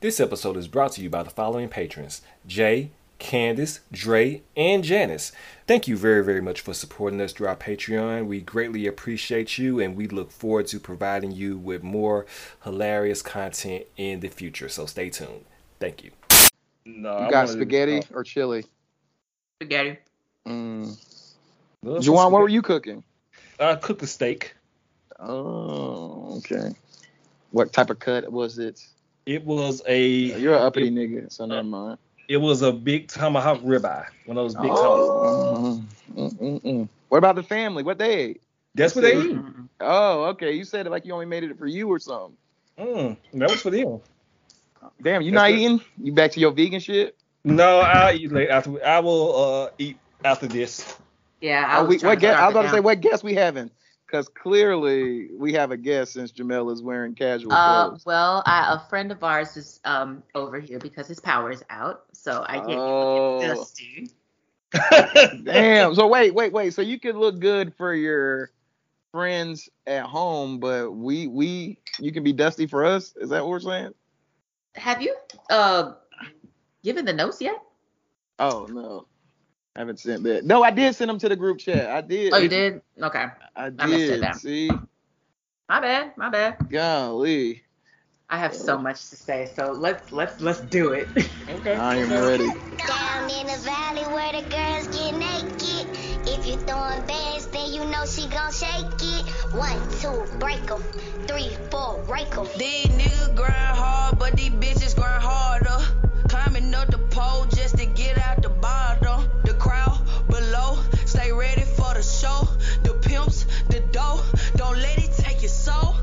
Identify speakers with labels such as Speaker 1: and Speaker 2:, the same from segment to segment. Speaker 1: This episode is brought to you by the following patrons Jay, Candace, Dre, and Janice. Thank you very, very much for supporting us through our Patreon. We greatly appreciate you and we look forward to providing you with more hilarious content in the future. So stay tuned. Thank you.
Speaker 2: No,
Speaker 3: You
Speaker 2: I
Speaker 3: got
Speaker 2: wanted-
Speaker 3: spaghetti or chili?
Speaker 4: Spaghetti.
Speaker 3: Mm.
Speaker 2: no, that's
Speaker 3: Juwan, what
Speaker 2: spaghetti.
Speaker 3: were you cooking?
Speaker 2: I cooked the steak.
Speaker 3: Oh, okay. What type of cut was it?
Speaker 2: It was a
Speaker 3: You're an uppity nigga, so never mind.
Speaker 2: it was a big tomahawk ribeye. One of those big tomahawks.
Speaker 3: Oh. Mm, mm, mm. What about the family? What they ate?
Speaker 2: That's what they eat.
Speaker 4: Mm-mm.
Speaker 3: Oh, okay. You said it like you only made it for you or something.
Speaker 2: Mm, that was for them.
Speaker 3: Damn, you
Speaker 2: That's
Speaker 3: not
Speaker 2: it.
Speaker 3: eating? You back to your vegan shit?
Speaker 2: No, I'll eat later after. I will uh, eat after this.
Speaker 4: Yeah, I
Speaker 3: Are Oh,
Speaker 4: was
Speaker 3: we,
Speaker 4: trying
Speaker 3: what
Speaker 4: to
Speaker 3: guest? I was
Speaker 4: start
Speaker 3: about to say
Speaker 4: it
Speaker 3: what guest we having? Because clearly we have a guest since Jamel is wearing casual
Speaker 4: down. Uh,
Speaker 3: clothes.
Speaker 4: well, I, a friend of ours is um over here because his power is out, so I can't
Speaker 3: Oh.
Speaker 4: get dusty.
Speaker 3: Damn. So wait, wait, wait. So you could look good for your friends at home, but we we you can be dusty for us. Is that what we're saying?
Speaker 4: Have you uh given the notes yet?
Speaker 3: Oh no, I haven't sent that. No, I did send them to the group chat. I did.
Speaker 4: Oh, you did. Okay,
Speaker 3: I
Speaker 4: I missed it
Speaker 3: did.
Speaker 4: now.
Speaker 3: See,
Speaker 4: my bad, my bad.
Speaker 3: golly,
Speaker 4: I have so much to say, so let's let's let's do it.
Speaker 2: okay.
Speaker 3: I am ready.
Speaker 5: Down in the valley where the girls get naked. If you throwing bands, then you know she gon' shake it. One, two, break 'em. Three, four, rake 'em.
Speaker 6: These niggas grind hard, but these bitches grind harder. Climbing up the pole just to get out the bottom. The crowd below, stay ready for the show. The pimps, the dough, don't let it take your soul.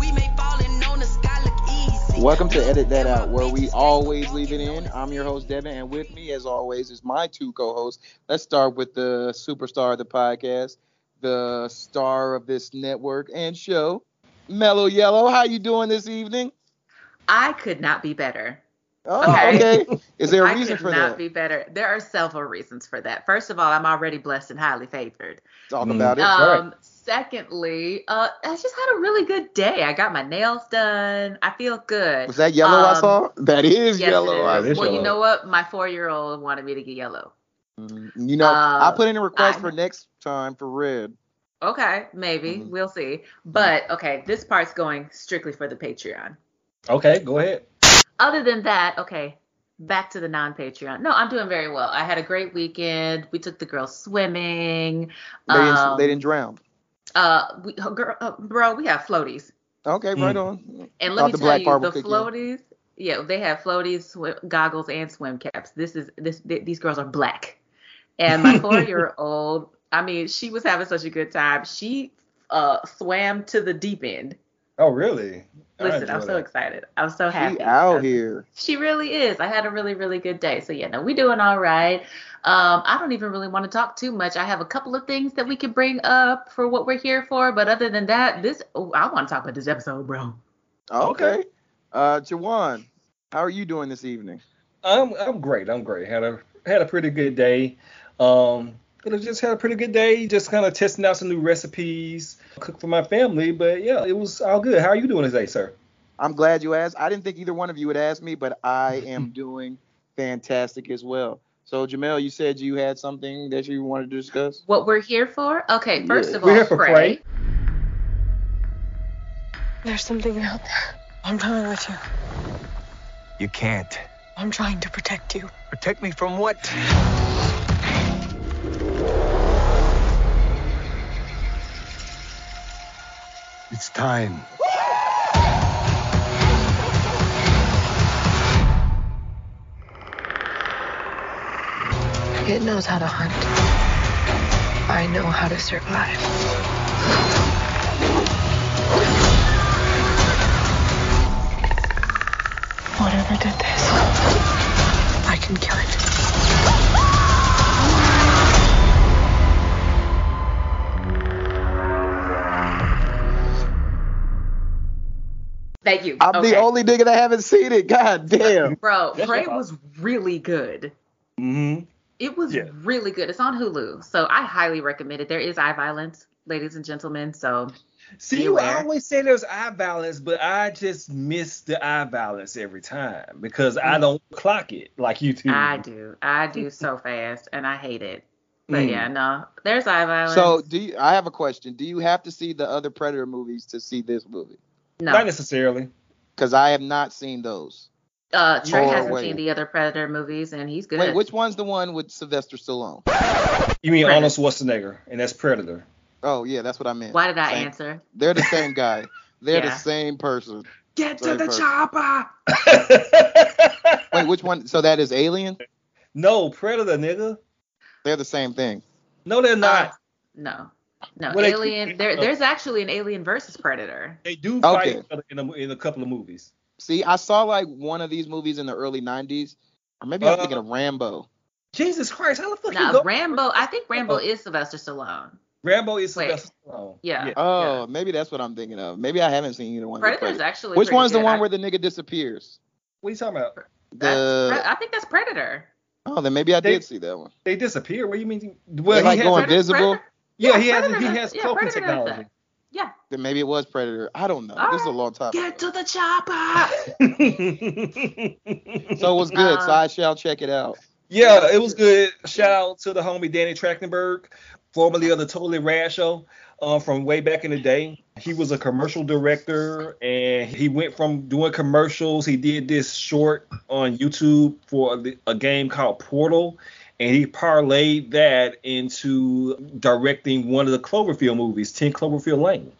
Speaker 6: We make falling on the sky look easy.
Speaker 3: Welcome to Edit That Out, where we always leave it in. I'm your host, Devin, and with me, as always, is my two co hosts. Let's start with the superstar of the podcast, the star of this network and show, Mellow Yellow. How you doing this evening?
Speaker 4: I could not be better.
Speaker 3: Oh, okay.
Speaker 4: Okay.
Speaker 3: Is there a
Speaker 4: I
Speaker 3: reason
Speaker 4: could
Speaker 3: for
Speaker 4: not
Speaker 3: that?
Speaker 4: be better. There are several reasons for that. First of all, I'm already blessed and highly favored.
Speaker 3: Talk
Speaker 2: Mm.
Speaker 3: about it.
Speaker 4: Um, secondly, uh, I just had a really good day. I got my nails done. I feel good.
Speaker 3: Was that yellow I
Speaker 4: um,
Speaker 3: saw? That is
Speaker 4: Yes, it
Speaker 3: yellow.
Speaker 4: is.
Speaker 3: I
Speaker 2: That is
Speaker 4: well,
Speaker 2: yellow.
Speaker 4: you know what? My four-year-old wanted me to get yellow.
Speaker 3: Mm, You know,
Speaker 4: Uh,
Speaker 3: I put in a request
Speaker 4: I-
Speaker 3: for next time for red.
Speaker 4: Okay, maybe
Speaker 3: Mhm.
Speaker 4: we'll see. But okay, this part's going strictly for the Patreon.
Speaker 2: Okay, go ahead.
Speaker 4: Other than that, okay, back to the non-Patreon. No, I'm doing very well. I had a great weekend. We took the girls swimming.
Speaker 3: They, didn't,
Speaker 4: Um,
Speaker 3: they didn't drown.
Speaker 4: Uh, we, oh, girl, uh, bro, we have floaties.
Speaker 3: Okay, right
Speaker 4: mm.
Speaker 3: on. Thought
Speaker 4: And let me
Speaker 3: the
Speaker 4: tell
Speaker 3: black
Speaker 4: you,
Speaker 3: barb would
Speaker 4: the
Speaker 3: kick in.
Speaker 4: floaties. Yeah, they have floaties, swim, goggles, and swim caps. This is this. Th- these girls are black. And my four-year-old, I mean, she was having such a good time. She uh swam to the deep end.
Speaker 2: Oh, really? I
Speaker 4: Listen, I'm
Speaker 2: enjoy
Speaker 4: so
Speaker 2: that.
Speaker 4: excited. I'm so happy.
Speaker 3: She out
Speaker 4: Uh,
Speaker 3: here.
Speaker 4: She really is. I had a really, really good day. So yeah, no, we doing all right. Um, I don't even really want to talk too much. I have a couple of things that we can bring up for what we're here for, but other than that, this oh, I want to talk about this episode, bro.
Speaker 3: Okay. Uh, Jawan, how are you doing this evening?
Speaker 2: I'm I'm great. I'm great. Had a had a pretty good day. Um, you know, just had a pretty good day. Just kind of testing out some new recipes, cook for my family. But yeah, it was all good. How are you doing today, sir?
Speaker 3: I'm glad you asked. I didn't think either one of you would ask me, but I am doing fantastic as well. So, Jamel, you said you had something that you wanted to discuss?
Speaker 4: What we're here for? Okay, first
Speaker 3: Yeah,
Speaker 4: of
Speaker 2: we're
Speaker 4: all,
Speaker 2: here for
Speaker 4: pray.
Speaker 7: There's something out there. I'm coming with you.
Speaker 8: You can't.
Speaker 7: I'm trying to protect you.
Speaker 8: Protect me from what? It's time.
Speaker 7: It knows how to hunt. I know how to survive. Whatever did this, I can kill it.
Speaker 4: Thank you.
Speaker 3: I'm
Speaker 4: okay.
Speaker 3: the only nigga that haven't seen it. God damn.
Speaker 4: bro.
Speaker 2: That's
Speaker 4: Pray
Speaker 2: your
Speaker 4: was really good.
Speaker 2: Mm-hmm.
Speaker 4: It was
Speaker 2: Yeah.
Speaker 4: really good. It's on Hulu, so I highly recommend it. There is eye violence, ladies and gentlemen. So
Speaker 2: See,
Speaker 4: Beware.
Speaker 2: I always say there's eye balance, but I just miss the eye balance every time because I don't clock it like you two.
Speaker 4: I do. I do so fast, and I hate it. But
Speaker 2: Mm.
Speaker 4: yeah, no, there's eye violence.
Speaker 3: So do you, I have a question? Do you have to see the other Predator movies to see this movie?
Speaker 2: Not
Speaker 4: no,
Speaker 2: necessarily.
Speaker 3: Because I have not seen those.
Speaker 4: uh, Trey
Speaker 3: Oh,
Speaker 4: hasn't
Speaker 3: wait.
Speaker 4: seen the other Predator movies, and he's good.
Speaker 3: Wait, which one's the one with Sylvester Stallone?
Speaker 2: You mean
Speaker 4: Predator.
Speaker 2: Arnold Schwarzenegger, and that's Predator.
Speaker 3: Oh yeah, that's what I meant.
Speaker 4: Why did I
Speaker 3: Same-
Speaker 4: answer?
Speaker 3: They're the same guy. They're the
Speaker 4: Yeah.
Speaker 3: same person.
Speaker 6: Get
Speaker 3: to the
Speaker 6: chopper.
Speaker 3: Wait, which one? So that is Alien?
Speaker 2: no, Predator, nigga.
Speaker 3: They're the same thing.
Speaker 2: No, they're not.
Speaker 4: Uh, no, no.
Speaker 2: Well, they keep-
Speaker 4: Alien. There, there's actually an Alien versus Predator.
Speaker 2: they do fight
Speaker 3: okay.
Speaker 2: each other in a, in a couple of movies.
Speaker 3: See, I saw like one of these movies in the early '90s, or maybe I'm
Speaker 2: Uh,
Speaker 4: Oh.
Speaker 3: thinking of Rambo.
Speaker 2: Jesus Christ, how the fuck you
Speaker 4: Now
Speaker 2: go?
Speaker 4: Rambo. I think Rambo
Speaker 2: Oh.
Speaker 4: is Sylvester Stallone.
Speaker 2: Rambo is
Speaker 4: Wait.
Speaker 2: Sylvester Stallone.
Speaker 4: Yeah.
Speaker 3: Oh, maybe that's what I'm thinking of. Maybe I haven't seen either one. of the
Speaker 4: Predator's
Speaker 3: Predators.
Speaker 4: actually.
Speaker 3: Which
Speaker 4: pretty
Speaker 3: one's the
Speaker 4: good.
Speaker 3: one
Speaker 4: I-
Speaker 3: where the nigga disappears?
Speaker 2: What are you talking about?
Speaker 4: that's
Speaker 3: The
Speaker 4: Pre- I think that's Predator.
Speaker 3: oh, then maybe I
Speaker 2: They-
Speaker 3: did see that one.
Speaker 2: They disappear. What do you mean? Well,
Speaker 3: They like
Speaker 2: he has,
Speaker 3: going-
Speaker 4: Predator-
Speaker 3: Oh, invisible?
Speaker 4: Predator-
Speaker 2: yeah, he has he
Speaker 4: Predator
Speaker 2: has
Speaker 4: does- yeah,
Speaker 2: cloaking
Speaker 4: Predator does
Speaker 2: technology.
Speaker 3: Then maybe it was Predator. I don't know.
Speaker 4: Ah,
Speaker 3: this is a long time.
Speaker 6: Get
Speaker 3: ago.
Speaker 6: to the chopper.
Speaker 3: so it was good. so
Speaker 4: Uh,
Speaker 3: I shall check it out.
Speaker 2: yeah, it was good. Shout out to the homie Danny Trachtenberg, formerly of the Totally Rad Show, uh, from way back in the day. He was a commercial director, and he went from doing commercials. He did this short on YouTube for the- a game called Portal, and he parlayed that into directing one of the Cloverfield movies, Ten Cloverfield Lane.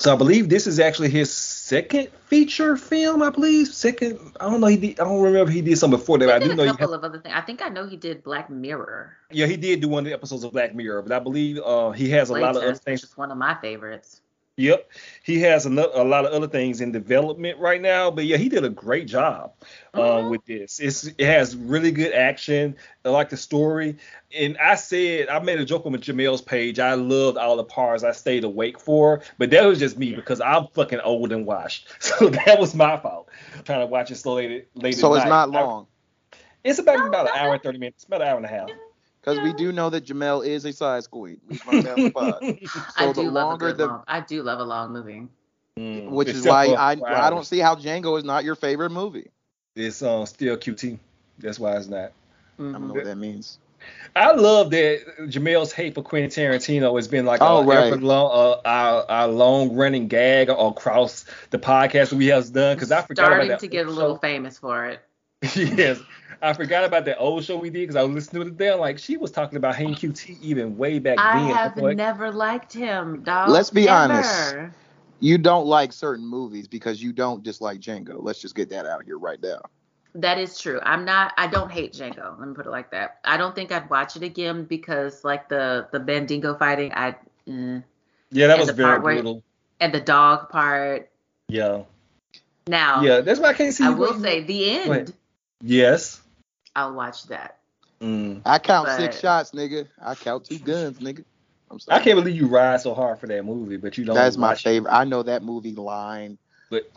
Speaker 2: So I believe this is actually his second feature film. I believe second. I don't know. He did, I don't remember if he did some before that. But I
Speaker 4: He
Speaker 2: do
Speaker 4: did
Speaker 2: know
Speaker 4: a
Speaker 2: he
Speaker 4: couple of other things. I think I know he did Black Mirror.
Speaker 2: yeah, he did do one of the episodes of Black Mirror, but I believe uh, he has a lot of other
Speaker 4: Playtest, which
Speaker 2: things.
Speaker 4: is one of my favorites.
Speaker 2: Yep, he has a, no- a lot of other things in development right now. But yeah, he did a great job uh,
Speaker 4: Mhm.
Speaker 2: with this. It's it has really good action. I like the story, and I said I made a joke on Jamel's page. I loved all the parts I stayed awake for, but that was just me because I'm fucking old and washed, so that was my fault. trying to watch it so late, late at
Speaker 3: So it's
Speaker 2: night.
Speaker 3: not
Speaker 2: I-
Speaker 3: long
Speaker 2: it's about
Speaker 4: No,
Speaker 2: about an
Speaker 4: no,
Speaker 2: hour
Speaker 4: no.
Speaker 2: and thirty minutes, about an hour and a half.
Speaker 3: because we do know that Jamel is a size queen. We've learned that on the pod.
Speaker 4: I
Speaker 3: So the
Speaker 4: do love a
Speaker 3: longer
Speaker 4: good
Speaker 3: the
Speaker 4: long. I do love a long movie.
Speaker 2: Mm,
Speaker 3: which is
Speaker 2: except
Speaker 3: why
Speaker 2: for-
Speaker 3: I
Speaker 2: for
Speaker 3: I don't
Speaker 2: hours.
Speaker 3: see how Django is not your favorite movie.
Speaker 2: It's um still QT. That's why it's not.
Speaker 3: I don't know
Speaker 4: Mhm.
Speaker 3: what that means.
Speaker 2: I love that Jamel's hate for Quentin Tarantino has been like
Speaker 3: Oh,
Speaker 2: a
Speaker 3: right.
Speaker 2: long, uh, our, our long running gag across the podcast that we have done because I forgot
Speaker 4: Starting
Speaker 2: about that
Speaker 4: to get a
Speaker 2: old
Speaker 4: little famous for it.
Speaker 2: show. yes, I forgot about that old show we did because I was listening to it today. I'm like she was talking about him QT even way back
Speaker 4: I
Speaker 2: then.
Speaker 4: have
Speaker 2: I'm like,
Speaker 4: never liked him, dog.
Speaker 3: Let's be
Speaker 4: Never.
Speaker 3: honest. You don't like certain movies because you don't dislike Django. Let's just get that out here right now.
Speaker 4: That is true. I'm not. I don't hate Django. Let me put it like that. I don't think I'd watch it again because like the the Bandingo fighting, I mm,
Speaker 2: yeah, that
Speaker 4: and
Speaker 2: was
Speaker 4: the
Speaker 2: very
Speaker 4: part where-
Speaker 2: brutal.
Speaker 4: and the dog part.
Speaker 2: Yeah,
Speaker 4: Now,
Speaker 2: yeah, that's why I can't see.
Speaker 4: Um, I
Speaker 2: what
Speaker 4: will
Speaker 2: you-
Speaker 4: say the end.
Speaker 2: ahead. yes.
Speaker 4: I'll watch that.
Speaker 2: Mm.
Speaker 3: I count
Speaker 4: But-
Speaker 3: six shots, nigga. I count two guns, nigga. I'm sorry.
Speaker 2: I can't believe you ride so hard for that movie, but you don't.
Speaker 3: That's my
Speaker 2: watch-
Speaker 3: favorite. I know that movie line.
Speaker 2: But,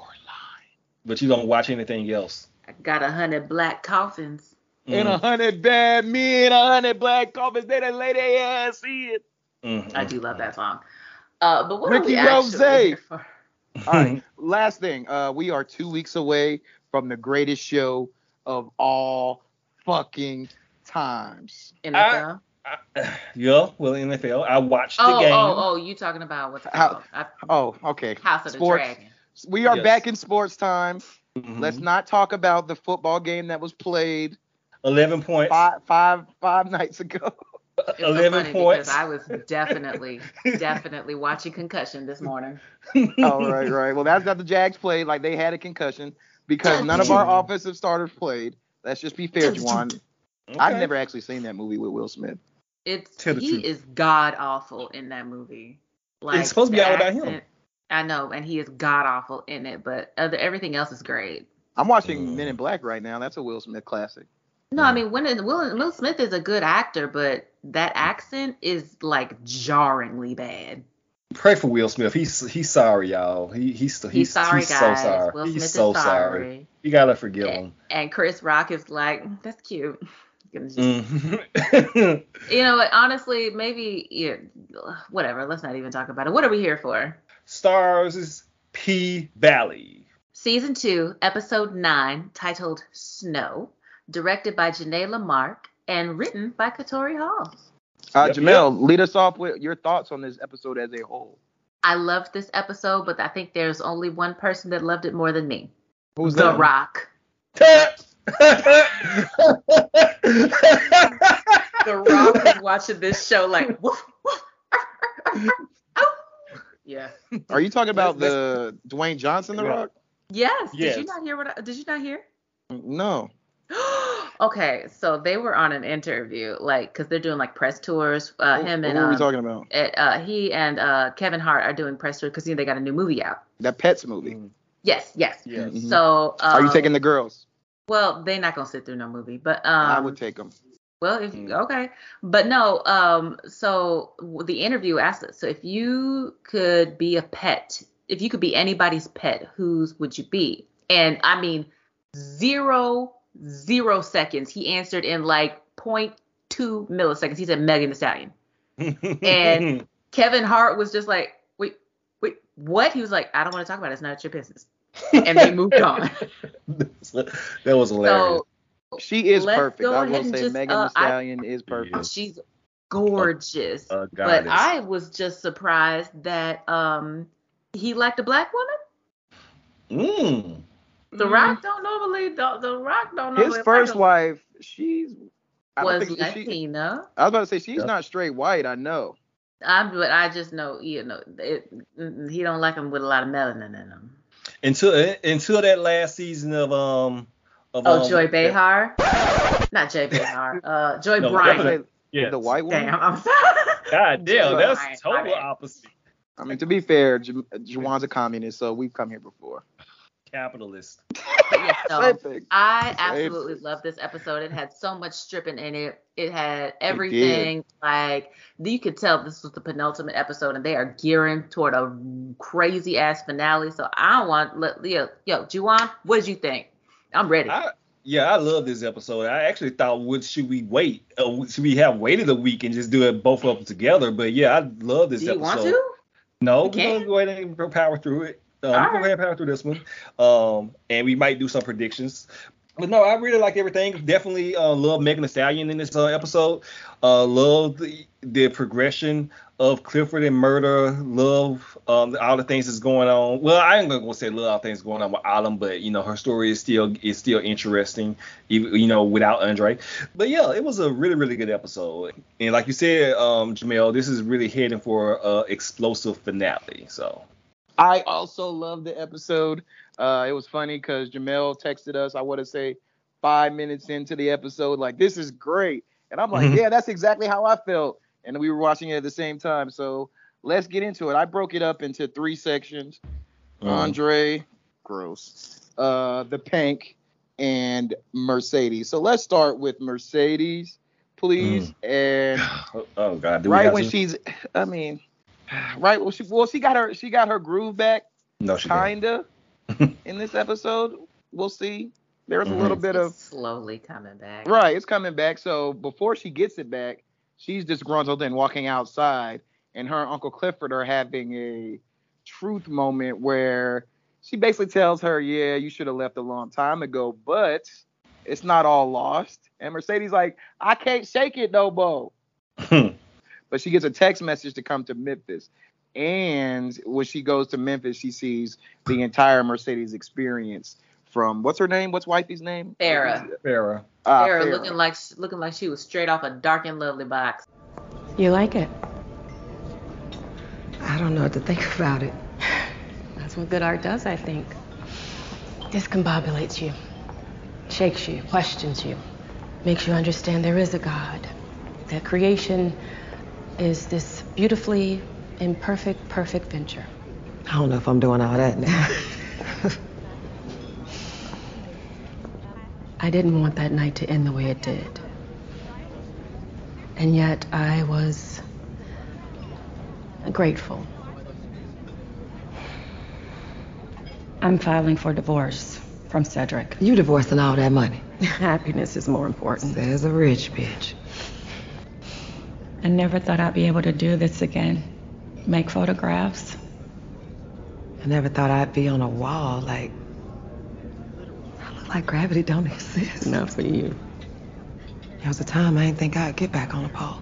Speaker 2: but you don't watch anything else.
Speaker 4: I got a hundred black coffins.
Speaker 3: And a hundred bad men, a hundred black coffins, they done lay their ass in.
Speaker 2: Mhm.
Speaker 4: I do love that song. Uh, but what
Speaker 3: Ricky
Speaker 4: are we actually
Speaker 3: Rose.
Speaker 4: here for?
Speaker 3: All right. Last thing, uh, we are two weeks away from the greatest show of all fucking times.
Speaker 4: NFL?
Speaker 2: I- yeah, well, NFL. I watched the
Speaker 4: oh,
Speaker 2: game.
Speaker 4: oh, oh! You talking about what's it
Speaker 3: How-
Speaker 4: called? I-
Speaker 3: Oh, okay.
Speaker 4: House of
Speaker 3: Sports.
Speaker 4: the Dragon.
Speaker 3: We are
Speaker 2: Yes.
Speaker 3: back in sports time.
Speaker 4: oh.
Speaker 2: Mhm.
Speaker 3: Let's not talk about the football game that was played
Speaker 2: Eleven points.
Speaker 3: five five five nights ago.
Speaker 4: It's so
Speaker 2: 11
Speaker 4: funny
Speaker 2: points.
Speaker 4: Because I was definitely, definitely watching Concussion this morning.
Speaker 3: All right, right. Well, that's not the Jags played. Like they had a concussion because none of our offensive starters played. Let's just be fair, Juwan. I've
Speaker 2: Okay.
Speaker 3: never actually seen that movie with Will Smith.
Speaker 4: It's
Speaker 2: Tell the
Speaker 4: he
Speaker 2: truth.
Speaker 4: is god awful in that movie. Like
Speaker 2: supposed to be
Speaker 4: the
Speaker 2: all about him.
Speaker 4: accent- I know, and he is god awful in it, but other everything else is great.
Speaker 3: I'm watching
Speaker 2: Mm.
Speaker 3: Men in Black right now. That's a Will Smith classic.
Speaker 4: No, I mean, when Will Will Smith is a good actor, but
Speaker 2: Mm.
Speaker 4: that accent is like jarringly bad.
Speaker 2: Pray for Will Smith. He's he's sorry, y'all. He he's he's,
Speaker 4: He's, sorry,
Speaker 2: he's
Speaker 4: guys.
Speaker 2: so sorry.
Speaker 4: Will
Speaker 2: he's
Speaker 4: Smith is
Speaker 2: so
Speaker 4: sorry.
Speaker 2: sorry. You gotta forgive
Speaker 4: Yeah.
Speaker 2: him.
Speaker 4: And Chris Rock is like, "Mm, that's cute. Gonna just-
Speaker 2: Mm. Mhm.
Speaker 4: You know what? Honestly, maybe yeah, whatever. Let's not even talk about it. What are we here for?
Speaker 2: stars is P Valley.
Speaker 4: Season 2, Episode 9, titled Snow, directed by Janae Lamarck and written by Katori Hall.
Speaker 3: Uh,
Speaker 2: Yep,
Speaker 3: Jamel, lead us off with your thoughts on this episode as a whole.
Speaker 4: I loved this episode, but I think there's only one person that loved it more than me.
Speaker 3: Who's
Speaker 4: The Rock. The Rock was watching this show like, woof, woof, ah, arf, arf, arf, oh. Yeah.
Speaker 3: Are you talking about the Dwayne Johnson, The
Speaker 2: Yeah.
Speaker 3: Rock?
Speaker 4: Yes. Did you
Speaker 2: Yes.
Speaker 4: not hear what? I, did you not hear?
Speaker 3: No.
Speaker 4: okay, so they were on an interview, like, cause they're doing like press tours. Uh,
Speaker 3: Who-
Speaker 4: him
Speaker 3: who
Speaker 4: and
Speaker 3: are we
Speaker 4: um,
Speaker 3: talking about?
Speaker 4: it, uh, he and uh, Kevin Hart are doing press tours because you know, they got a new movie out.
Speaker 3: That Pets movie.
Speaker 4: Yes, yes.
Speaker 2: Yes.
Speaker 3: Mhm.
Speaker 4: So um,
Speaker 3: Are you taking the girls?
Speaker 4: Well, they're not gonna sit through no movie, but um,
Speaker 3: I would take them.
Speaker 4: Well, if you,
Speaker 3: Mm.
Speaker 4: okay, but no. Um, so w- the interview asked us. So if you could be a pet, if you could be anybody's pet, whose would you be? And I mean, zero zero seconds. He answered in like 0.2 milliseconds. He said Megan the Stallion. And- Kevin Hart was just like, wait, wait, what? He was like, I don't want to talk about it. It's not your business. And they moved on.
Speaker 2: that was hilarious.
Speaker 4: So
Speaker 3: She is
Speaker 4: Let's
Speaker 3: perfect.
Speaker 4: go
Speaker 3: I
Speaker 4: ahead
Speaker 3: will
Speaker 4: and
Speaker 3: say
Speaker 4: just,
Speaker 3: Megan
Speaker 4: uh,
Speaker 3: Thee
Speaker 4: I-
Speaker 3: Stallion is perfect.
Speaker 1: Yeah.
Speaker 4: she's gorgeous.
Speaker 2: Uh,
Speaker 4: but
Speaker 2: goddess.
Speaker 4: I was just surprised that um he liked a black woman.
Speaker 2: Mm.
Speaker 4: The Rock don't normally the, the Rock don't normally
Speaker 3: His first
Speaker 4: like
Speaker 3: wife, she's. I
Speaker 4: a-
Speaker 3: don't
Speaker 4: was
Speaker 3: think that she,
Speaker 4: Latina.
Speaker 3: I was about to say she's
Speaker 2: Yeah.
Speaker 3: not straight white. I know.
Speaker 4: I'm but I just know you know it, mm, he don't like him with a lot of melanin in him.
Speaker 2: Until until that last season of um of
Speaker 4: Oh,
Speaker 2: um,
Speaker 4: Joy Behar, not Joy Behar, uh, Joy
Speaker 2: No,
Speaker 3: I
Speaker 2: Right.
Speaker 4: Bryant.
Speaker 3: say
Speaker 2: Yeah.
Speaker 3: The white woman.
Speaker 4: Damn, I'm sorry.
Speaker 2: God damn,
Speaker 4: Right,
Speaker 2: that's total
Speaker 4: right.
Speaker 2: opposite
Speaker 3: I mean, to be fair, Ju- Juwan's a communist, so we've come here before.
Speaker 2: capitalist.
Speaker 4: But yes, no.
Speaker 3: Same thing. Same.
Speaker 4: I absolutely love this episode. It had so much stripping in it. It had everything. like you could tell this was the penultimate episode, and they are gearing toward a crazy ass finale. So I want let yo yo Juwan, what did you think? I'm ready.
Speaker 2: I, yeah, I love this episode. I actually thought, what should we wait? Uh, should we have waited a week and just do it both of them together? But yeah, I love
Speaker 4: do
Speaker 2: this
Speaker 4: you
Speaker 2: episode.
Speaker 4: want to?
Speaker 2: No,
Speaker 4: You
Speaker 2: we're gonna
Speaker 4: can.
Speaker 2: go ahead and go power through it. Um,
Speaker 4: All
Speaker 2: we're gonna
Speaker 4: right.
Speaker 2: go ahead and power through this one. Um, and we might do some predictions. But no, I really like everything. Definitely uh, love Megan Thee Stallion in this uh, episode. Uh, love the the progression of Clifford and murder. Love um, all the things that's going on. Well, I ain't gonna go say love all the things going on with Autumn, but you know her story is still is still interesting, even you know without Andre. But yeah, it was a really really good episode. And like you said, um, Jamel, this is really heading for a explosive finale. So
Speaker 3: I also love the episode. Uh, it was funny because Jamel texted us, I want to say five minutes into the episode, like, this is great. And I'm like,
Speaker 2: Mhm.
Speaker 3: yeah, that's exactly how I felt. And we were watching it at the same time. So let's get into it. I broke it up into three sections
Speaker 2: Mm-hmm.
Speaker 3: Andre, gross, uh, the Pink, and Mercedes. So let's start with Mercedes, please. And
Speaker 2: oh, oh, God, Mm. do we
Speaker 3: right
Speaker 2: have
Speaker 3: when
Speaker 2: to?
Speaker 3: she's, I mean, right, well, she, well, she got her, she got her groove back
Speaker 2: no, she didn't.
Speaker 3: kinda in this episode. We'll see. There's
Speaker 2: Mhm.
Speaker 3: a little bit of
Speaker 4: It's slowly coming back.
Speaker 3: right. It's coming back. So before she gets it back, she's disgruntled and walking outside, and her and Uncle Clifford are having a truth moment where she basically tells her, "Yeah, you should have left a long time ago, but it's not all lost." And Mercedes like, "I can't shake it no more." but she gets a text message to come to Memphis. And when she goes to Memphis, she sees the entire Mercedes experience from what's her name? What's wifey's name?
Speaker 4: Farrah.
Speaker 2: Farrah.
Speaker 3: Uh,
Speaker 4: Sarah
Speaker 3: Farrah.
Speaker 4: looking like looking like she was straight off a dark and lovely box.
Speaker 7: You like it? I don't know what to think about it. That's what good art does, I think. Discombobulates you, shakes you, questions you, makes you understand there is a God, that creation is this beautifully imperfect, perfect venture.
Speaker 9: I don't know if I'm doing all that now.
Speaker 7: I didn't want that night to end the way it did. And yet I was grateful. I'm filing for divorce from Cedric.
Speaker 9: you divorcing all that money.
Speaker 7: Happiness is more important.
Speaker 9: There's a rich bitch.
Speaker 7: I never thought I'd be able to do this again. Make photographs,
Speaker 9: I never thought I'd be on a wall like. I look like gravity don't exist.
Speaker 7: Not for you.
Speaker 9: There was a time I didn't think I'd get back on a pole.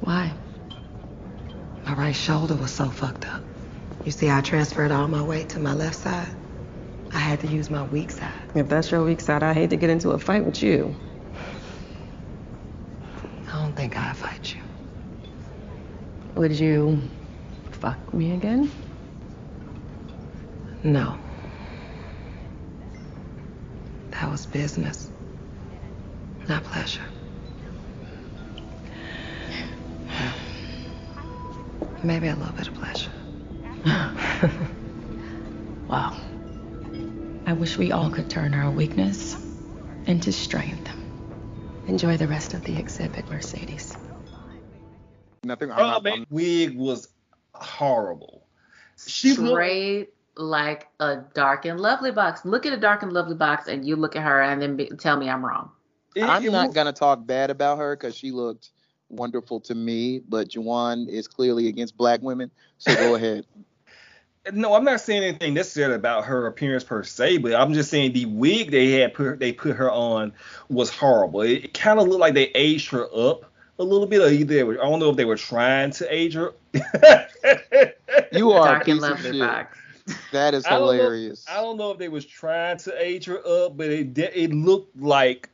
Speaker 7: Why?
Speaker 9: My right shoulder was so fucked up. You see, I transferred all my weight to my left side. I had to use my weak side.
Speaker 7: If that's your weak side, I hate to get into a fight with you.
Speaker 9: I don't think I'd fight you.
Speaker 7: Would you fuck me again?
Speaker 9: No. That was business, not pleasure. Maybe a little bit of pleasure.
Speaker 7: Wow. I wish we all could turn our weakness into strength. Enjoy the rest of the exhibit, Mercedes.
Speaker 3: Nothing. I'm
Speaker 2: Oh,
Speaker 3: not,
Speaker 2: man,
Speaker 3: I'm-
Speaker 2: wig was horrible. She looked-
Speaker 4: Straight like a dark and lovely box. Look at a dark and lovely box, and you look at her, and then be, tell me I'm wrong.
Speaker 2: it-
Speaker 3: I'm
Speaker 2: it
Speaker 3: not
Speaker 2: was-
Speaker 3: gonna talk bad about her because she looked wonderful to me, but Juwan is clearly against black women. So go ahead.
Speaker 2: No, I'm not saying anything necessarily about her appearance per se, but I'm just saying the wig they had put they put her on was horrible. It, it kind of looked like they aged her up a little bit, or either they were, I don't know if they were trying to age her.
Speaker 3: You are a
Speaker 4: dark and
Speaker 3: piece of
Speaker 4: lovely
Speaker 3: shit.
Speaker 4: box.
Speaker 3: That is
Speaker 2: I don't know-
Speaker 3: hilarious.
Speaker 2: I don't know if they was trying to age her up, but it de- it looked like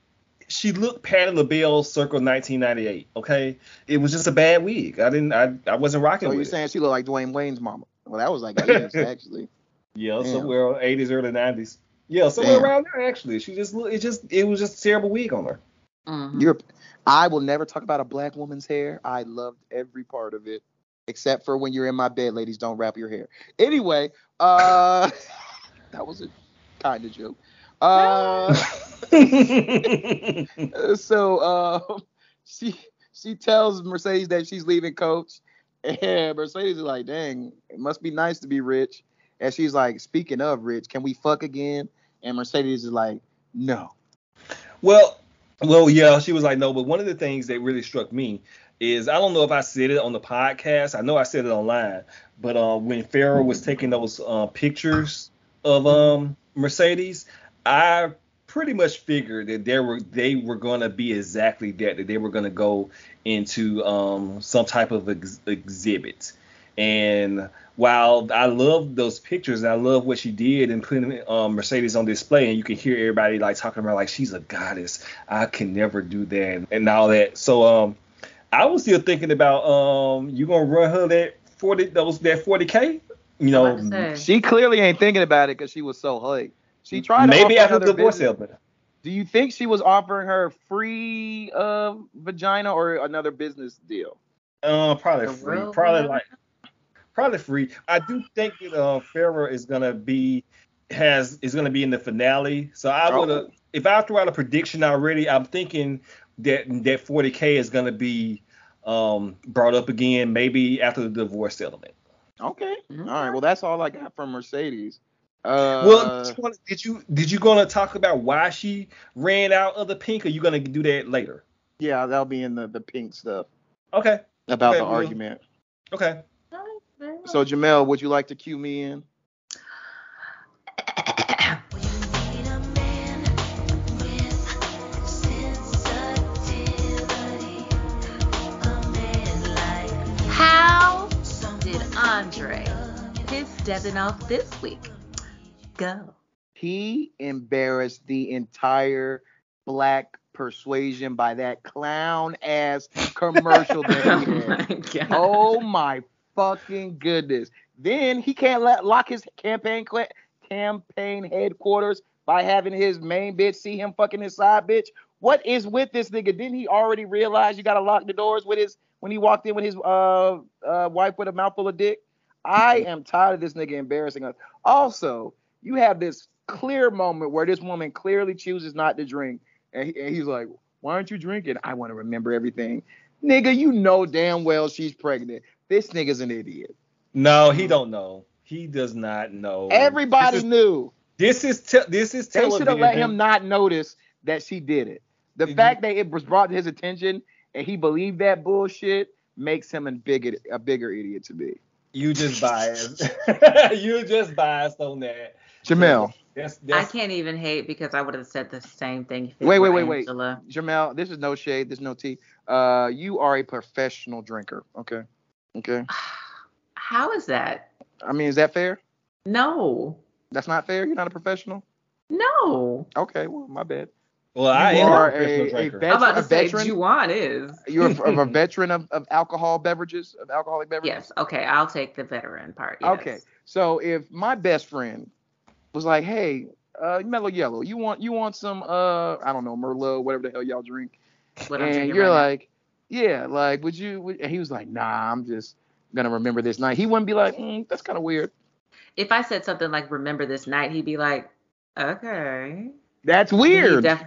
Speaker 2: she looked Patty LaBelle circa 1998. Okay, it was just a bad wig. I didn't. I, I wasn't rocking
Speaker 3: So you're
Speaker 2: with it.
Speaker 3: Oh, saying she looked like Dwayne Wayne's mama? Well, that was like 80s actually.
Speaker 2: Yeah,
Speaker 3: Damn.
Speaker 2: somewhere 80s, early 90s. Yeah, somewhere
Speaker 3: Damn.
Speaker 2: around there actually. She just looked. It just it was just a terrible wig on her.
Speaker 4: Mhm.
Speaker 3: You're. I will never talk about a black woman's hair. I loved every part of it, except for when you're in my bed, ladies. Don't wrap your hair. Anyway, uh, that was a kind of joke. Uh. Uh, so uh, she she tells Mercedes that she's leaving Coach, and Mercedes is like, "Dang, it must be nice to be rich." And she's like, "Speaking of rich, can we fuck again?" And Mercedes is like, "No."
Speaker 2: Well, well, yeah, she was like, no, but one of the things that really struck me is I don't know if I said it on the podcast. I know I said it online, but uh, when Farrah was taking those uh, pictures of um, Mercedes, I pretty much figured that they were they were going to be exactly that that they were going to go into um, some type of ex- exhibit. And while I love those pictures, and I love what she did and putting um, Mercedes on display, and you can hear everybody like talking about like she's a goddess. I can never do that and all that. So um, I was still thinking about um, you gonna run her that forty those that forty k. You
Speaker 4: I'm about
Speaker 2: know,
Speaker 4: to say.
Speaker 3: She clearly ain't thinking about it because she was so hooked. She tried. To
Speaker 2: maybe
Speaker 3: offer
Speaker 2: after
Speaker 3: another
Speaker 2: the divorce
Speaker 3: business.
Speaker 2: settlement.
Speaker 3: Do you think she was offering her free uh, vagina or another business deal?
Speaker 2: Uh, probably
Speaker 4: The
Speaker 2: free.
Speaker 4: real
Speaker 2: Probably
Speaker 4: one?
Speaker 2: like probably free. I do think that uh, Farrah is gonna be has is gonna be in the finale. So I
Speaker 3: Oh.
Speaker 2: would have if I threw out a prediction already, I'm thinking that that 40k is gonna be um brought up again maybe after the divorce settlement.
Speaker 3: Okay.
Speaker 4: Mhm.
Speaker 3: All right. Well, that's all I got from Mercedes. Uh,
Speaker 2: well, just wanna- did you did you gonna talk about why she ran out of the pink? Or you gonna do that later?
Speaker 3: yeah, that'll be in the the pink stuff
Speaker 2: Okay,
Speaker 3: about
Speaker 2: Okay,
Speaker 3: the
Speaker 2: well.
Speaker 3: argument.
Speaker 2: okay.
Speaker 3: So Jamel, would you like to cue me in?
Speaker 4: How did Andre piss Devin off this week? Go.
Speaker 3: He embarrassed the entire black persuasion by that clown ass commercial that he had.
Speaker 4: god.
Speaker 3: Oh my fucking goodness. Then he can't let lock his campaign cla campaign headquarters by having his main bitch see him fucking his side bitch. What is with this nigga? Didn't he already realize you gotta lock the doors with his when he walked in with his uh, uh wife with a mouthful of dick? I am tired of this nigga embarrassing us. Also, you have this clear moment where this woman clearly chooses not to drink, and, he- and he's like, "Why aren't you drinking?" I want to remember everything. Nigga, you know damn well she's pregnant. This nigga's an idiot.
Speaker 2: No, he don't know. He does not know.
Speaker 3: Mm. Everybody
Speaker 2: This is
Speaker 3: knew.
Speaker 2: this is, te- this is
Speaker 3: They
Speaker 2: television.
Speaker 3: should have let him not notice that she did it. The
Speaker 2: Mhm.
Speaker 3: fact that it was brought to his attention and he believed that bullshit makes him a bigot, a bigger idiot to be.
Speaker 2: You just biased. you just biased on that.
Speaker 3: Jamel,
Speaker 2: That's
Speaker 4: I
Speaker 2: that's
Speaker 4: can't even hate because I would have said the same thing. If it
Speaker 3: Wait, wait,
Speaker 4: were
Speaker 3: wait, wait.
Speaker 4: Angela.
Speaker 3: Jamel, this is no shade. There's no tea. Uh, you are a professional drinker. Okay. Okay.
Speaker 4: How is that?
Speaker 3: I mean, is that fair?
Speaker 4: No,
Speaker 3: That's not fair. You're not a professional.
Speaker 4: no.
Speaker 3: Okay. Well, my bad.
Speaker 2: well, I
Speaker 3: you
Speaker 2: am
Speaker 3: are
Speaker 2: a
Speaker 3: a-
Speaker 2: professional
Speaker 3: a
Speaker 2: drinker.
Speaker 3: vet-
Speaker 4: I'm about
Speaker 3: a
Speaker 4: to say
Speaker 3: veteran?
Speaker 4: Juwan is.
Speaker 3: You're a, a veteran of, of alcohol beverages, of alcoholic beverages.
Speaker 4: Yes. Okay. I'll take the veteran part. yes.
Speaker 3: Okay. So if my best friend was like, "Hey, uh, Mellow Yellow, you want you want some uh, I don't know Merlot, whatever the hell y'all drink,"
Speaker 4: What I'm
Speaker 3: and
Speaker 4: drinking
Speaker 3: you're
Speaker 4: right now.
Speaker 3: like, "Yeah, like would you?" Would, and he was like, "Nah, I'm just gonna remember this night." He wouldn't be like, mm, "That's kind of weird."
Speaker 4: if I said something like "Remember this night," he'd be like, "Okay."
Speaker 3: That's
Speaker 4: He
Speaker 3: weird.
Speaker 4: def-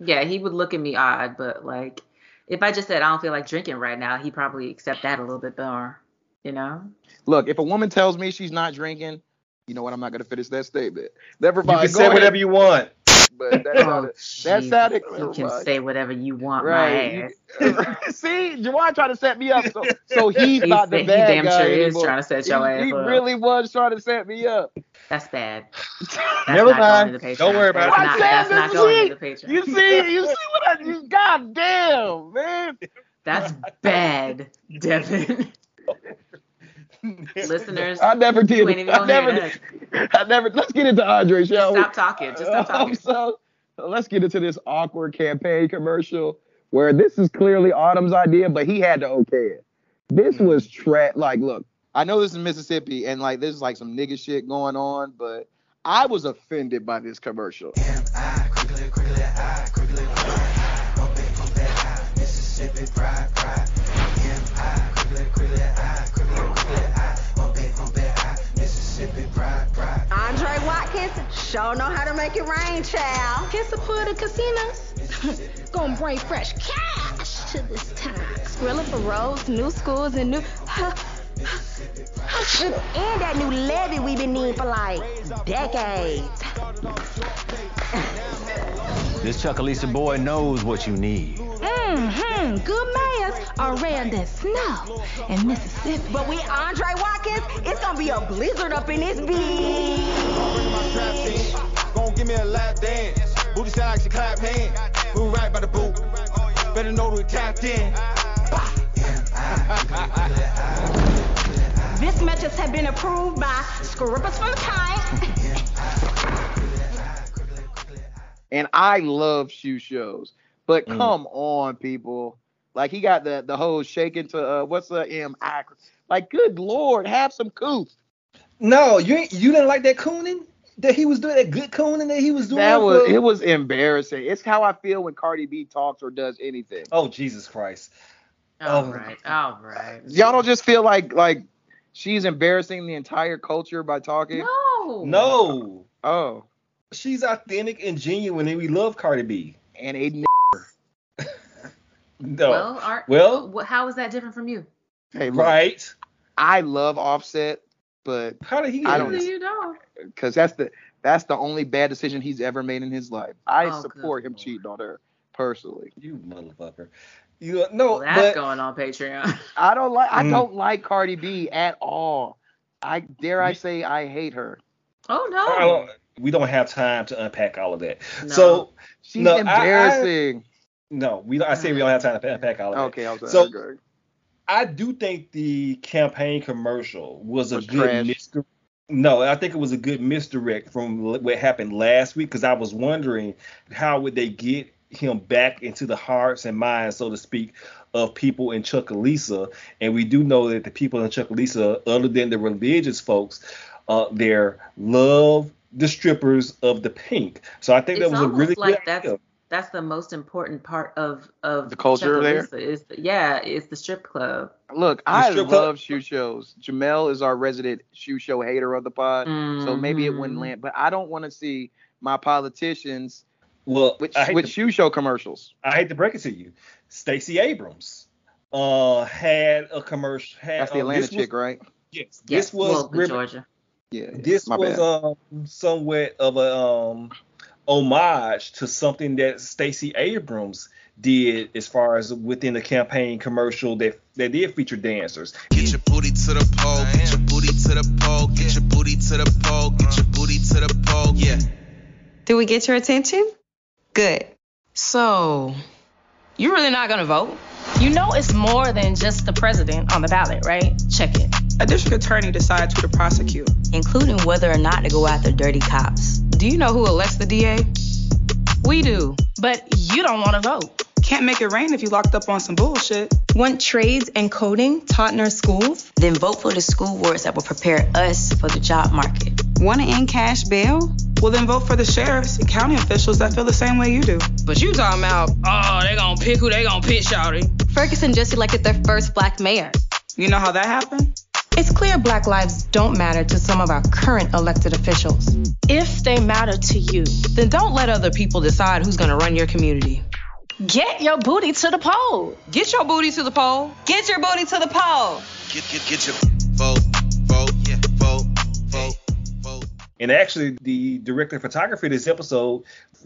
Speaker 4: yeah, he would look at me odd, but like, if I just said I don't feel like drinking right now, he probably accept that a little bit more. You know?
Speaker 3: Look, if a woman tells me she's not drinking, you know what? I'm not gonna finish that statement. Never
Speaker 2: You
Speaker 3: mind.
Speaker 2: can
Speaker 3: go
Speaker 2: say
Speaker 3: ahead.
Speaker 2: whatever you want.
Speaker 3: But that's
Speaker 4: Oh,
Speaker 3: not it. that's how
Speaker 4: Jesus,
Speaker 3: they-
Speaker 4: You can
Speaker 3: right.
Speaker 4: say whatever you want,
Speaker 3: Right.
Speaker 4: my
Speaker 3: You-
Speaker 4: ass.
Speaker 3: See, Juwan trying to set me up. So, so he's
Speaker 4: He's-
Speaker 3: not the
Speaker 4: he
Speaker 3: bad
Speaker 4: damn
Speaker 3: guy
Speaker 4: sure is
Speaker 3: anymore.
Speaker 4: trying to set your
Speaker 3: he,
Speaker 4: ass
Speaker 3: he
Speaker 4: up.
Speaker 3: really was trying to set me up.
Speaker 4: That's bad. That's
Speaker 2: Never
Speaker 4: not going
Speaker 2: mind.
Speaker 4: to the Patreon.
Speaker 2: Don't worry about
Speaker 4: That's
Speaker 3: it.
Speaker 4: Not,
Speaker 3: I
Speaker 4: that's
Speaker 3: said
Speaker 4: not
Speaker 3: this
Speaker 4: going to
Speaker 3: week.
Speaker 4: the Patreon.
Speaker 3: You see, you see what I you goddamn man.
Speaker 4: That's bad, Devin. Listeners,
Speaker 3: I never did.
Speaker 4: you ain't
Speaker 3: it.
Speaker 4: even
Speaker 3: I
Speaker 4: gonna
Speaker 3: never
Speaker 4: hear
Speaker 3: did. I never let's get into Andre, shall
Speaker 4: stop
Speaker 3: we?
Speaker 4: talking. Just stop
Speaker 3: Um,
Speaker 4: talking.
Speaker 3: so let's get into this awkward campaign commercial where this is clearly Autumn's idea, but he had to okay it. This
Speaker 4: Mm-hmm.
Speaker 3: was trap. Like, look, I know this is Mississippi, and like there's like some nigga shit going on, but I was offended by this commercial.
Speaker 10: Andre Watkins, sure know how to make it rain, child. Here's the pool to casinos. Gonna bring fresh cash to this town.
Speaker 7: Skrilla for roads, new schools, and new.
Speaker 10: and that new levy we been needing for like decades.
Speaker 11: This Chuckalisa boy knows what you need.
Speaker 10: Mm-hmm. Good mayors are
Speaker 7: Around the snow in Mississippi.
Speaker 10: But we Andre Watkins, it's gonna be a blizzard up in this bitch.
Speaker 11: Gon' give me a lap dance. Booty sound like she clap hand. Move right by the boot. Better know we tapped in.
Speaker 10: This metrics have been approved by scrippers from time.
Speaker 3: And I love shoe shows, but
Speaker 2: Mm.
Speaker 3: come on, people. Like he got the the hose shaking to uh, what's the M I? Like, good lord, have some coof.
Speaker 2: No, you ain't, you didn't like that cooning that he was doing that good cooning that he was doing.
Speaker 3: That was
Speaker 2: for-
Speaker 3: it was embarrassing. It's how I feel when Cardi B talks or does anything.
Speaker 2: Oh Jesus Christ!
Speaker 4: All
Speaker 2: Oh.
Speaker 4: right, all right.
Speaker 3: Y'all don't just feel like like she's embarrassing the entire culture by talking.
Speaker 4: No.
Speaker 2: No,
Speaker 3: Oh,
Speaker 2: she's authentic and genuine, and we love Cardi B.
Speaker 3: and a n-
Speaker 2: No,
Speaker 4: Well, aren't,
Speaker 2: Well-
Speaker 4: wh- how is that different from you?
Speaker 3: hey, look,
Speaker 2: right?
Speaker 3: I love Offset, but
Speaker 2: How did he? Get
Speaker 3: I
Speaker 2: in
Speaker 3: don't-
Speaker 2: this?
Speaker 4: you know.
Speaker 3: because that's the that's the only bad decision he's ever made in his life. I
Speaker 4: Oh,
Speaker 3: support
Speaker 4: good
Speaker 3: him
Speaker 4: lord.
Speaker 3: cheating on her personally.
Speaker 2: You motherfucker. You no,
Speaker 4: Well, that's
Speaker 2: but
Speaker 4: going on Patreon.
Speaker 3: I don't like I
Speaker 2: Mm.
Speaker 3: don't like Cardi B at all. I dare I
Speaker 2: You-
Speaker 3: say I hate her.
Speaker 4: Oh
Speaker 2: I
Speaker 4: no.
Speaker 2: don't- we don't have time to unpack all of that.
Speaker 4: No.
Speaker 2: So
Speaker 3: She's
Speaker 2: No, I- I-
Speaker 3: embarrassing.
Speaker 2: no, we. I say we don't have time to unpack all of that.
Speaker 3: okay, I was
Speaker 2: So-
Speaker 3: okay.
Speaker 2: I do think the campaign commercial was a
Speaker 3: Was
Speaker 2: good
Speaker 3: trash.
Speaker 2: misdirect. No, I think it was a good misdirect from l- what happened last week because I was wondering how would they get him back into the hearts and minds, so to speak, of people in Chuckalisa. And we do know that the people in Chuckalisa, other than the religious folks, uh, there love the strippers of the pink. So I think
Speaker 4: It's
Speaker 2: that was a
Speaker 4: almost
Speaker 2: really
Speaker 4: like
Speaker 2: good
Speaker 4: that's
Speaker 2: idea.
Speaker 4: that's the most important part of of
Speaker 3: The culture there?
Speaker 4: Chuckalissa Is the, yeah, it's the strip club.
Speaker 3: Look, I
Speaker 2: strip
Speaker 3: love
Speaker 2: club-
Speaker 3: shoe shows. Jamel is our resident shoe show hater of the pod, so maybe it
Speaker 2: Mm.
Speaker 3: wouldn't
Speaker 4: Mhm.
Speaker 3: land. But I don't want to see my politicians
Speaker 2: Well,
Speaker 3: with
Speaker 2: I hate
Speaker 3: with
Speaker 2: to-
Speaker 3: shoe show commercials.
Speaker 2: I hate to break it to you, Stacey Abrams uh had a commercial. Had,
Speaker 3: That's the
Speaker 2: uh,
Speaker 3: Atlanta
Speaker 2: this was-
Speaker 3: chick, right?
Speaker 2: Yes,
Speaker 4: Yes,
Speaker 2: this was
Speaker 4: well, the
Speaker 2: ribbon-
Speaker 4: Georgia.
Speaker 3: Yeah. yeah,
Speaker 2: this
Speaker 3: my
Speaker 2: was
Speaker 3: bad.
Speaker 2: um somewhat of a um homage to something that Stacey Abrams did as far as within the campaign commercial that that did feature dancers.
Speaker 11: Get your booty to the pole. Get your booty
Speaker 12: to the pole, get your booty to the pole, get your booty to the pole, yeah.
Speaker 13: Did we get your attention? Good. So, you're really not gonna vote?
Speaker 14: You know it's more than just the president on the ballot, right? Check it.
Speaker 15: A district attorney decides who to prosecute.
Speaker 13: Including whether or not to go after dirty cops. Do you know who elects the DA? We do.
Speaker 15: But you don't want to vote. Can't make it rain if you locked up on some bullshit.
Speaker 13: Want trades and coding taught in our schools? Then vote for the school boards that will prepare us for the job market.
Speaker 15: Want to end cash bail? Well, then vote for the sheriffs and county officials that feel the same way you do.
Speaker 14: But you talking about, oh, they gonna pick who they gonna pick, shouty.
Speaker 16: Ferguson just elected their first black mayor.
Speaker 15: You know how that happened?
Speaker 7: It's clear black lives don't matter to some of our current elected officials.
Speaker 14: If they matter to you,
Speaker 13: Then don't let other people decide who's gonna run your community.
Speaker 14: get your booty to the pole.
Speaker 13: Get your booty to the pole. Get your booty to the pole.
Speaker 12: Get, get, get your vote, vote, yeah, vote, vote.
Speaker 2: And actually, the director of photography of this episode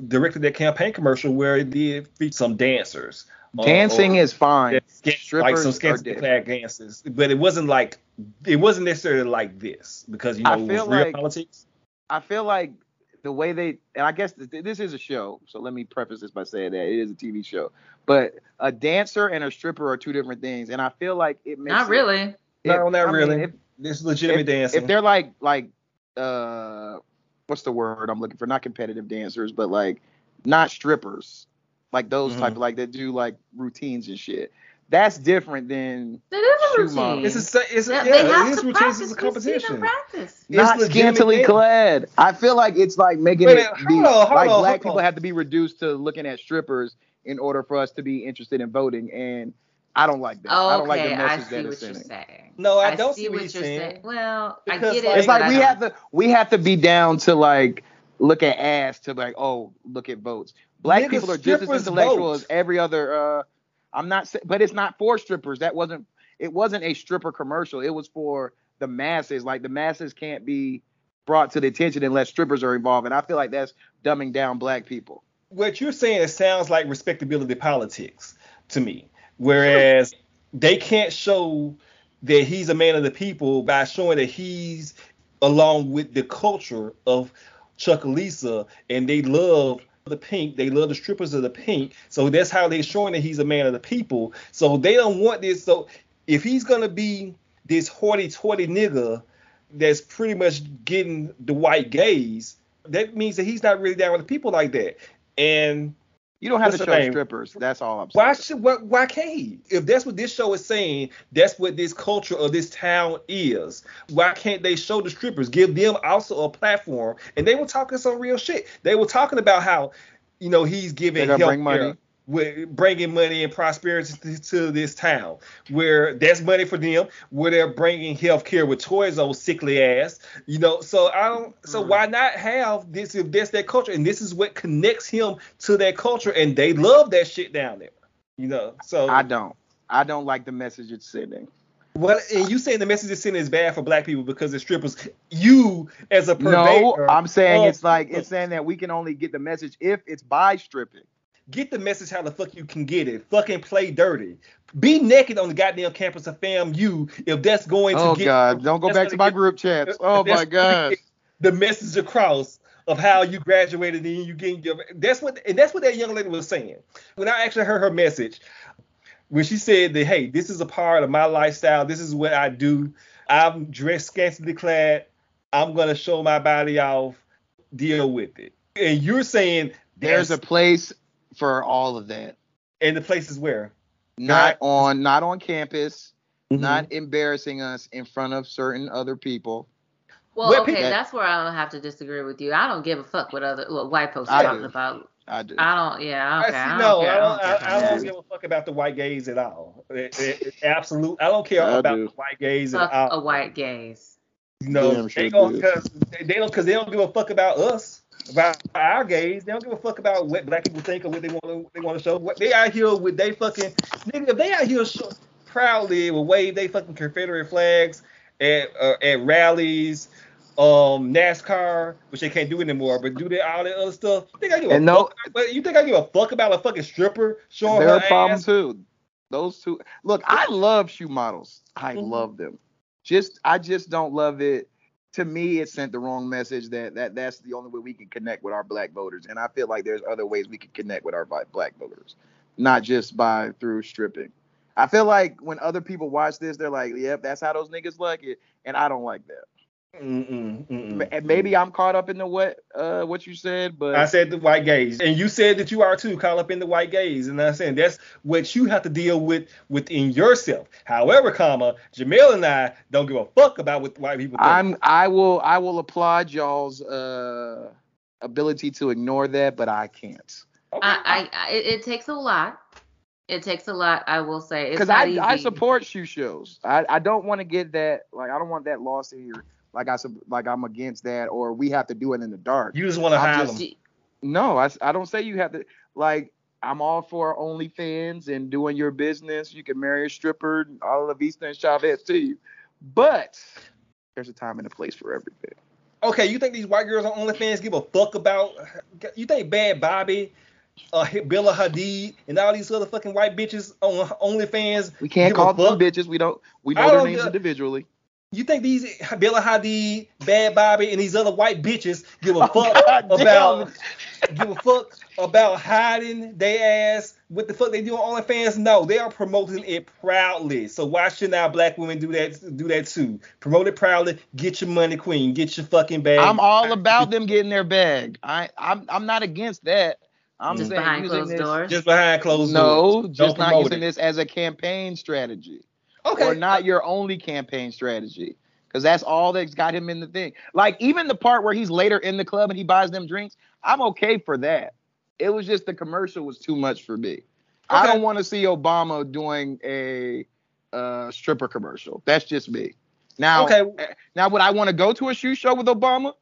Speaker 2: directed that campaign commercial where it did feature some dancers. Uh,
Speaker 3: Dancing
Speaker 2: or-
Speaker 3: is fine.
Speaker 2: Yeah, like
Speaker 3: Strippers
Speaker 2: some
Speaker 3: are
Speaker 2: scantily
Speaker 3: dead.
Speaker 2: clad dances, but it wasn't like it wasn't necessarily like this because you know
Speaker 3: I
Speaker 2: it was
Speaker 3: feel
Speaker 2: real
Speaker 3: like-
Speaker 2: politics.
Speaker 3: I feel like the way they, and I guess th- this is a show, so let me preface this by saying that it is a TV show. But a dancer and a stripper are two different things, and I feel like it makes
Speaker 4: Not
Speaker 3: it-
Speaker 4: really.
Speaker 2: No,
Speaker 3: if-
Speaker 2: not
Speaker 3: I mean,
Speaker 2: really.
Speaker 3: if-
Speaker 2: this is legitimate
Speaker 3: if,
Speaker 2: dancing.
Speaker 3: If they're like like uh what's the word I'm looking for? Not competitive dancers, but like not strippers. Like those
Speaker 2: Mm-hmm.
Speaker 3: type of like that do like routines and shit. That's different than
Speaker 4: It is a
Speaker 3: Shoe
Speaker 4: routine.
Speaker 3: mom.
Speaker 2: It's a se- it's a-
Speaker 4: They-
Speaker 2: yeah,
Speaker 4: they have
Speaker 2: it's
Speaker 4: to
Speaker 2: routine, it's a
Speaker 4: practice. We see them
Speaker 2: competition.
Speaker 4: practice.
Speaker 3: not
Speaker 2: legitimate
Speaker 3: scantily
Speaker 2: dancing.
Speaker 3: clad. I feel like it's like making
Speaker 2: Wait,
Speaker 3: it
Speaker 2: hold
Speaker 3: be,
Speaker 2: on, hold
Speaker 3: like
Speaker 2: on,
Speaker 3: black
Speaker 2: hold on.
Speaker 3: people have to be reduced to looking at strippers in order for us to be interested in voting, and I don't like that. I don't like the
Speaker 4: Okay, I
Speaker 3: message
Speaker 4: see
Speaker 3: that
Speaker 4: what
Speaker 3: it's
Speaker 4: you're
Speaker 3: sending.
Speaker 4: saying.
Speaker 2: No, I don't see
Speaker 4: what
Speaker 2: what
Speaker 4: you're
Speaker 2: you're saying.
Speaker 4: Well, I
Speaker 2: Because,
Speaker 4: get
Speaker 2: like-
Speaker 4: it.
Speaker 3: It's
Speaker 4: but
Speaker 3: like
Speaker 4: I
Speaker 3: we
Speaker 4: don't.
Speaker 3: have to we have to be down to like look at ass to like oh look at votes. Black
Speaker 2: Niggas,
Speaker 3: people are just as
Speaker 2: strippers
Speaker 3: intellectual
Speaker 2: vote.
Speaker 3: as every other. uh I'm not, sa- but it's not for strippers. That wasn't. It wasn't a stripper commercial. It was for the masses. Like the masses can't be brought to the attention unless strippers are involved. And I feel like that's dumbing down black people.
Speaker 2: What you're saying it sounds like respectability politics to me. Whereas they can't show that he's a man of the people by showing that he's along with the culture of Chuck and Lisa and they love the pink, they love the strippers of the pink. So that's how they're showing that he's a man of the people. So they don't want this. So if he's gonna be this hoity toity nigga that's pretty much getting the white gaze, that means that he's not really down with the people like that. And
Speaker 3: You don't have
Speaker 2: What's
Speaker 3: to
Speaker 2: her
Speaker 3: show
Speaker 2: name?
Speaker 3: strippers. That's all I'm saying.
Speaker 2: why should why, why can't he? If that's what this show is saying, that's what this culture of this town is. Why can't they show the strippers? Give them also a platform. And they were talking some real shit. They were talking about how, you know, he's giving
Speaker 3: They're
Speaker 2: health
Speaker 3: gonna bring money.
Speaker 2: With bringing money and prosperity to, to this town, where that's money for them, where they're bringing healthcare with toys on sickly ass, you know. So I don't. So
Speaker 3: Mm.
Speaker 2: why not have this if that's their culture and this is what connects him to that culture and they love that shit down there. You know, so
Speaker 3: I don't. I don't like the message it's sending.
Speaker 2: what and you saying the message is sending is bad for black people because it's strippers. You as a
Speaker 3: No,
Speaker 2: purveyor,
Speaker 3: I'm saying
Speaker 2: of-
Speaker 3: it's like it's saying that we can only get the message if it's by stripping.
Speaker 2: get the message how the fuck you can get it. Fucking play dirty. Be naked on the goddamn campus of FAMU if that's going to
Speaker 3: Oh
Speaker 2: get
Speaker 3: God! Don't go
Speaker 2: that's
Speaker 3: back to
Speaker 2: gonna
Speaker 3: my
Speaker 2: get-
Speaker 3: group chats. Oh
Speaker 2: that's
Speaker 3: my
Speaker 2: gonna
Speaker 3: God!
Speaker 2: get The message across of how you graduated and you getting your that's what and that's what that young lady was saying. When I actually heard her message, when she said that, hey, this is a part of my lifestyle, this is what I do. I'm dressed scantily clad, I'm gonna show my body off, deal with it. And you're saying
Speaker 3: There's a
Speaker 2: that's-
Speaker 3: place for all of that.
Speaker 2: and the places where
Speaker 3: Not on, not on campus. Not embarrassing us in front of certain other people.
Speaker 4: Well,
Speaker 3: What
Speaker 4: okay,
Speaker 3: people-
Speaker 4: that's where I don't have to disagree with you. I don't give a fuck what other what white folks
Speaker 3: I
Speaker 4: talking
Speaker 3: do.
Speaker 4: about.
Speaker 3: I do.
Speaker 4: I don't. Yeah.
Speaker 2: I
Speaker 4: Okay.
Speaker 2: see-
Speaker 4: I
Speaker 2: no,
Speaker 4: don't care.
Speaker 2: I don't. I,
Speaker 4: care.
Speaker 2: I don't give a fuck about the white gays at all. It- it- it- absolute. I don't care
Speaker 3: I
Speaker 2: about
Speaker 3: do.
Speaker 2: the white gays at
Speaker 4: Fuck
Speaker 2: all.
Speaker 4: a white gays.
Speaker 2: No,
Speaker 3: Damn sure
Speaker 2: they don't
Speaker 3: do.
Speaker 2: because they, they don't because they don't give a fuck about us, about our gays. They don't give a fuck about what black people think or what they want to they want to show. What they out here with they fucking nigga, if they out here sh- proudly will wave they fucking Confederate flags at uh, at rallies, um NASCAR, which they can't do anymore, but do they all that other stuff? You think I give a
Speaker 3: And no-
Speaker 2: fuck? But you think I give a fuck about a fucking stripper showing
Speaker 3: They're
Speaker 2: her
Speaker 3: a problem
Speaker 2: ass?
Speaker 3: too. Those two. Look, I love shoe models. I love them. Just I just don't love it. To me, it sent the wrong message that that that's the only way we can connect with our black voters, and I feel like there's other ways we can connect with our bi- black voters, not just by through stripping. I feel like when other people watch this, they're like, "Yep, that's how those niggas like it," and I don't like that.
Speaker 2: Mm-mm, mm-mm.
Speaker 3: And maybe I'm caught up in the what uh what you said, but
Speaker 2: I said the white gaze, and you said that you are too caught up in the white gaze, and I'm saying that's what you have to deal with within yourself. However, comma Jamel and I don't give a fuck about what white people think.
Speaker 3: I'm I will I will applaud y'all's uh ability to ignore that, but I can't.
Speaker 4: I, I, I it, it takes a lot. It takes a lot, I will say. It's
Speaker 3: Because I
Speaker 4: not easy.
Speaker 3: I support shoe shows. I, I don't want to get that like I don't want that lost in here. Like I sup- like I'm against that or we have to do it in the dark.
Speaker 2: You just wanna
Speaker 3: I'm
Speaker 2: hide
Speaker 3: just-
Speaker 2: them.
Speaker 3: No, I, s- I don't say you have to. Like I'm all for OnlyFans and doing your business. You can marry a stripper, and all of Eastern Chavez to you. But there's a time and a place for everything.
Speaker 2: Okay, you think these white girls on OnlyFans give a fuck about? You think Bad Bobby, uh, Bella Hadid, and all these other fucking white bitches on OnlyFans?
Speaker 3: We can't
Speaker 2: give a
Speaker 3: call them
Speaker 2: fuck?
Speaker 3: bitches. We don't. We
Speaker 2: I
Speaker 3: know their
Speaker 2: don't
Speaker 3: names
Speaker 2: give-
Speaker 3: individually.
Speaker 2: You think these Bella Hadid, Bad Bobby, and these other white bitches give a fuck
Speaker 3: Oh, God damn.
Speaker 2: about give a fuck about hiding their ass? What the fuck they do on OnlyFans? No, they are promoting it proudly. So why shouldn't our black women do that? Do that too? Promote it proudly. Get your money, queen. Get your fucking bag.
Speaker 3: I'm all about them getting their bag. I I'm I'm not against that. I'm
Speaker 4: Just
Speaker 3: saying
Speaker 4: behind
Speaker 3: using
Speaker 4: closed
Speaker 3: this-
Speaker 4: doors?
Speaker 2: just behind closed
Speaker 3: No,
Speaker 2: doors.
Speaker 3: just
Speaker 2: Don't
Speaker 3: not
Speaker 2: promote
Speaker 3: using
Speaker 2: it.
Speaker 3: this as a campaign strategy.
Speaker 2: Okay.
Speaker 3: Or not your only campaign strategy. Because that's all that's got him in the thing. Like, even the part where he's later in the club and he buys them drinks, I'm okay for that. It was just the commercial was too much for me. I
Speaker 2: Okay.
Speaker 3: don't want to see Obama doing a uh, stripper commercial. That's just me. Now, eh,
Speaker 2: Okay.
Speaker 3: now would I want to go to a shoe show with Obama?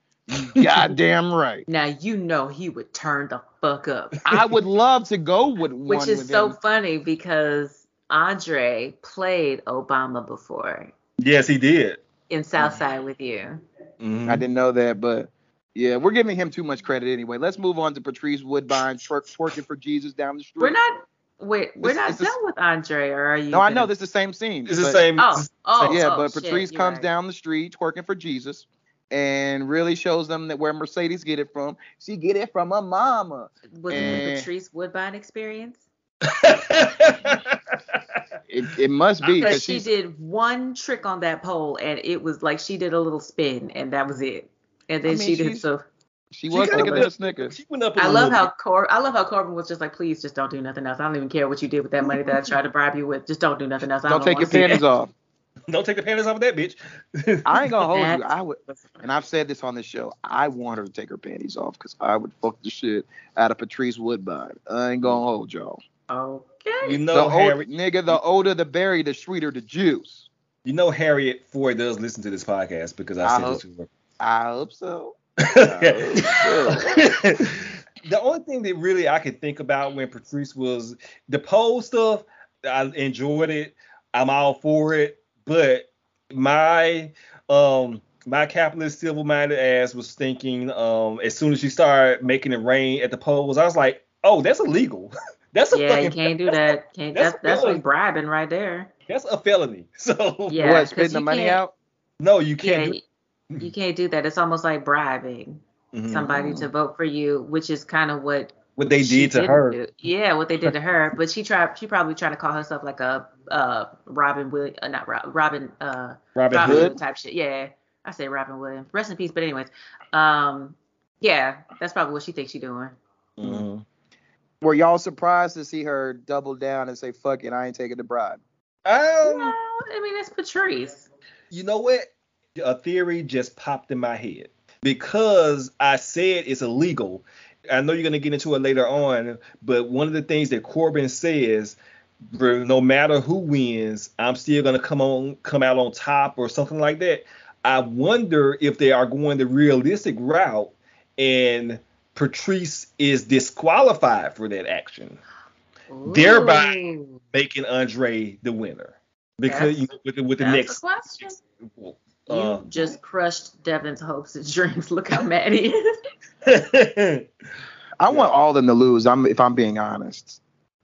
Speaker 3: Goddamn right.
Speaker 4: Now you know he would turn the fuck up.
Speaker 3: I would love to go with one.
Speaker 4: Which is
Speaker 3: with
Speaker 4: so
Speaker 3: him.
Speaker 4: funny because Andre played Obama before
Speaker 2: Yes, he did.
Speaker 4: in Southside with you.
Speaker 3: I didn't know that, but yeah, we're giving him too much credit anyway. Let's move on to Patrice Woodbine twerk, twerking for Jesus down the street.
Speaker 4: We're not wait, we're
Speaker 3: This-
Speaker 4: not
Speaker 3: this is-
Speaker 4: done with Andre, or are you?
Speaker 3: No, I know
Speaker 4: gonna-
Speaker 3: this is the same scene.
Speaker 2: It's the
Speaker 3: but-
Speaker 2: same.
Speaker 4: Oh, oh,
Speaker 3: yeah,
Speaker 4: oh,
Speaker 3: but
Speaker 4: shit,
Speaker 3: Patrice
Speaker 4: you're
Speaker 3: comes
Speaker 4: right.
Speaker 3: down the street twerking for Jesus and really shows them that where Mercedes get it from. She get it from her mama.
Speaker 4: Was it
Speaker 3: Eh.
Speaker 4: the Patrice Woodbine experience?
Speaker 3: It, it must be
Speaker 4: Because
Speaker 3: because
Speaker 4: she
Speaker 3: she's
Speaker 4: did one trick on that pole, and it was like she did a little spin, and that was it. And
Speaker 3: I
Speaker 4: then
Speaker 3: mean,
Speaker 4: she did
Speaker 3: she's-
Speaker 4: so.
Speaker 3: she was
Speaker 2: got
Speaker 3: thinking
Speaker 2: a
Speaker 3: of a
Speaker 2: little-
Speaker 3: snicker.
Speaker 2: She went up. a
Speaker 4: I love
Speaker 2: little
Speaker 4: how Cor- I love how Corbin was just like, please just don't do nothing else. I don't even care what you did with that money that I tried to bribe you with. Just don't do nothing else. I
Speaker 3: Don't take your
Speaker 4: wanna see
Speaker 3: panties
Speaker 4: that."
Speaker 3: off.
Speaker 2: bit. Don't take the panties off of that bitch.
Speaker 3: I ain't gonna hold you.
Speaker 4: That's-
Speaker 3: I would, and I've said this on this show. I want her to take her panties off because I would fuck the shit out of Patrice Woodbine. I ain't gonna hold y'all.
Speaker 4: Okay.
Speaker 2: You know,
Speaker 3: the old,
Speaker 2: Harriet.
Speaker 3: nigga, the older the berry, the sweeter the juice.
Speaker 2: You know, Harriet Ford does listen to this podcast because I
Speaker 3: I
Speaker 2: said
Speaker 3: hope-
Speaker 2: this to her.
Speaker 3: I hope so.
Speaker 4: Uh-huh. Oh,
Speaker 2: the only thing that really I could think about when Patrice was the poll stuff, I enjoyed it. I'm all for it, but my um my capitalist civil minded ass was thinking um as soon as she started making it rain at the polls, I was like, oh, that's illegal. That's a
Speaker 4: Yeah, you
Speaker 2: fucking
Speaker 4: can't do that. Can't
Speaker 2: that's
Speaker 4: that's that's
Speaker 2: really-
Speaker 4: some bribing right there.
Speaker 2: that's a felony. So
Speaker 4: Yeah,
Speaker 3: what
Speaker 4: 'cause
Speaker 3: spitting the
Speaker 4: you
Speaker 3: money
Speaker 4: can't-
Speaker 3: out?
Speaker 2: no, you can't.
Speaker 4: Yeah,
Speaker 2: do-
Speaker 4: you- you can't do that. It's almost like bribing
Speaker 2: Mhm.
Speaker 4: somebody to vote for you, which is kind of what
Speaker 2: what they
Speaker 4: she
Speaker 2: did to
Speaker 4: didn't
Speaker 2: her.
Speaker 4: do. Yeah, what they did to her. But she tried. She probably trying to call herself like a uh Robin Williams, uh, not Rob, Robin uh
Speaker 2: Robin
Speaker 4: Robin
Speaker 2: Hood.
Speaker 4: Hood type shit. Yeah, I say Robin Williams. Rest in peace. But anyways, um, yeah, that's probably what she thinks she doing.
Speaker 2: Mhm.
Speaker 3: Were y'all surprised to see her double down and say, "Fuck it, I ain't taking the bribe"?
Speaker 2: Um,
Speaker 4: Well, I mean, it's Patrice.
Speaker 2: You know what? A theory just popped in my head because I said it's illegal. I know you're going to get into it later on, but one of the things that Corbin says, "Bro, no matter who wins, I'm still going to come on, come out on top or something like that. I wonder if they are going the realistic route and Patrice is disqualified for that action, Thereby-
Speaker 4: Ooh,
Speaker 2: making Andre the winner because
Speaker 4: That's-
Speaker 2: you know, with the, with the
Speaker 4: that's
Speaker 2: next
Speaker 4: a question. You
Speaker 2: uh,
Speaker 4: just crushed Devin's hopes and dreams. Look how mad he is.
Speaker 3: I want all of them to lose. I'm, if I'm being honest.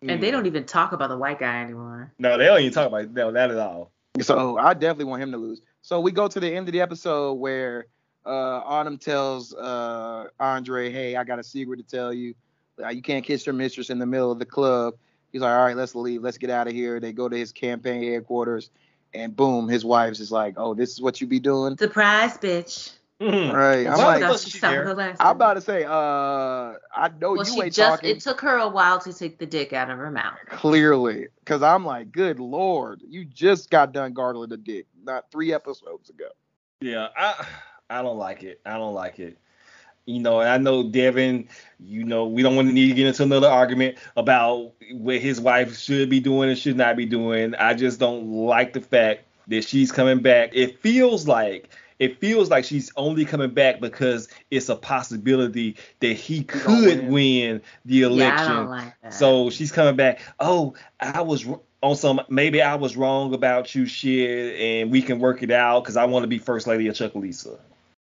Speaker 4: And they don't even talk about the white guy anymore.
Speaker 2: no, they don't even talk about it. no, that at all.
Speaker 3: So I Oh, definitely want him to lose. So we go to the end of the episode where uh, Autumn tells uh, Andre, "Hey, I got a secret to tell you. Uh, You can't kiss your mistress in the middle of the club." He's like, "All right, let's leave. Let's get out of here." They go to his campaign headquarters, and boom, his wife's is like, "Oh, this is what you be doing."
Speaker 4: Surprise, bitch.
Speaker 2: Hmm.
Speaker 3: Right. I'm
Speaker 4: Why
Speaker 3: like,
Speaker 4: would she tell her last
Speaker 3: I'm about to say, uh, I know
Speaker 4: Well,
Speaker 3: Oh, you
Speaker 4: she
Speaker 3: ain't
Speaker 4: just
Speaker 3: talking
Speaker 4: it took her a while to take the dick out of her mouth.
Speaker 3: clearly, because I'm like, good lord, you just got done gargling the dick not three episodes ago.
Speaker 2: Yeah, I I don't like it. I don't like it. You know, and I know Devin, you know, we don't want to need to get into another argument about what his wife should be doing and should not be doing. I just don't like the fact that she's coming back. It feels like it feels like she's only coming back because it's a possibility that he could win. the
Speaker 4: Yeah, I don't
Speaker 2: election.
Speaker 4: like that.
Speaker 2: So she's coming back. Oh, I was wr- on some. Maybe I was wrong about you, shit, and we can work it out because I want to be first lady of Chuck Lisa.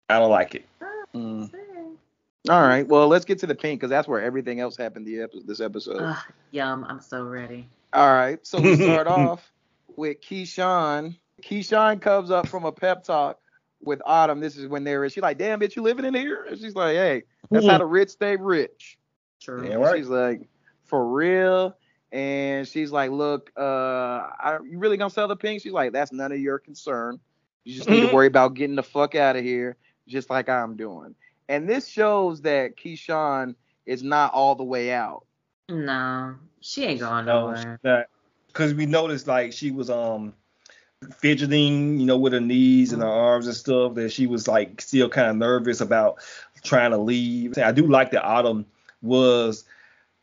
Speaker 2: I don't like it.
Speaker 3: All right, well, let's get to the pink because that's where everything else happened the epi- this episode.
Speaker 4: Ugh, yum, I'm so ready.
Speaker 3: All right, so we start off with Keyshawn. Keyshawn comes up from a pep talk with Autumn. This is when they're she's like, "Damn, bitch, you living in here?" And she's like, "Hey, that's how the rich stay rich."
Speaker 4: True.
Speaker 3: And She's like, "For real." And she's like, "Look, uh, I, you really gonna sell the pink?" She's like, "That's none of your concern. You just need to worry about getting the fuck out of here, just like I'm doing." And this shows that Keyshawn is not all the way out.
Speaker 4: No, she ain't going
Speaker 2: No,
Speaker 4: nowhere.
Speaker 2: because we noticed like she was um fidgeting, you know, with her knees and her arms and stuff. That she was like still kind of nervous about trying to leave. I do like that Autumn was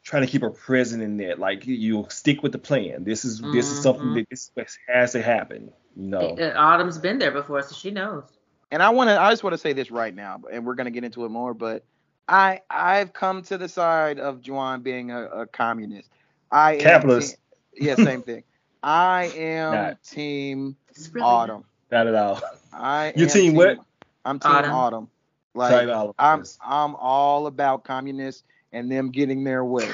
Speaker 2: trying to keep her present in that. Like you- you'll stick with the plan. This is this is
Speaker 4: Mm-hmm.
Speaker 2: something that this has to happen. You know.
Speaker 4: Uh, Autumn's been there before, so she knows.
Speaker 3: and I want to I just want to say this right now, and we're gonna get into it more, but I I've come to the side of Juan being a, a communist. I am
Speaker 2: Capitalist.
Speaker 3: te- yeah, same thing. I am
Speaker 2: Not.
Speaker 3: team
Speaker 4: really
Speaker 3: Autumn.
Speaker 2: Not at all.
Speaker 3: I
Speaker 2: Your
Speaker 3: am
Speaker 2: team what?
Speaker 3: I'm team Autumn.
Speaker 2: Autumn.
Speaker 3: Like
Speaker 2: Sorry, Autumn.
Speaker 3: I'm I'm all about communists and them getting their way.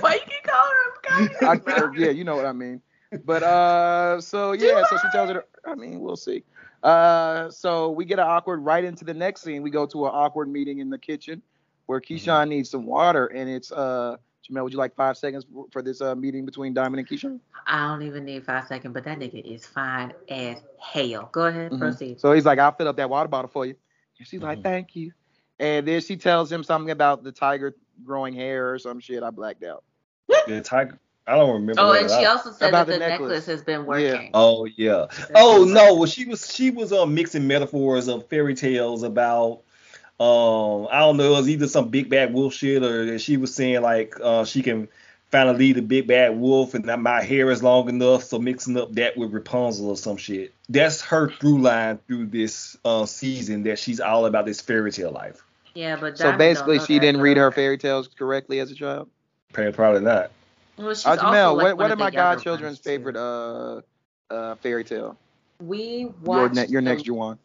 Speaker 4: Why you keep calling her a
Speaker 3: I, yeah, you know what I mean. But uh, so yeah, so she tells her. I mean, we'll see. Uh, so we get an awkward right into the next scene. We go to an awkward meeting in the kitchen where
Speaker 2: Mm-hmm.
Speaker 3: Keyshawn needs some water, and it's uh, Jamel, would you like five seconds w- for this uh meeting between Diamond and Keyshawn?
Speaker 4: I don't even need five seconds, but that nigga is fine as hell. Go ahead,
Speaker 3: Mhm.
Speaker 4: proceed.
Speaker 3: So he's like, I'll fill up that water bottle for you. And she's like, thank you. And then she tells him something about the tiger growing hair or some shit. I blacked out.
Speaker 2: The tiger. I don't remember.
Speaker 4: Oh,
Speaker 2: what
Speaker 4: and
Speaker 2: it
Speaker 4: she
Speaker 2: was.
Speaker 4: also said that the necklace. has been working.
Speaker 2: Oh yeah. Oh no, well she was she was um mixing metaphors of fairy tales about um I don't know, it was either some big bad wolf shit or that she was saying like uh she can finally lead the big bad wolf and that my hair is long enough, so mixing up that with Rapunzel or some shit. That's her through line through this uh season that she's all about this fairy tale life.
Speaker 4: Yeah, but
Speaker 3: So
Speaker 4: Diamond don't
Speaker 3: basically,
Speaker 4: know
Speaker 3: she
Speaker 4: that,
Speaker 3: didn't
Speaker 4: though.
Speaker 3: read her fairy tales correctly as a child.
Speaker 2: Probably probably not.
Speaker 4: Well, she's
Speaker 3: Uh,
Speaker 4: also,
Speaker 3: Jamel, what,
Speaker 4: like, one
Speaker 3: what are
Speaker 4: the
Speaker 3: my
Speaker 4: younger
Speaker 3: godchildren's favorite uh, uh, fairy tale?
Speaker 4: ones. We
Speaker 3: Your,
Speaker 4: watched
Speaker 3: ne- your
Speaker 4: the-
Speaker 3: next Juwan.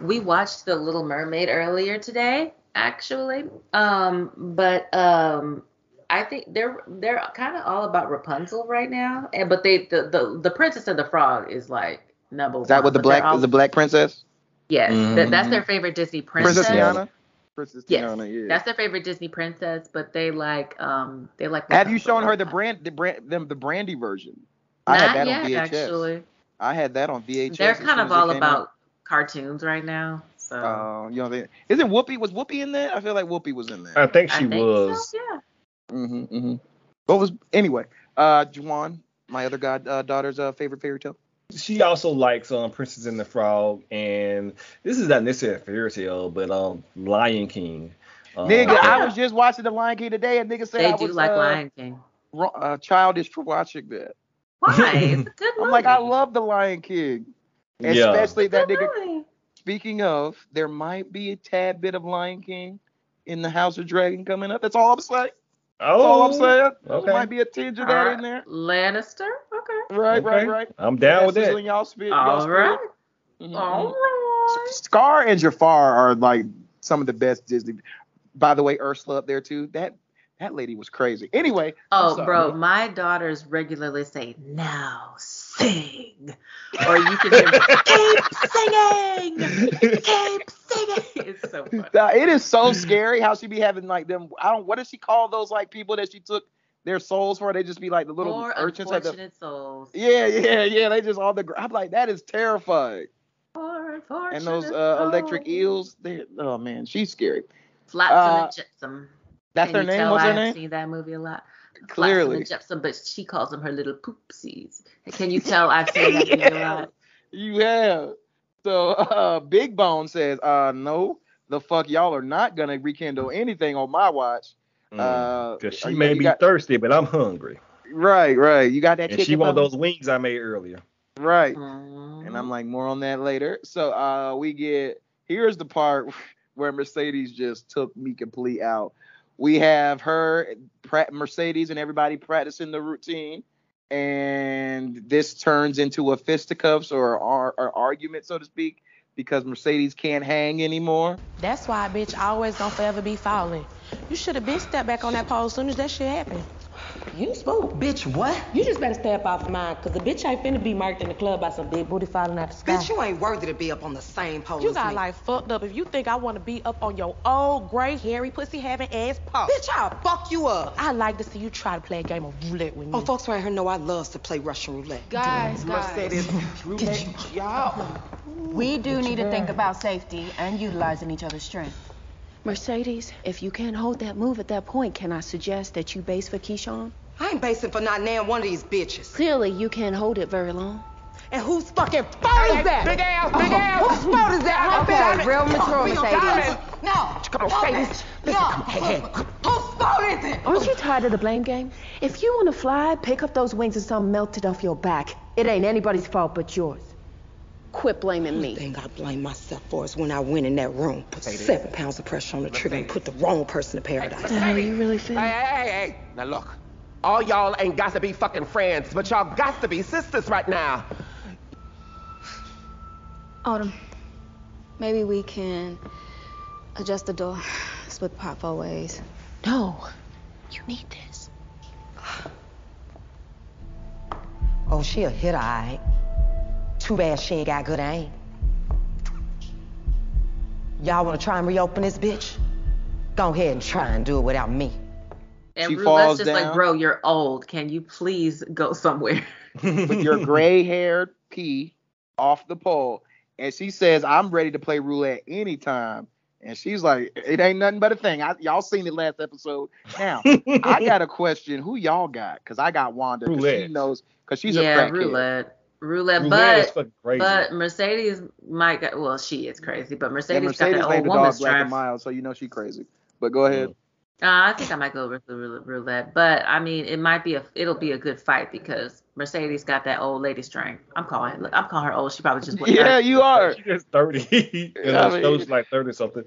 Speaker 4: we watched The Little Mermaid earlier today, actually. Um, but um, I think they're they're kind of all about Rapunzel right now. And but they the, the the Princess and the Frog is like number
Speaker 3: Is that
Speaker 4: one,
Speaker 3: with the
Speaker 4: but they're
Speaker 3: black
Speaker 4: all-
Speaker 3: the black princess?
Speaker 4: Yes, that, that's
Speaker 3: Mhm.
Speaker 4: their favorite Disney princess.
Speaker 3: Princess Tiana. Princess
Speaker 4: Yes,
Speaker 3: Tiana. Yeah.
Speaker 4: that's their favorite Disney princess. But they like um they like.
Speaker 3: Have you
Speaker 4: Rapunzel.
Speaker 3: shown her the brand the brand them the brandy version? I
Speaker 4: Not
Speaker 3: had that
Speaker 4: yet,
Speaker 3: on VHS.
Speaker 4: actually.
Speaker 3: I had that on VHS.
Speaker 4: They're
Speaker 3: as
Speaker 4: kind
Speaker 3: soon
Speaker 4: of
Speaker 3: as it
Speaker 4: all
Speaker 3: came
Speaker 4: about
Speaker 3: out.
Speaker 4: cartoons right now. So
Speaker 3: Oh, you know, they, isn't Whoopi was Whoopi in that? I feel like Whoopi was in that.
Speaker 2: I think she was.
Speaker 4: yeah.
Speaker 3: hmm hmm What was anyway? Uh, Juwan, my other god uh, daughter's uh, favorite fairy tale.
Speaker 2: she also likes um Princess and the Frog, and this is not necessarily a fairy tale, but um Lion King. Um,
Speaker 3: nigga, I was just watching The Lion King today, and nigga said
Speaker 4: Oh. they
Speaker 3: I
Speaker 4: do
Speaker 3: was,
Speaker 4: like
Speaker 3: uh,
Speaker 4: Lion King.
Speaker 3: wrong, uh, childish for watching that.
Speaker 4: Why? It's a good
Speaker 3: I'm like, I love The Lion King.
Speaker 2: Yeah.
Speaker 3: Especially that nigga.
Speaker 4: movie.
Speaker 3: Speaking of, there might be a tad bit of Lion King in the House of Dragon coming up. That's all I'm saying.
Speaker 2: Oh,
Speaker 3: That's all I'm saying.
Speaker 2: okay.
Speaker 3: There might be a tinge of that in there.
Speaker 4: Uh, Lannister. Okay.
Speaker 3: Right,
Speaker 2: Okay.
Speaker 3: right, right.
Speaker 2: I'm down with
Speaker 3: That's
Speaker 2: that.
Speaker 3: when y'all spit. y'all
Speaker 4: All
Speaker 3: spit.
Speaker 4: right.
Speaker 3: Mhm.
Speaker 4: All
Speaker 3: Scar and Jafar are like some of the best Disney. By the way, Ursula up there too. That That lady was crazy. Anyway, I'm
Speaker 4: Oh,
Speaker 3: sorry.
Speaker 4: bro, my daughters regularly say, now sing. Or you can hear, keep singing, keep singing. It's so funny.
Speaker 3: Nah, uh, it is so scary how she be having like them. I don't. What does she call those like people that she took their souls for? They just be like the little
Speaker 4: Poor
Speaker 3: urchins at the.
Speaker 4: unfortunate souls.
Speaker 3: Yeah, yeah, yeah. They just all the. gr- I'm like that is terrifying.
Speaker 4: Poor
Speaker 3: And
Speaker 4: unfortunate
Speaker 3: those uh, electric
Speaker 4: souls.
Speaker 3: eels. They, oh man, she's scary.
Speaker 4: Flotsam
Speaker 3: uh,
Speaker 4: and Jetsam.
Speaker 3: That's
Speaker 4: Can
Speaker 3: her
Speaker 4: you
Speaker 3: name.
Speaker 4: tell
Speaker 3: What's
Speaker 4: I
Speaker 3: her
Speaker 4: have
Speaker 3: name?
Speaker 4: seen that movie a lot. Flotsam
Speaker 3: Clearly.
Speaker 4: and Jetsam, but she calls them her little poopsies. Can you tell I've seen that movie a lot?
Speaker 3: You have. So uh, Big Bone says, uh, no, the fuck y'all are not gonna rekindle anything on my watch. Uh,
Speaker 2: Hmm, Mm, Cause
Speaker 3: you-
Speaker 2: she may
Speaker 3: you
Speaker 2: be
Speaker 3: got-
Speaker 2: thirsty, but I'm hungry.
Speaker 3: Right, right. You got that
Speaker 2: And
Speaker 3: chicken.
Speaker 2: she one of
Speaker 3: mama?
Speaker 2: those wings I made earlier.
Speaker 3: Right.
Speaker 4: Hmm.
Speaker 3: And I'm like, more on that later. So uh we get here's the part where Mercedes just took me complete out. We have her pra- Mercedes and everybody practicing the routine. And this turns into a fisticuffs or, or, or argument, so to speak, because Mercedes can't hang anymore.
Speaker 13: That's why a bitch always gonna forever be falling. You should have been stepped back on that pole as soon as that shit happened. You spoke. Bitch, what? You just better stay up off of mine, cause the bitch ain't finna be marked in the club by some big booty falling out the sky.
Speaker 10: Bitch, you ain't worthy to be up on the same pole
Speaker 13: You
Speaker 10: as
Speaker 13: got
Speaker 10: me.
Speaker 13: like fucked up if you think I wanna be up on your old gray hairy pussy having ass pop.
Speaker 10: Bitch, I'll fuck you up.
Speaker 13: I like to see you try to play a game of roulette with me.
Speaker 10: Oh, folks right here know I loves to play Russian roulette.
Speaker 17: Guys, guys.
Speaker 10: roulette, y'all.
Speaker 17: We do need to think about safety and utilizing each other's strength.
Speaker 18: Mercedes, if you can't hold that move at that point, can I suggest that you base for Keyshawn?
Speaker 10: I ain't basing for not naming one of these bitches.
Speaker 18: Clearly, you can't hold it very long.
Speaker 10: And who's fucking phone is that? Big ass, big ass. Whose phone is that? I've been
Speaker 17: Okay,
Speaker 10: out of-
Speaker 17: real
Speaker 10: Oh,
Speaker 17: mature,
Speaker 10: we on
Speaker 17: Mercedes.
Speaker 10: diamonds. No.
Speaker 18: Come on,
Speaker 10: no,
Speaker 18: Mercedes.
Speaker 10: bitch. No. Whose phone is it?
Speaker 18: Aren't you tired of the blame game? If you want to fly, pick up those wings and some melted off your back. It ain't anybody's fault but yours. Quit blaming
Speaker 10: Only
Speaker 18: me.
Speaker 10: thing I blame myself for is when I went in that room, put seven pounds of pressure on the trigger, and put the wrong person to paradise.
Speaker 18: How you really feel?
Speaker 11: Hey, hey, hey, hey. Now look, all y'all ain't got to be fucking friends, but y'all got to be sisters right now.
Speaker 19: Autumn, maybe we can adjust the door, split the pot four ways.
Speaker 18: No, you need this.
Speaker 10: Oh, she a hit, all right. Too bad she ain't got good aim. Y'all wanna try and reopen this bitch? Go ahead and try and do it without me.
Speaker 4: And
Speaker 10: She
Speaker 4: Roulette's
Speaker 10: falls
Speaker 4: just like,
Speaker 10: down.
Speaker 4: bro, you're old. Can you please go somewhere?
Speaker 3: with your gray haired pee off the pole. And she says, I'm ready to play roulette anytime. And she's like, it ain't nothing but a thing. I, y'all seen it last episode. Now, I got a question. Who y'all got? Because I got Wanda. 'cause She
Speaker 2: Roulette.
Speaker 3: knows. Because she's
Speaker 4: yeah,
Speaker 3: a crackhead.
Speaker 4: roulette. Roulette,
Speaker 2: Roulette is
Speaker 4: but
Speaker 2: fucking crazy.
Speaker 4: but Mercedes might got well, she is crazy, but
Speaker 3: And
Speaker 4: Mercedes,
Speaker 3: Mercedes
Speaker 4: got that
Speaker 3: named the
Speaker 4: old
Speaker 3: dog
Speaker 4: woman's
Speaker 3: Black and
Speaker 4: drive. Uh,
Speaker 3: Mild, so you know she crazy. But go ahead.
Speaker 4: I think I might go with the roul- roulette, but I mean, it might be a it'll be a good fight because Mercedes got that old lady string. I'm calling look, I'm calling her old. She probably just went
Speaker 3: Yeah, you are.
Speaker 2: She just 30. and
Speaker 3: I
Speaker 2: I
Speaker 3: mean- mm.
Speaker 2: she's like 30 something.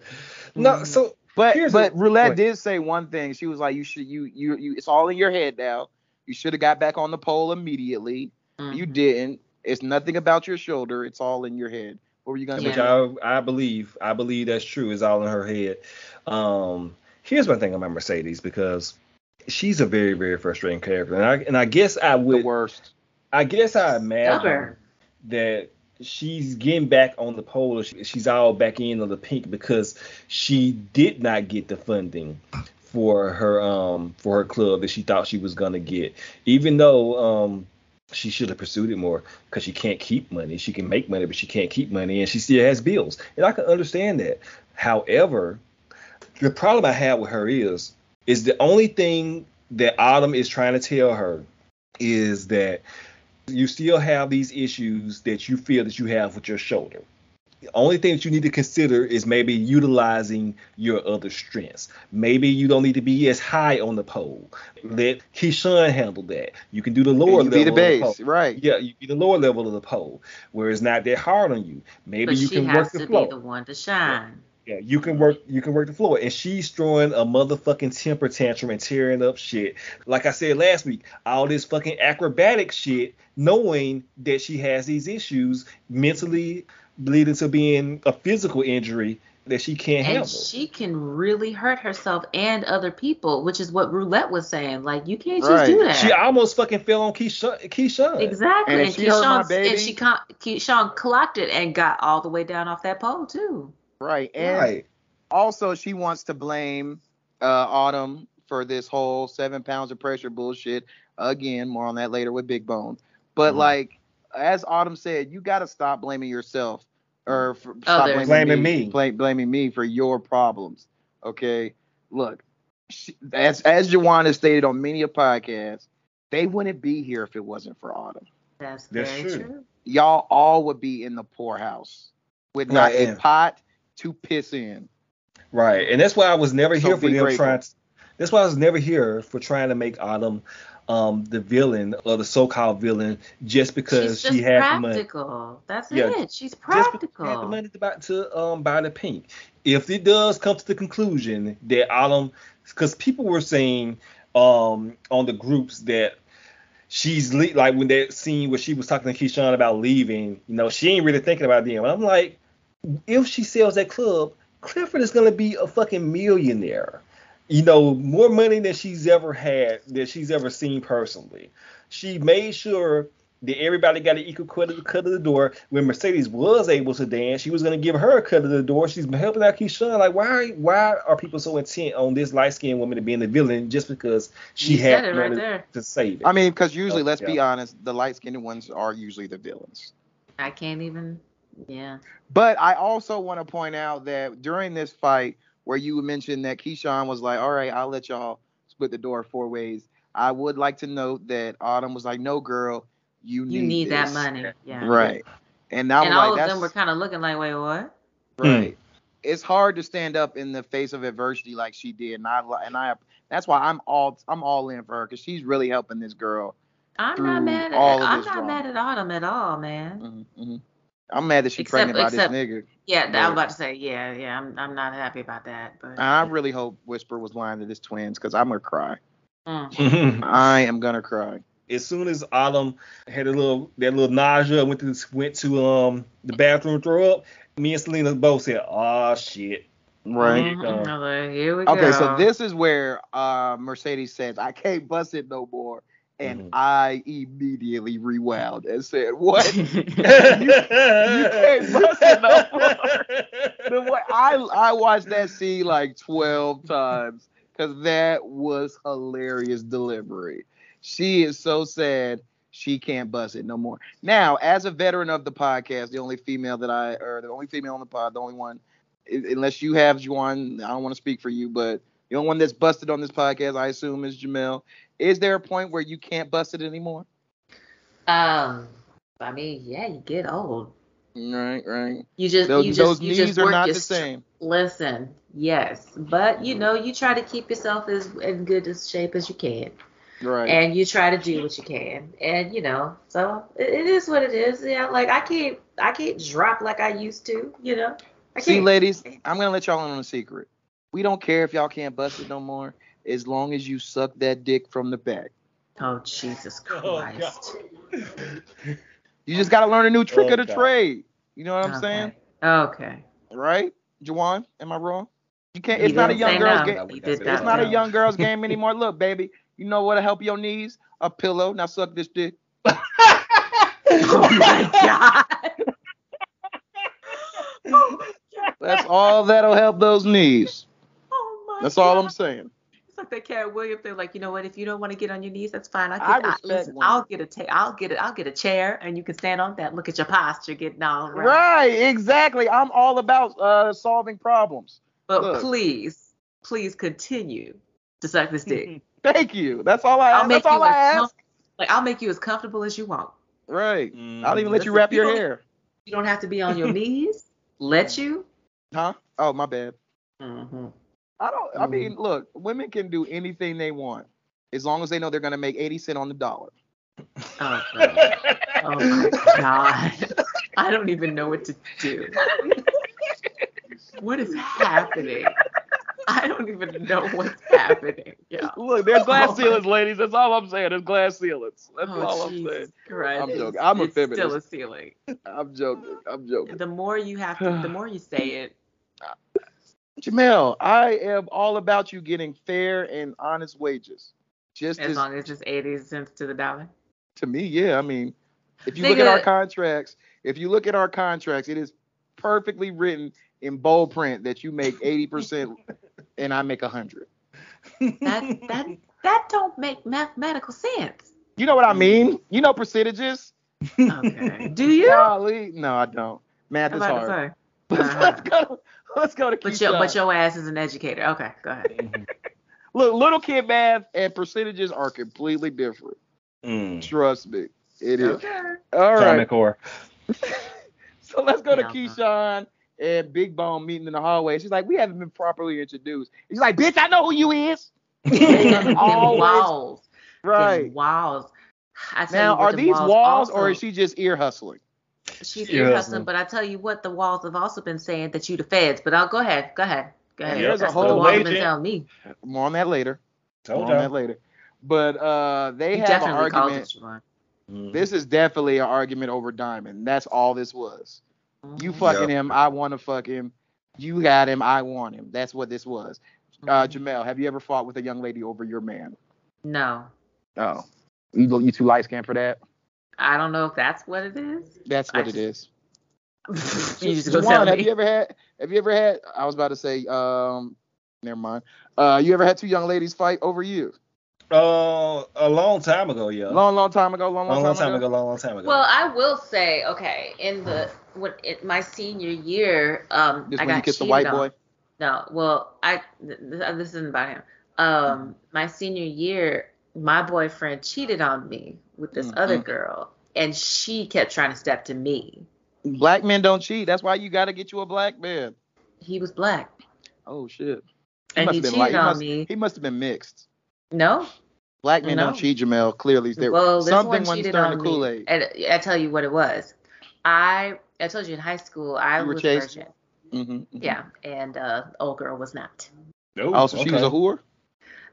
Speaker 2: No, so
Speaker 3: But
Speaker 2: here's
Speaker 3: but
Speaker 2: the-
Speaker 3: Roulette
Speaker 2: wait.
Speaker 3: did say one thing. She was like, you should you you you. It's all in your head now. You should have got back on the pole immediately.
Speaker 4: Mm.
Speaker 3: You didn't. It's nothing about your shoulder. It's all in your head. What were you gonna
Speaker 2: which
Speaker 3: say?
Speaker 2: I I believe I believe that's true. It's all in her head. Um, here's one thing about Mercedes because she's a very very frustrating character, and I and I guess I would
Speaker 3: worst.
Speaker 2: I guess I imagine
Speaker 4: Stubborn.
Speaker 2: that she's getting back on the pole. or she- She's all back in on the pink because she did not get the funding for her um for her club that she thought she was gonna get, even though um she should have pursued it more because she can't keep money. She can make money, but she can't keep money, and she still has bills. And I can understand that. However, the problem I have with her is is the only thing that Autumn is trying to tell her is that you still have these issues that you feel that you have with your shoulder. The only thing that you need to consider is maybe utilizing your other strengths. Maybe you don't need to be as high on the pole. Let Keyshawn handle that. You can do the lower
Speaker 3: you
Speaker 2: level.
Speaker 3: be the
Speaker 2: of
Speaker 3: base,
Speaker 2: pole.
Speaker 3: right.
Speaker 2: Yeah, you be the lower level of the pole where it's not that hard on you. Maybe
Speaker 4: but
Speaker 2: you
Speaker 4: she
Speaker 2: can
Speaker 4: has
Speaker 2: work the
Speaker 4: to
Speaker 2: flow.
Speaker 4: be the one to shine.
Speaker 2: Yeah, you can work you can work the floor. And she's throwing a motherfucking temper tantrum and tearing up shit. Like I said last week, all this fucking acrobatic shit, knowing that she has these issues mentally leading to being a physical injury that she can't
Speaker 4: and
Speaker 2: handle.
Speaker 4: she can really hurt herself and other people, which is what Roulette was saying. Like you can't just
Speaker 2: Right.
Speaker 4: do that.
Speaker 2: She almost fucking fell on Keyshawn. Keyshawn.
Speaker 4: exactly. And, Keyshawn, and she con- Keyshawn clocked it and got all the way down off that pole too.
Speaker 3: Right. And also, she wants to blame uh, Autumn for this whole seven pounds of pressure bullshit. Again, more on that later with Big Bone. But
Speaker 2: Mhm.
Speaker 3: like, as Autumn said, you got to stop blaming yourself or f- stop
Speaker 2: Others.
Speaker 3: blaming,
Speaker 2: Blaming
Speaker 3: me,
Speaker 2: me.
Speaker 3: bla- blaming me for your problems. Okay. Look, she, as as Jawan stated on many a podcast, they wouldn't be here if it wasn't for Autumn.
Speaker 4: That's,
Speaker 3: That's
Speaker 4: very
Speaker 3: true.
Speaker 4: true.
Speaker 3: Y'all all would be in the poorhouse with not
Speaker 2: Right,
Speaker 3: a
Speaker 2: and-
Speaker 3: pot to piss in.
Speaker 2: Right, and that's why I was never
Speaker 3: So
Speaker 2: here for
Speaker 3: be
Speaker 2: them
Speaker 3: grateful.
Speaker 2: trying. to- that's why I was never here for trying to make Autumn um, the villain or the so-called villain just because
Speaker 4: She's just
Speaker 2: she had the money.
Speaker 4: practical. That's
Speaker 2: Yeah,
Speaker 4: it. She's
Speaker 2: She had the
Speaker 4: practical.
Speaker 2: money to buy, to um, buy the pink. If it does come to the conclusion that Autumn, because people were saying um, on the groups that she's le- like when that scene where she was talking to Keyshawn about leaving, you know, she ain't really thinking about them. And I'm like, if she sells that club, Clifford is gonna be a fucking millionaire. You know, more money than she's ever had, that she's ever seen personally. She made sure that everybody got an equal cut of, cut of the door. When Mercedes was able to dance, she was gonna give her a cut of the door. She's been helping out Keyshawn. Like, why why are people so intent on this light skinned woman being the villain just because she
Speaker 3: You
Speaker 2: had
Speaker 3: said it right
Speaker 2: money
Speaker 3: there.
Speaker 2: to save it?
Speaker 3: I mean, because usually,
Speaker 2: So,
Speaker 3: let's be
Speaker 2: yeah.
Speaker 3: honest, the light skinned ones are usually the villains.
Speaker 4: I can't even. Yeah.
Speaker 3: But I also want to point out that during this fight, where you mentioned that Keyshawn was like, all right, I'll let y'all split the door four ways, I would like to note that Autumn was like, no, girl, you need
Speaker 4: You need that
Speaker 3: this."
Speaker 4: money. Yeah.
Speaker 3: Right. And I'm
Speaker 4: and
Speaker 3: like,
Speaker 4: all of
Speaker 3: that's
Speaker 4: them were kind of looking like, wait, what?
Speaker 3: right. It's hard to stand up in the face of adversity like she did, and I and I that's why I'm all I'm all in for her because she's really helping this girl.
Speaker 4: I'm
Speaker 3: through
Speaker 4: not mad at
Speaker 3: all of
Speaker 4: I'm
Speaker 3: this
Speaker 4: not
Speaker 3: drama.
Speaker 4: mad at Autumn at all, man.
Speaker 3: Mhm. I'm mad that she's
Speaker 4: Except-
Speaker 3: pregnant by
Speaker 4: except-
Speaker 3: this nigga.
Speaker 4: Yeah, th- I was
Speaker 3: But
Speaker 4: about to say, yeah, yeah, I'm I'm not happy about that, but
Speaker 3: I really hope Whisper was lying to this twins because I'm gonna cry.
Speaker 4: mm.
Speaker 3: I am gonna cry.
Speaker 2: as soon as Autumn had a little that little nausea, went to went to um the bathroom, throw up. Me and Selena both said, "Ah shit." Uh,
Speaker 3: Right. uh,
Speaker 2: Here it
Speaker 4: Mhm,
Speaker 2: comes.
Speaker 4: I'm like, here we
Speaker 3: Okay,
Speaker 4: go.
Speaker 3: so this is where uh, Mercedes says, "I can't bust it no more," and I immediately rewound and said, "What? you, you can't bust it no more." the way I I watched that scene like twelve times because that was hilarious delivery. She is so sad she can't bust it no more. Now, as a veteran of the podcast, the only female that I or the only female on the pod, the only one i- unless you have Juwan, I don't want to speak for you, but the only one that's busted on this podcast, I assume, is Jamel. Is there a point where you can't bust it anymore?
Speaker 4: um I mean, yeah, you get old.
Speaker 3: Right, right.
Speaker 4: You just
Speaker 3: Those-
Speaker 4: you just
Speaker 3: those
Speaker 4: you
Speaker 3: knees
Speaker 4: just
Speaker 3: are
Speaker 4: work
Speaker 3: not
Speaker 4: your
Speaker 3: the
Speaker 4: str-
Speaker 3: same. Mm.
Speaker 4: Listen, yes, but you know, you try to keep yourself as in good as shape as you can.
Speaker 3: Right.
Speaker 4: and you try to do what you can and you know so it, it is what it is yeah like i can't i can't drop like i used to you know i can't
Speaker 3: See, ladies, I'm gonna let y'all in on a secret. We don't care if y'all can't bust it no more, as long as you suck that dick from the back.
Speaker 4: Oh Jesus Christ!
Speaker 3: you just gotta learn a new trick
Speaker 4: Oh,
Speaker 3: of the
Speaker 4: God.
Speaker 3: trade. You know what I'm
Speaker 4: Okay.
Speaker 3: saying?
Speaker 4: okay
Speaker 3: Right, Juwan? Am I wrong? You can't.
Speaker 4: You
Speaker 3: It's not a
Speaker 4: didn't say
Speaker 3: young girl's
Speaker 4: no.
Speaker 3: game.
Speaker 4: You did
Speaker 3: It's
Speaker 4: not
Speaker 3: not a
Speaker 4: know.
Speaker 3: young girl's game anymore. Look, baby, you know what'll help your knees? A pillow. Now suck this dick.
Speaker 4: Oh,
Speaker 3: That's all that'll help those knees. That's all I'm saying.
Speaker 4: Oh, it's like that cat william thing like you know what if you don't want to get on your knees that's fine i
Speaker 3: I
Speaker 4: can I
Speaker 3: respect
Speaker 4: listen,
Speaker 3: women.
Speaker 4: i'll get a ta- i'll get a, i'll get a chair and you can stand on that look at your posture getting all
Speaker 3: Right,
Speaker 4: right,
Speaker 3: exactly. I'm all about uh, solving problems.
Speaker 4: but
Speaker 3: Look.
Speaker 4: please please continue to suck this dick
Speaker 3: Thank you. That's all I.
Speaker 4: I'll make
Speaker 3: that's all
Speaker 4: you
Speaker 3: I
Speaker 4: as
Speaker 3: ask.
Speaker 4: com- like I'll make you as comfortable as you want.
Speaker 3: Right. I'll even let Mm-hmm. you
Speaker 4: Listen,
Speaker 3: wrap your
Speaker 4: don't-
Speaker 3: hair.
Speaker 4: You don't have to be on your knees. Let you.
Speaker 3: Huh? Oh, my bad.
Speaker 4: Mm-hmm.
Speaker 3: I don't. I mean, look, women can do anything they want as long as they know they're gonna make eighty cent on the dollar.
Speaker 4: Oh, God. Oh, my God. I don't even know what to do. What is happening? I don't even know what's happening. Yeah.
Speaker 3: Look, there's glass
Speaker 4: Oh, my-
Speaker 3: ceilings, ladies. That's all I'm saying. There's glass ceilings. That's
Speaker 4: Oh,
Speaker 3: all I'm
Speaker 4: Jesus
Speaker 3: saying.
Speaker 4: Christ.
Speaker 3: I'm
Speaker 4: It's-
Speaker 3: joking. I'm a
Speaker 4: it's Still a
Speaker 3: feminist.
Speaker 4: ceiling.
Speaker 3: I'm joking. I'm joking.
Speaker 4: The more you have to, the more you say it,
Speaker 3: Jamel, I am all about you getting fair and honest wages. Just
Speaker 4: as
Speaker 3: as,
Speaker 4: long as it's 80 cents to the dollar.
Speaker 3: to me, yeah. I mean, if you look at
Speaker 4: Nigga.
Speaker 3: our contracts, if you look at our contracts, it is perfectly written in bold print that you make 80% and I make 100.
Speaker 2: Mm.
Speaker 4: That that that don't make mathematical sense.
Speaker 3: You know what I mean? You know percentages?
Speaker 4: Okay. Do you?
Speaker 3: Golly, no, I don't. Math
Speaker 4: I'm
Speaker 3: is
Speaker 4: about to
Speaker 3: hard.
Speaker 4: say. Uh-huh.
Speaker 3: Let's, let's go. Let's go to
Speaker 4: But your but
Speaker 3: Keyshawn.
Speaker 4: your ass is an educator. Okay, go ahead.
Speaker 3: Look, little kid math and percentages are completely different.
Speaker 2: Mm.
Speaker 3: Trust me, it is. All right.
Speaker 2: Comic or
Speaker 3: So let's go to Keyshawn and Big Bone meeting in the hallway. She's like, we haven't been properly introduced. He's like, bitch, I know who you is.
Speaker 4: Them
Speaker 3: Always-
Speaker 4: walls.
Speaker 3: Right.
Speaker 4: Them walls. I tell
Speaker 3: Now,
Speaker 4: you what,
Speaker 3: are
Speaker 4: them
Speaker 3: these walls or
Speaker 4: also-
Speaker 3: is she Mm-hmm. just ear hustling?
Speaker 4: She's
Speaker 3: Yeah.
Speaker 4: ear hustling, but I tell you what, the walls have also been saying that you the feds. But I'll go ahead, go ahead, go ahead.
Speaker 3: There's a
Speaker 4: That's what the
Speaker 3: whole
Speaker 4: walls have been
Speaker 3: agent.
Speaker 4: telling me.
Speaker 3: More on that later.
Speaker 2: Told
Speaker 3: More on
Speaker 2: ya.
Speaker 3: that later. But uh, they
Speaker 4: He
Speaker 3: have an
Speaker 4: definitely called
Speaker 3: argument.
Speaker 4: it, Siobhan.
Speaker 2: Mm.
Speaker 3: This is definitely an argument over Diamond. That's all this was. You
Speaker 4: Mhm.
Speaker 3: fucking
Speaker 4: Yep.
Speaker 3: him. I want to fuck him. You got him. I want him. That's what this was. Uh,
Speaker 4: Mm-hmm.
Speaker 3: Jamel, have you ever fought with a young lady over your man?
Speaker 4: No,
Speaker 3: Oh, you, you too light skinned for that.
Speaker 4: I don't know if that's what it is.
Speaker 3: That's
Speaker 4: I
Speaker 3: what it is.
Speaker 4: You just gonna tell
Speaker 3: Juwan, have
Speaker 4: me.
Speaker 3: you ever had? Have you ever had? I was about to say, um, never mind. Uh, you ever had two young ladies fight over you?
Speaker 2: uh, a long time ago, yeah.
Speaker 3: Long, long time ago. Long, long,
Speaker 2: long, time ago. Long, long time ago.
Speaker 4: Well, I will say, okay, in the when it, my senior year, um,
Speaker 3: This
Speaker 4: I
Speaker 3: when
Speaker 4: got
Speaker 3: you kissed the
Speaker 4: cheated
Speaker 3: white
Speaker 4: on.
Speaker 3: boy.
Speaker 4: No, well, I th- th- uh, this isn't about him.
Speaker 3: Mm-hmm.
Speaker 4: Um, my senior year, my boyfriend cheated on me with this other
Speaker 3: Mhm.
Speaker 4: girl, and she kept trying to step to me.
Speaker 3: Black men don't cheat. That's why you got to get you a black man.
Speaker 4: He was black.
Speaker 3: Oh shit.
Speaker 4: And
Speaker 3: must
Speaker 4: he
Speaker 3: have been
Speaker 4: cheated
Speaker 3: light.
Speaker 4: on
Speaker 3: must,
Speaker 4: me.
Speaker 3: He must have been mixed.
Speaker 4: No,
Speaker 3: Black men
Speaker 4: No.
Speaker 3: don't cheat, Jamel. Clearly, there
Speaker 4: well, this
Speaker 3: something
Speaker 4: one
Speaker 3: went
Speaker 4: cheated
Speaker 3: stirring
Speaker 4: on
Speaker 3: the
Speaker 4: me, Eh,
Speaker 3: Kool Aid.
Speaker 4: and I tell you what it was. I I told you in high school I
Speaker 3: You were
Speaker 4: was
Speaker 3: chased?
Speaker 4: virgin.
Speaker 3: Mm-hmm.
Speaker 4: Yeah, and uh, the old girl was not.
Speaker 3: oh, so she was a whore.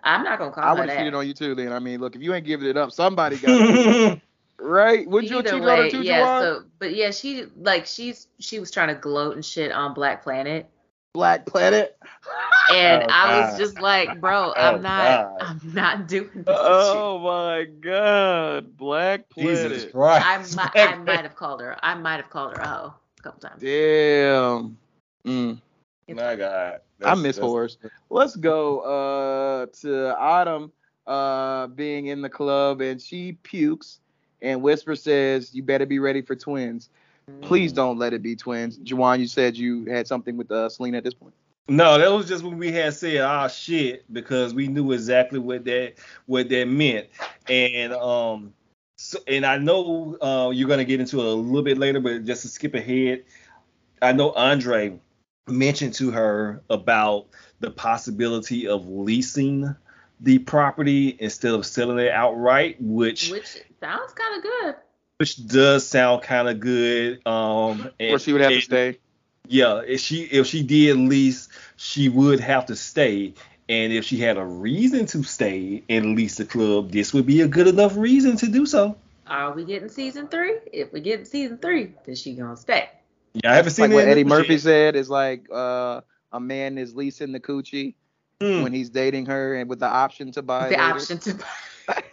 Speaker 4: I'm not gonna call
Speaker 3: I
Speaker 4: her
Speaker 3: would have
Speaker 4: that.
Speaker 3: cheated on you too. Then I mean, look, if you ain't giving it up, somebody got. right? Would you have
Speaker 4: Either
Speaker 3: cheated on her
Speaker 4: way,
Speaker 3: too,
Speaker 4: yeah.
Speaker 3: Juwan?
Speaker 4: So, but yeah, she like she's she was trying to gloat and shit on Black Planet,
Speaker 3: Black Planet.
Speaker 4: and
Speaker 3: Oh,
Speaker 4: I
Speaker 3: God.
Speaker 4: was just like, bro,
Speaker 3: Oh, God.
Speaker 4: I'm not, I'm not doing this.
Speaker 3: Oh my God, Black Planet.
Speaker 2: Jesus Christ.
Speaker 4: I might, I might have called her, I might have called her a hoe a couple times.
Speaker 3: Damn. Mm.
Speaker 2: My God.
Speaker 3: I
Speaker 2: That's-
Speaker 3: miss
Speaker 2: that's-
Speaker 3: horrors. Let's go uh, to Autumn uh, being in the club and she pukes and Whisper says, "You better be ready for twins. Please don't let it be twins." Juwan, you said you had something with uh, Selena at this point.
Speaker 2: No, that was just when we had said ah shit because we knew exactly what that what that meant, and um, so, and I know uh, you're gonna get into it a little bit later, but just to skip ahead, I know Andre mentioned to her about the possibility of leasing the property instead of selling it outright, which
Speaker 4: Which sounds kind of good.
Speaker 2: which does sound kind of good. Um, and,
Speaker 3: she would have to
Speaker 2: and-
Speaker 3: stay.
Speaker 2: Yeah, if she if she did lease, she would have to stay. And if she had a reason to stay and lease the club, this would be a good enough reason to do so.
Speaker 4: Are we getting season three? If we get season three, then she gonna stay.
Speaker 2: Yeah, I haven't
Speaker 3: like
Speaker 2: seen
Speaker 3: what
Speaker 2: it.
Speaker 3: Eddie Murphy said is like uh, a man is leasing the coochie
Speaker 2: Hmm.
Speaker 3: when he's dating her and with the option to buy.
Speaker 4: The
Speaker 3: later.
Speaker 4: option to buy.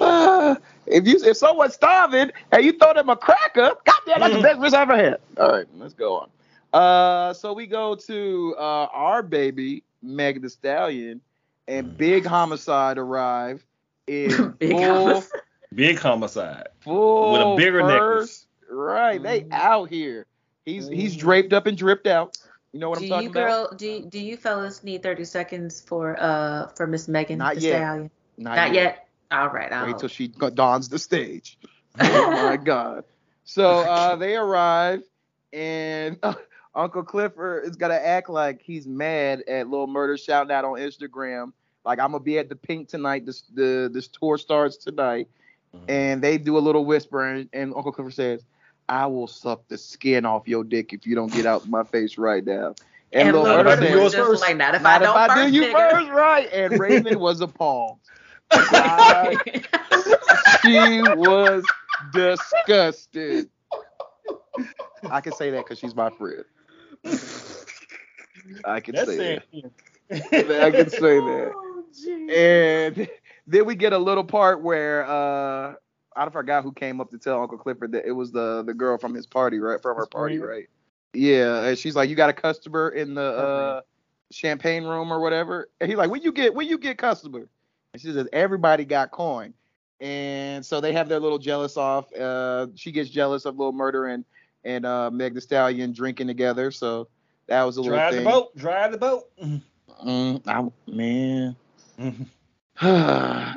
Speaker 3: Ah, if you if someone's starving and you throw them a cracker, goddamn,
Speaker 2: Mm.
Speaker 3: that's the best wish I ever had. All right, let's go on. Uh, so we go to uh, our baby Meg the Stallion, and Big Homicide arrive in
Speaker 2: Mm. Big
Speaker 3: full,
Speaker 2: homicide. Big homicide.
Speaker 3: full
Speaker 2: With a bigger Mm.
Speaker 3: furs. Right, they out here. He's he's draped up and dripped out. You know what
Speaker 4: do
Speaker 3: I'm talking
Speaker 4: you girl,
Speaker 3: about?
Speaker 4: do do you fellas need 30 seconds for uh for Miss Megan
Speaker 3: Not
Speaker 4: Thee
Speaker 3: yet.
Speaker 4: Stallion?
Speaker 3: Not,
Speaker 4: Not yet. Oh. All right, I'll
Speaker 3: Wait till she go- dons the stage. Oh my God. So uh, they arrive, and uh, Uncle Clifford is gonna act like he's mad at Little Murder shouting out on Instagram, like I'm gonna be at the pink tonight. This the this tour starts tonight, and they do a little whisper, and, and Uncle Clifford says, "I will suck the skin off your dick if you don't get out my face right now." And, Lil
Speaker 4: Lil
Speaker 3: Murder
Speaker 4: Murder
Speaker 3: says,
Speaker 4: was just like, not if
Speaker 3: "Not
Speaker 4: I don't
Speaker 3: if I
Speaker 4: first,
Speaker 3: do you
Speaker 4: nigga."
Speaker 3: first, right?" And Raven was appalled. God, she was disgusted. I can say that because she's my friend. I can
Speaker 2: That's
Speaker 3: say
Speaker 2: it.
Speaker 3: that. I can say that.
Speaker 2: Oh,
Speaker 3: and then we get a little part where uh, I forgot who came up to tell Uncle Clifford that it was the the girl from his party, right? From her party, right? Yeah, and she's like, "You got a customer in the uh, champagne room or whatever." And he's like, "When you get when you get customer?" And she says, "Everybody got coin." And so they have their little jealous off. Uh, she gets jealous of Little Murder and and uh, Meg the Stallion drinking together. So that was a little
Speaker 2: Drive the
Speaker 3: thing.
Speaker 2: boat. Drive the boat. Mm-hmm.
Speaker 3: Mm, I, man.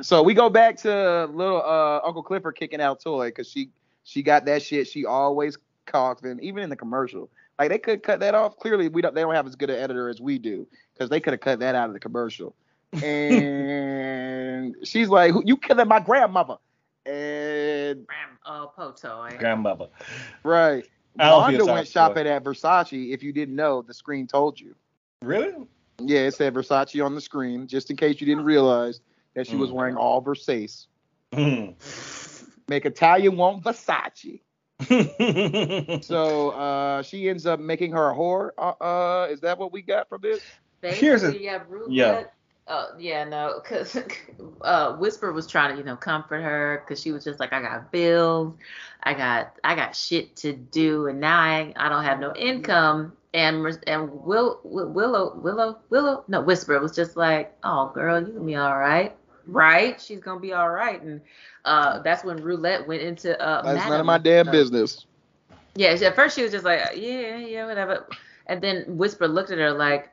Speaker 3: so we go back to little uh, Uncle Clifford kicking out Toy because she she got that shit. She always cocked, and even in the commercial, like they could cut that off. Clearly, we don't. They don't have as good an editor as we do because they could have cut that out of the commercial. And she's like, "Who- "You killing my grandmother?" And
Speaker 4: Oh, Potoy.
Speaker 2: grandmother.
Speaker 3: Right.
Speaker 2: I don't feel
Speaker 3: Wanda
Speaker 2: sorry
Speaker 3: went
Speaker 2: for
Speaker 3: shopping at Versace. If you didn't know, the screen told you.
Speaker 2: Really?
Speaker 3: Yeah, it said Versace on the screen, just in case you didn't realize that she
Speaker 2: Mm.
Speaker 3: was wearing all Versace. Make Italian want Versace. so uh, she ends up making her a whore. Uh, uh, is that what we got from this? Here's a-
Speaker 4: Basically, yeah, Rue.
Speaker 3: yeah.
Speaker 4: Yeah. Uh, yeah, no, because uh, Whisper was trying to, you know, comfort her because she was just like, I got bills, I got, I got shit to do, and now I, I don't have no income. And Mer- and Will, Will Willow Willow Willow no Whisper was just like, oh girl, you gonna be all right, right? She's gonna be all right, and uh, that's when Roulette went into uh,
Speaker 3: That's none
Speaker 4: Madam.
Speaker 3: of my damn
Speaker 4: Uh,
Speaker 3: business.
Speaker 4: Yeah, she- at first she was just like, uh, yeah, yeah, whatever. And then Whisper looked at her like,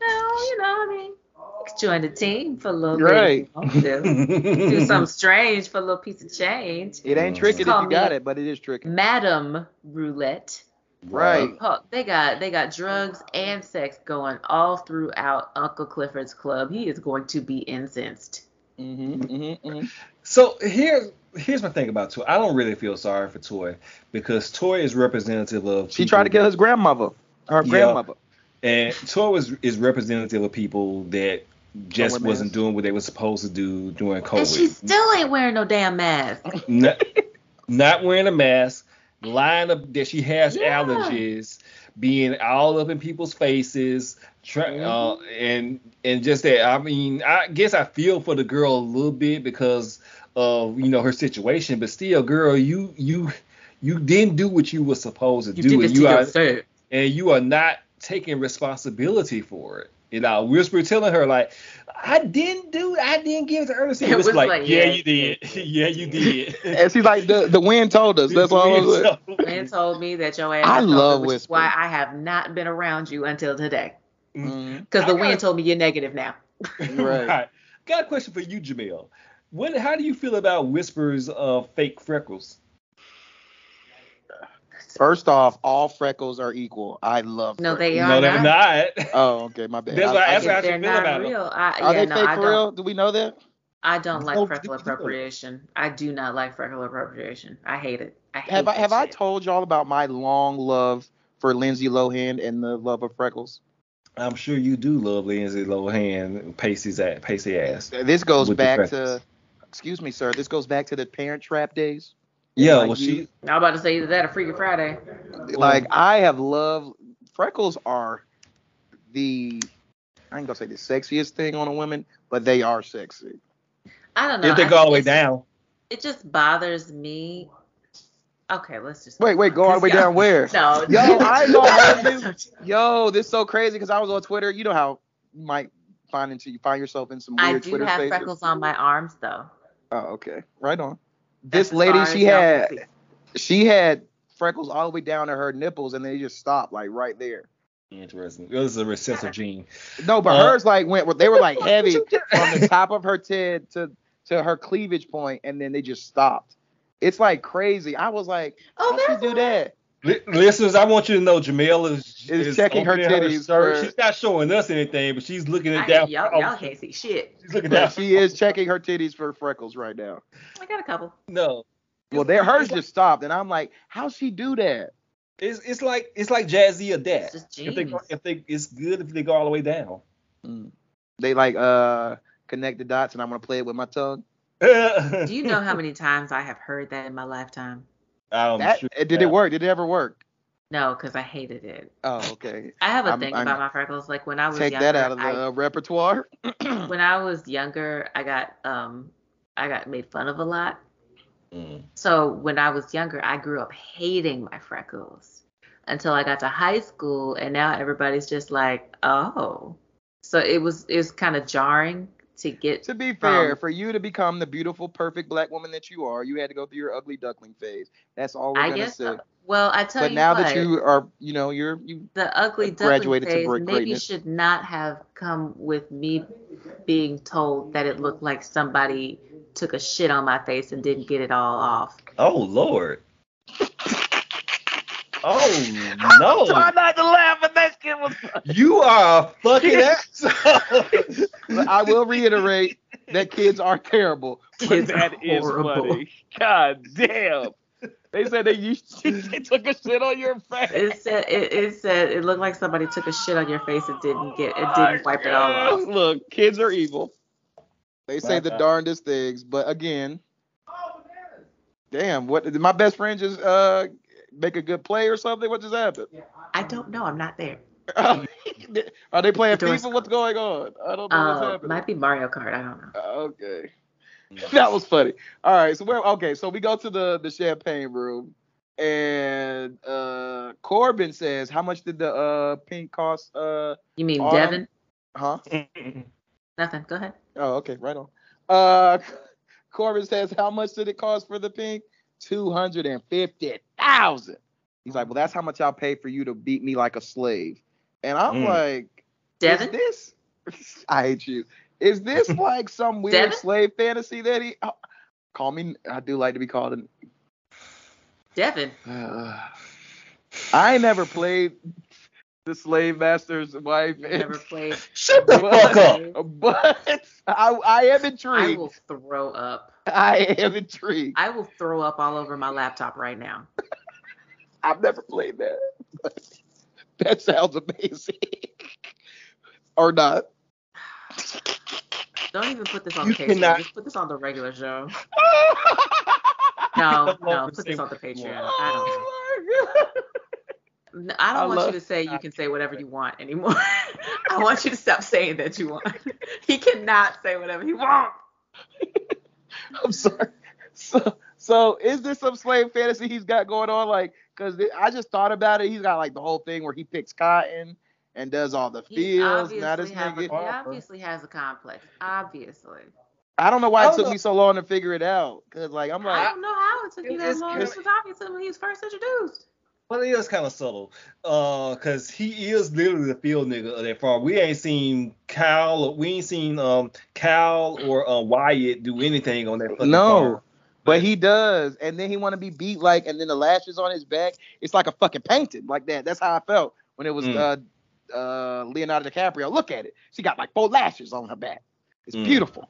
Speaker 4: no, you know, I mean, you could join the team for a little
Speaker 3: Right.
Speaker 4: bit. if you want to. Do
Speaker 2: Hmm.
Speaker 4: something strange for a little piece of change.
Speaker 3: It ain't
Speaker 4: Just
Speaker 3: tricky if
Speaker 4: call
Speaker 3: you
Speaker 4: me
Speaker 3: got it, but it is tricky.
Speaker 4: Madam Roulette.
Speaker 3: Right.
Speaker 4: Oh, They got they got drugs and sex going all throughout Uncle Clifford's club. He is going to be incensed.
Speaker 3: Mm-hmm, mm-hmm, mm-hmm.
Speaker 2: So here's here's my thing about Toy. I don't really feel sorry for Toy because Toy is representative of.
Speaker 3: She tried to kill his grandmother. Her
Speaker 2: Yeah.
Speaker 3: grandmother.
Speaker 2: And Toy is is representative of people that just
Speaker 4: Don't wear
Speaker 2: wasn't doing what they were supposed to do during
Speaker 4: And she
Speaker 2: COVID.
Speaker 4: still ain't wearing no damn mask.
Speaker 2: Not, not wearing a mask, lying up that she has allergies, being all up in people's faces, try, uh,
Speaker 4: Mm-hmm.
Speaker 2: and and just that. I mean, I guess I feel for the girl a little bit because of you know her situation, but still, girl, you you you didn't do what you were supposed to
Speaker 4: You
Speaker 2: do,
Speaker 4: did
Speaker 2: and
Speaker 4: this to yourself.
Speaker 2: and you are not taking responsibility for it. You know, Whisper telling her like, I didn't do, I didn't give it to Ernestine.
Speaker 3: It
Speaker 2: It was
Speaker 3: was
Speaker 2: like,
Speaker 3: like,
Speaker 2: yeah,
Speaker 3: yeah.
Speaker 2: you did, yeah, you did.
Speaker 3: And she's like, the, the wind told us. That's all I was like.
Speaker 4: Man told me that your ass.
Speaker 3: I
Speaker 4: is covered,
Speaker 3: love
Speaker 4: which is
Speaker 3: Whisper.
Speaker 4: Why I have not been around you until today.
Speaker 3: Mm-hmm.
Speaker 4: Because the wind told me you're negative now.
Speaker 3: Right.
Speaker 2: Got a question for you, Jamil. When, how do you feel about Whisper's uh, fake freckles?
Speaker 3: First off, all freckles are equal. I love
Speaker 4: No,
Speaker 3: freckles.
Speaker 4: they are No, they're
Speaker 2: not.
Speaker 3: Oh, okay, my bad.
Speaker 2: That's
Speaker 3: I-
Speaker 2: why I
Speaker 3: I
Speaker 2: asked
Speaker 3: get-
Speaker 2: how she
Speaker 4: They're
Speaker 2: feel
Speaker 4: not
Speaker 2: about
Speaker 4: real.
Speaker 2: them.
Speaker 4: I,
Speaker 3: Are
Speaker 4: yeah,
Speaker 3: they
Speaker 4: no,
Speaker 3: fake
Speaker 4: I
Speaker 3: for
Speaker 4: don't-
Speaker 3: real? Do we know that?
Speaker 4: I don't like
Speaker 3: No,
Speaker 4: freckle appropriation. I do not like freckle appropriation. I hate it. I hate
Speaker 3: Have I
Speaker 4: that
Speaker 3: have I
Speaker 4: shit.
Speaker 3: told y'all about my long love for Lindsay Lohan and the love of freckles?
Speaker 2: I'm sure you do love Lindsay Lohan, Pacey's at Pacey ass.
Speaker 3: This goes
Speaker 2: with the
Speaker 3: back
Speaker 2: freckles.
Speaker 3: to, excuse me, sir. This goes back to the Parent Trap days.
Speaker 2: Yeah,
Speaker 3: Like
Speaker 2: well
Speaker 3: you-
Speaker 2: she
Speaker 4: I'm about to say either that or Freaky Friday.
Speaker 3: like I have loved freckles are the I ain't gonna say the sexiest thing on a woman, but they are sexy.
Speaker 4: I don't know. I think it's-
Speaker 2: down.
Speaker 4: It just bothers me. Okay, let's just.
Speaker 3: Wait, wait, go all the way down where?
Speaker 4: No.
Speaker 3: Yo, I know. I this, yo, this so crazy because I was on Twitter. You know how you might find into you find yourself in some
Speaker 4: I
Speaker 3: weird
Speaker 4: do
Speaker 3: Twitter
Speaker 4: have
Speaker 3: spaces.
Speaker 4: freckles on my arms though.
Speaker 3: Oh, okay. Right on. this
Speaker 4: That's as
Speaker 3: lady,
Speaker 4: far as
Speaker 3: she
Speaker 4: y'all can
Speaker 3: had she had freckles all the way down to her nipples, and they just stopped like right there.
Speaker 2: interesting. This is a recessive gene.
Speaker 3: No, but
Speaker 2: Uh,
Speaker 3: hers like went. well, They were like heavy from the top of her head to to her cleavage point, and then they just stopped. It's like crazy. I was like, oh, how she do that?
Speaker 2: Li- listeners, I want you to know Jamel is,
Speaker 3: Is checking her
Speaker 2: opening
Speaker 3: titties
Speaker 2: shirt.
Speaker 3: for-
Speaker 2: She's not showing us anything, but she's looking
Speaker 4: I,
Speaker 2: it down. Oh,
Speaker 4: y'all, y'all can't see shit.
Speaker 2: She's looking
Speaker 3: But
Speaker 2: down.
Speaker 3: she is checking her titties for freckles right now.
Speaker 4: I got a couple.
Speaker 2: No.
Speaker 3: Well, their hers just stopped, and I'm like, how she do that?
Speaker 2: It's it's like it's like Jazzy or Dad.
Speaker 4: just
Speaker 2: If they go,
Speaker 4: jeans.
Speaker 2: if they it's good if they go all the way down.
Speaker 3: They like uh connect the dots, and I'm gonna play it with my tongue.
Speaker 4: Do you know how many times I have heard that in my lifetime?
Speaker 2: I'm
Speaker 3: That-
Speaker 2: sure-
Speaker 3: Did it work? Did it ever work?
Speaker 4: No, because I hated it.
Speaker 3: Oh, okay.
Speaker 4: I have a
Speaker 3: I'm-
Speaker 4: thing
Speaker 3: I'm-
Speaker 4: about my freckles. Like when I was
Speaker 3: Take
Speaker 4: younger,
Speaker 3: that out of the
Speaker 4: I-
Speaker 3: repertoire.
Speaker 4: when I was younger, I got um I got made fun of a lot.
Speaker 2: Mm.
Speaker 4: So when I was younger, I grew up hating my freckles until I got to high school, and now everybody's just like, oh. So it was it was kind of jarring to get
Speaker 3: To be fair, for you to become the beautiful, perfect black woman that you are, you had to go through your ugly duckling phase. That's all we're
Speaker 4: I
Speaker 3: gonna
Speaker 4: guess.
Speaker 3: say.
Speaker 4: Well, I tell
Speaker 3: But
Speaker 4: you
Speaker 3: now
Speaker 4: what,
Speaker 3: that you are, you know, you're you
Speaker 4: the ugly duckling
Speaker 3: graduated to
Speaker 4: phase
Speaker 3: great
Speaker 4: maybe
Speaker 3: greatness.
Speaker 4: should not have come with me being told that it looked like somebody took a shit on my face and didn't get it all off.
Speaker 2: Oh Lord. Oh no.
Speaker 20: Try not to laugh, but that shit was.
Speaker 2: You are a fucking
Speaker 3: asshole. But I will reiterate that kids are terrible.
Speaker 20: Kids That are is horrible. funny. God damn. They said that you they took a shit on your face.
Speaker 4: It said it, it said it looked like somebody took a shit on your face and didn't get it didn't wipe it all off.
Speaker 20: Look, kids are evil.
Speaker 3: They say the darndest things, but again, damn, what did my best friend just uh make a good play or something? What just happened?
Speaker 4: I don't know. I'm not there.
Speaker 3: Are they playing
Speaker 4: The door's
Speaker 3: FIFA? What's going on? I don't know what's
Speaker 4: Uh,
Speaker 3: happening. Uh,
Speaker 4: might be Mario Kart. I don't know.
Speaker 3: Okay. That was funny. All right, so we're okay. So we go to the the champagne room, and uh Corbin says, "How much did the uh pink cost?" Uh,
Speaker 4: You mean
Speaker 3: Autumn?
Speaker 4: Devin?
Speaker 3: Huh?
Speaker 4: Nothing. Go ahead.
Speaker 3: oh, okay, right on. Uh, Corbin says, "How much did it cost for the pink?" Two hundred and fifty thousand. He's like, "Well, that's how much I'll pay for you to beat me like a slave." And I'm
Speaker 20: Mm.
Speaker 3: like,
Speaker 4: Devin?
Speaker 3: "Is this? I hate you. Is this like some weird
Speaker 4: Devin?
Speaker 3: slave fantasy that he?" oh, call me. I do like to be called an
Speaker 4: Devin.
Speaker 3: uh, I never played the slave master's wife.
Speaker 4: Never played.
Speaker 3: Shut the fuck up. But I, I am
Speaker 4: I
Speaker 3: intrigued.
Speaker 4: will throw up.
Speaker 3: I am intrigued.
Speaker 4: I will throw up all over my laptop right now.
Speaker 3: I've never played that. That sounds amazing. or not.
Speaker 4: Don't even put this on
Speaker 3: You
Speaker 4: the Patreon.
Speaker 3: cannot-
Speaker 4: Just put this on the regular show. no, no, put this on the Patreon. I don't know. No, I don't
Speaker 20: I
Speaker 4: want
Speaker 20: love-
Speaker 4: you to say you can say whatever you want anymore. I want you to stop saying that you want. He cannot say whatever he wants.
Speaker 3: I'm sorry. So, so is this some slave fantasy he's got going on? Like, cause th- I just thought about it. He's got like the whole thing where he picks cotton and does all the
Speaker 4: He
Speaker 3: fields. Now this
Speaker 4: obviously, have a,
Speaker 3: nigga.
Speaker 4: he obviously has a complex. Obviously.
Speaker 3: I don't know why
Speaker 4: I
Speaker 3: it
Speaker 4: don't
Speaker 3: took
Speaker 4: know-
Speaker 3: me so long to figure it out. Cause like I'm
Speaker 4: I
Speaker 3: like,
Speaker 4: don't know how it took you that
Speaker 3: it's-
Speaker 4: long. This was obvious when he was first introduced.
Speaker 2: Well, it is kind of subtle, uh, cause he is literally the field nigga of that farm. We ain't seen Kyle, or we ain't seen um Cal or uh, Wyatt do anything on that fucking
Speaker 3: no,
Speaker 2: farm.
Speaker 3: but he does. And then he want to be beat like, and then the lashes on his back. It's like a fucking painting, like that. That's how I felt when it was
Speaker 2: Mm.
Speaker 3: uh, uh, Leonardo DiCaprio. Look at it. She got like four lashes on her back. It's
Speaker 2: Mm.
Speaker 3: beautiful.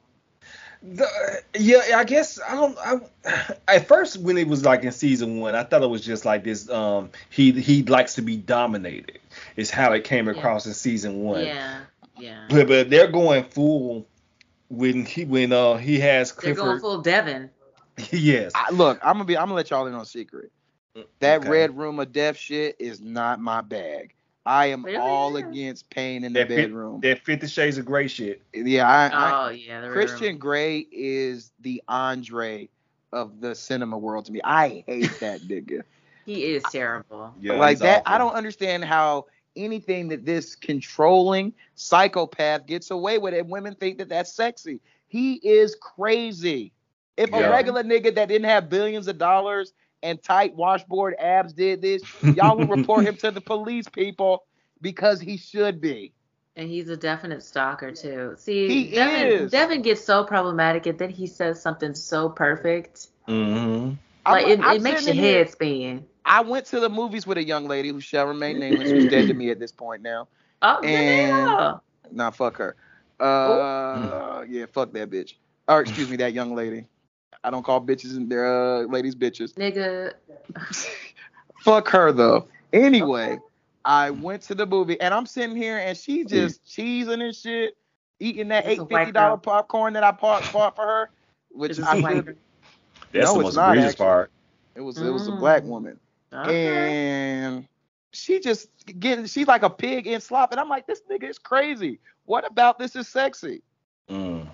Speaker 2: The- yeah, I guess I don't. I, at first, when it was like in season one, I thought it was just like this. Um, he he likes to be dominated. Is how it came across in season one.
Speaker 4: Yeah. Yeah.
Speaker 2: But, but they're going full when he when uh he has
Speaker 4: They're
Speaker 2: Clifford.
Speaker 4: going full Devin.
Speaker 2: yes.
Speaker 3: I, look, I'm gonna be. I'm gonna let y'all in on a secret. That
Speaker 2: Mm, Okay.
Speaker 3: red room of death shit is not my bag. I am
Speaker 2: Really?
Speaker 3: all against pain in the
Speaker 2: That, fif-
Speaker 3: bedroom.
Speaker 2: that Fifty Shades of Grey shit.
Speaker 3: Yeah, I, I,
Speaker 4: oh yeah. the Red
Speaker 3: Christian Gray is the Andre of the cinema world to me. I hate that nigga.
Speaker 4: Room. He is terrible.
Speaker 3: like that, I don't understand how anything that this controlling psychopath gets away with, and women think that that's sexy. He is crazy. If
Speaker 2: Yeah.
Speaker 3: a regular nigga that didn't have billions of dollars and tight washboard abs did this, y'all would report him to the police, people, because he should be.
Speaker 4: And he's a definite stalker too. See,
Speaker 3: He
Speaker 4: Devin,
Speaker 3: is.
Speaker 4: Devin gets so problematic, and then he says something so perfect.
Speaker 2: Mm-hmm.
Speaker 4: Like
Speaker 3: I'm-
Speaker 4: it,
Speaker 3: I'm
Speaker 4: it makes your
Speaker 3: sitting here-
Speaker 4: head spin.
Speaker 3: I went to the movies with a young lady who shall remain nameless, who's dead to me at this point now.
Speaker 4: Oh,
Speaker 3: and
Speaker 4: yeah.
Speaker 3: nah, fuck her.
Speaker 4: Oh.
Speaker 3: Uh, yeah, fuck that bitch. Or excuse me, that young lady. I don't call bitches and they're uh, ladies bitches.
Speaker 4: Nigga,
Speaker 3: Fuck her though. Anyway, I went to the movie and I'm sitting here and she just cheesing and shit, eating that
Speaker 4: It's a
Speaker 3: eight
Speaker 4: white
Speaker 3: fifty dollar popcorn that I bought, bought for her, which
Speaker 4: It's a
Speaker 3: I
Speaker 4: white
Speaker 3: should.
Speaker 2: That's
Speaker 3: no,
Speaker 2: the
Speaker 3: it's
Speaker 2: most
Speaker 3: not,
Speaker 2: egregious
Speaker 3: actually.
Speaker 2: part.
Speaker 3: It was it was a
Speaker 4: Mm.
Speaker 3: black woman
Speaker 4: Okay.
Speaker 3: and she just getting she's like a pig in slop, and I'm like, this nigga is crazy. What about this is sexy?
Speaker 2: Mm.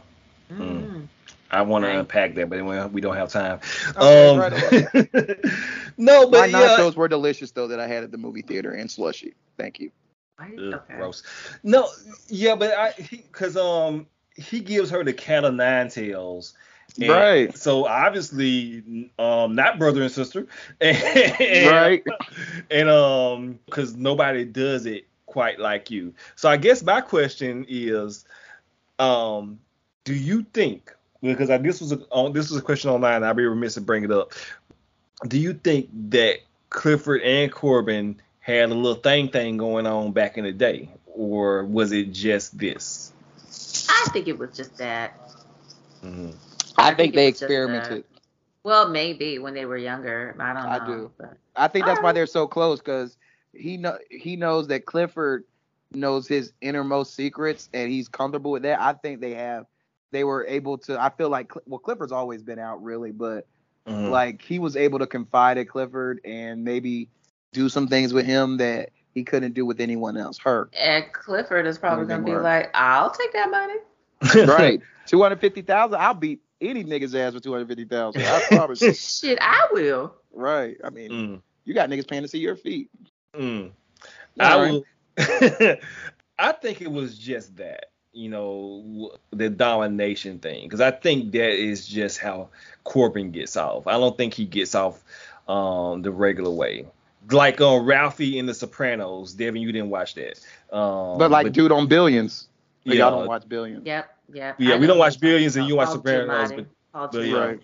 Speaker 3: Hmm.
Speaker 2: Mm. I want to unpack that, but anyway, we don't have time.
Speaker 3: Okay,
Speaker 2: um,
Speaker 3: right away.
Speaker 2: no,
Speaker 3: My
Speaker 2: but yeah,
Speaker 3: nachos were delicious though that I had at the movie theater and slushy. Thank you.
Speaker 2: Ugh, gross. No, yeah, but I because um he gives her the cat of nine tails. And
Speaker 3: Right.
Speaker 2: So obviously, um, not brother and sister.
Speaker 3: Right.
Speaker 2: And um, because nobody does it quite like you. So I guess my question is, um, do you think? Because I, this was a on, this was a question online. I'd be remiss to bring it up. Do you think that Clifford and Corbin had a little thing thing going on back in the day, or was it just this?
Speaker 4: I think it was just that.
Speaker 3: I, think they
Speaker 4: it's just that.
Speaker 3: experimented.
Speaker 4: Well, maybe when they were younger. I don't know.
Speaker 3: I do. I think that's why they're so close because he know he knows that Clifford knows his innermost secrets and he's comfortable with that. I think they have they were able to. I feel like Cl- well Clifford's always been out really, but
Speaker 2: Mhm.
Speaker 3: like he was able to confide in Clifford and maybe do some things with him that he couldn't do with anyone else. Her
Speaker 4: And Clifford is probably
Speaker 3: Would've
Speaker 4: gonna
Speaker 3: been
Speaker 4: be
Speaker 3: worse.
Speaker 4: like, I'll take that money.
Speaker 3: right, two hundred fifty thousand. I'll beat any nigga's ass for two hundred fifty thousand. I promise. you.
Speaker 4: Shit, I will.
Speaker 3: Right. I mean, you got niggas paying to see your feet.
Speaker 2: Mm.
Speaker 3: Yeah,
Speaker 2: I
Speaker 3: right.
Speaker 2: will. I think it was just that, you know, w- the domination thing, because I think that is just how Corbin gets off. I don't think he gets off um, the regular way. Like on Ralphie in The Sopranos, Devin, you didn't watch that. Um,
Speaker 3: But like, dude on Billions. Like,
Speaker 2: Yeah.
Speaker 3: y'all don't watch Billions.
Speaker 4: Yep, yep.
Speaker 2: yeah,
Speaker 4: I
Speaker 2: we
Speaker 4: know.
Speaker 2: don't watch Billions and you watch
Speaker 4: Paul
Speaker 2: Sopranos,
Speaker 4: Giamatti.
Speaker 2: but,
Speaker 4: Paul
Speaker 2: but yeah.
Speaker 4: Giamatti.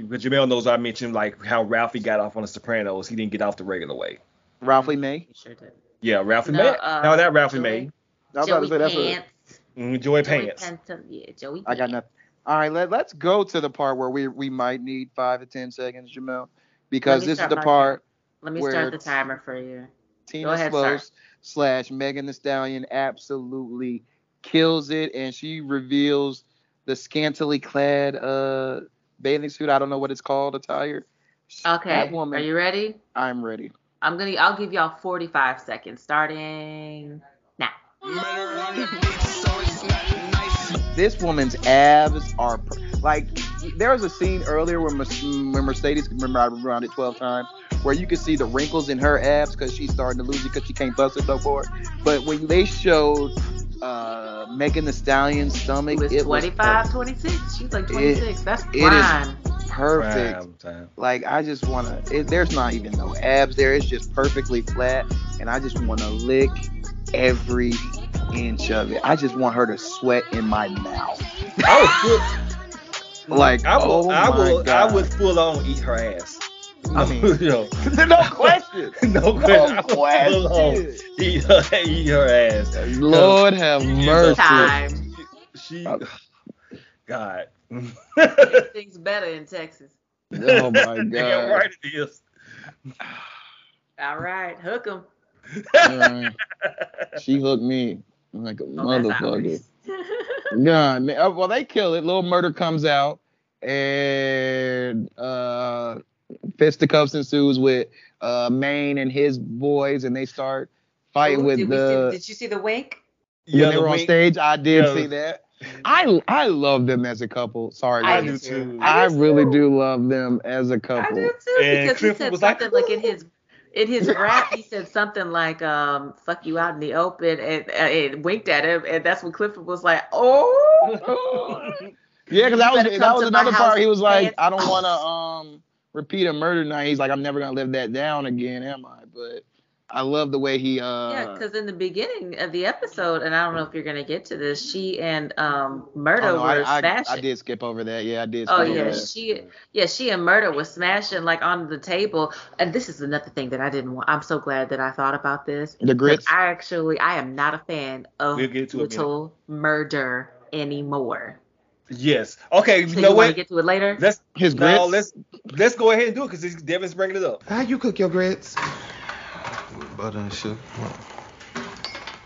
Speaker 2: But Jamel knows I mentioned like how Ralphie got off on The Sopranos. He didn't get off the regular way.
Speaker 3: Ralphie May.
Speaker 4: Sure did.
Speaker 2: Yeah, Ralphie
Speaker 4: No,
Speaker 2: May.
Speaker 4: uh,
Speaker 2: no, not Ralphie
Speaker 4: Joey-
Speaker 2: May.
Speaker 3: I was about to
Speaker 4: Joey
Speaker 3: say that's a,
Speaker 4: Pants.
Speaker 2: Mm, Joey
Speaker 4: Joey
Speaker 2: Pants.
Speaker 4: Pants, Yeah, Joey
Speaker 3: I got nothing. All right, let, let's go to the part where we we might need five to ten seconds, Jamel, because
Speaker 4: me
Speaker 3: this is
Speaker 4: start
Speaker 3: the
Speaker 4: my
Speaker 3: part
Speaker 4: Let me
Speaker 3: where
Speaker 4: start the timer for you.
Speaker 3: Tina
Speaker 4: Go ahead,
Speaker 3: Slows
Speaker 4: sir.
Speaker 3: slash Megan the Stallion absolutely kills it, and she reveals the scantily clad uh bathing suit. I don't know what it's called, attire.
Speaker 4: Okay.
Speaker 3: That woman.
Speaker 4: Are you ready?
Speaker 3: I'm ready.
Speaker 4: I'm gonna. I'll give y'all 45 seconds, starting now.
Speaker 3: this woman's abs are per- like there was a scene earlier where, Mes- when Mercedes remember I around it 12 times where you could see the wrinkles in her abs because she's starting to lose it because she can't bust it so far. But when they showed uh, Megan the Stallion's stomach, it was
Speaker 4: 25, 26. She's like 26. That's
Speaker 3: it is
Speaker 4: prime.
Speaker 3: perfect.
Speaker 2: Prime time.
Speaker 3: Like I just wanna. It, there's not even no abs there. It's just perfectly flat, and I just wanna lick every inch of it. I just want her to sweat in my mouth.
Speaker 2: Oh, good.
Speaker 3: Like,
Speaker 2: I will,
Speaker 3: oh
Speaker 2: I
Speaker 3: my
Speaker 2: will, I
Speaker 3: God.
Speaker 2: would full on eat her ass.
Speaker 3: I mean-
Speaker 2: Yo,
Speaker 3: no question.
Speaker 2: no question. I would full on
Speaker 3: question.
Speaker 2: Eat her, eat her ass.
Speaker 3: Lord have mercy.
Speaker 4: Time.
Speaker 2: She,
Speaker 3: Uh,
Speaker 2: God.
Speaker 4: Things better in Texas.
Speaker 3: Oh my God.
Speaker 2: Damn right it is.
Speaker 4: All right, hook 'em.
Speaker 3: Alright. She hooked me
Speaker 4: Oh,
Speaker 3: like a motherfucker. God, man. Oh, well, they kill it. Little murder comes out, and uh, fisticuffs ensues with uh, Maine and his boys, and they start fighting
Speaker 4: Ooh,
Speaker 3: with
Speaker 4: did we
Speaker 3: the.
Speaker 4: see, Did you see the wink?
Speaker 3: when
Speaker 2: Yeah,
Speaker 3: they
Speaker 2: the
Speaker 3: were on
Speaker 2: wing-
Speaker 3: stage, I did
Speaker 2: Yeah.
Speaker 3: see that. I I love them as a couple. Sorry,
Speaker 4: I
Speaker 3: ladies.
Speaker 4: do too.
Speaker 3: I, really do love them as a
Speaker 4: I
Speaker 3: couple.
Speaker 4: do too
Speaker 2: And
Speaker 4: because he
Speaker 2: Clifford
Speaker 4: said
Speaker 2: was like,
Speaker 4: something like, in his in his rap he said something like um fuck you out in the open and, and winked at him and that's when Clifford was like oh
Speaker 3: Yeah, because
Speaker 4: You
Speaker 3: that was
Speaker 4: better
Speaker 3: that
Speaker 4: come
Speaker 3: was
Speaker 4: to my
Speaker 3: another part.
Speaker 4: house
Speaker 3: He was
Speaker 4: and-
Speaker 3: like, I don't want to um repeat a murder night. He's like, I'm never gonna live that down again, am I? But I love the way he uh
Speaker 4: yeah because in the beginning of the episode and I don't know if you're gonna get to this she and um Murdo
Speaker 3: oh, no,
Speaker 4: were
Speaker 3: I, I,
Speaker 4: smashing
Speaker 3: I did skip over that. Yeah, I did.
Speaker 4: Oh
Speaker 3: skip over
Speaker 4: yeah,
Speaker 3: that.
Speaker 4: she yeah she and Murder was smashing like on the table, and this is another thing that I didn't want. I'm so glad that I thought about this.
Speaker 3: The grits?
Speaker 4: I actually I am not a fan of
Speaker 2: We'll get to it in a minute.
Speaker 4: Little Murder anymore.
Speaker 2: Yes. Okay.
Speaker 4: So
Speaker 2: You know
Speaker 4: want to
Speaker 2: what?
Speaker 4: get to it later?
Speaker 2: Let's
Speaker 3: His
Speaker 2: no.
Speaker 3: grits.
Speaker 2: Let's let's go ahead and do it because Devin's bringing it up.
Speaker 21: How you cook your grits? With butter and sugar.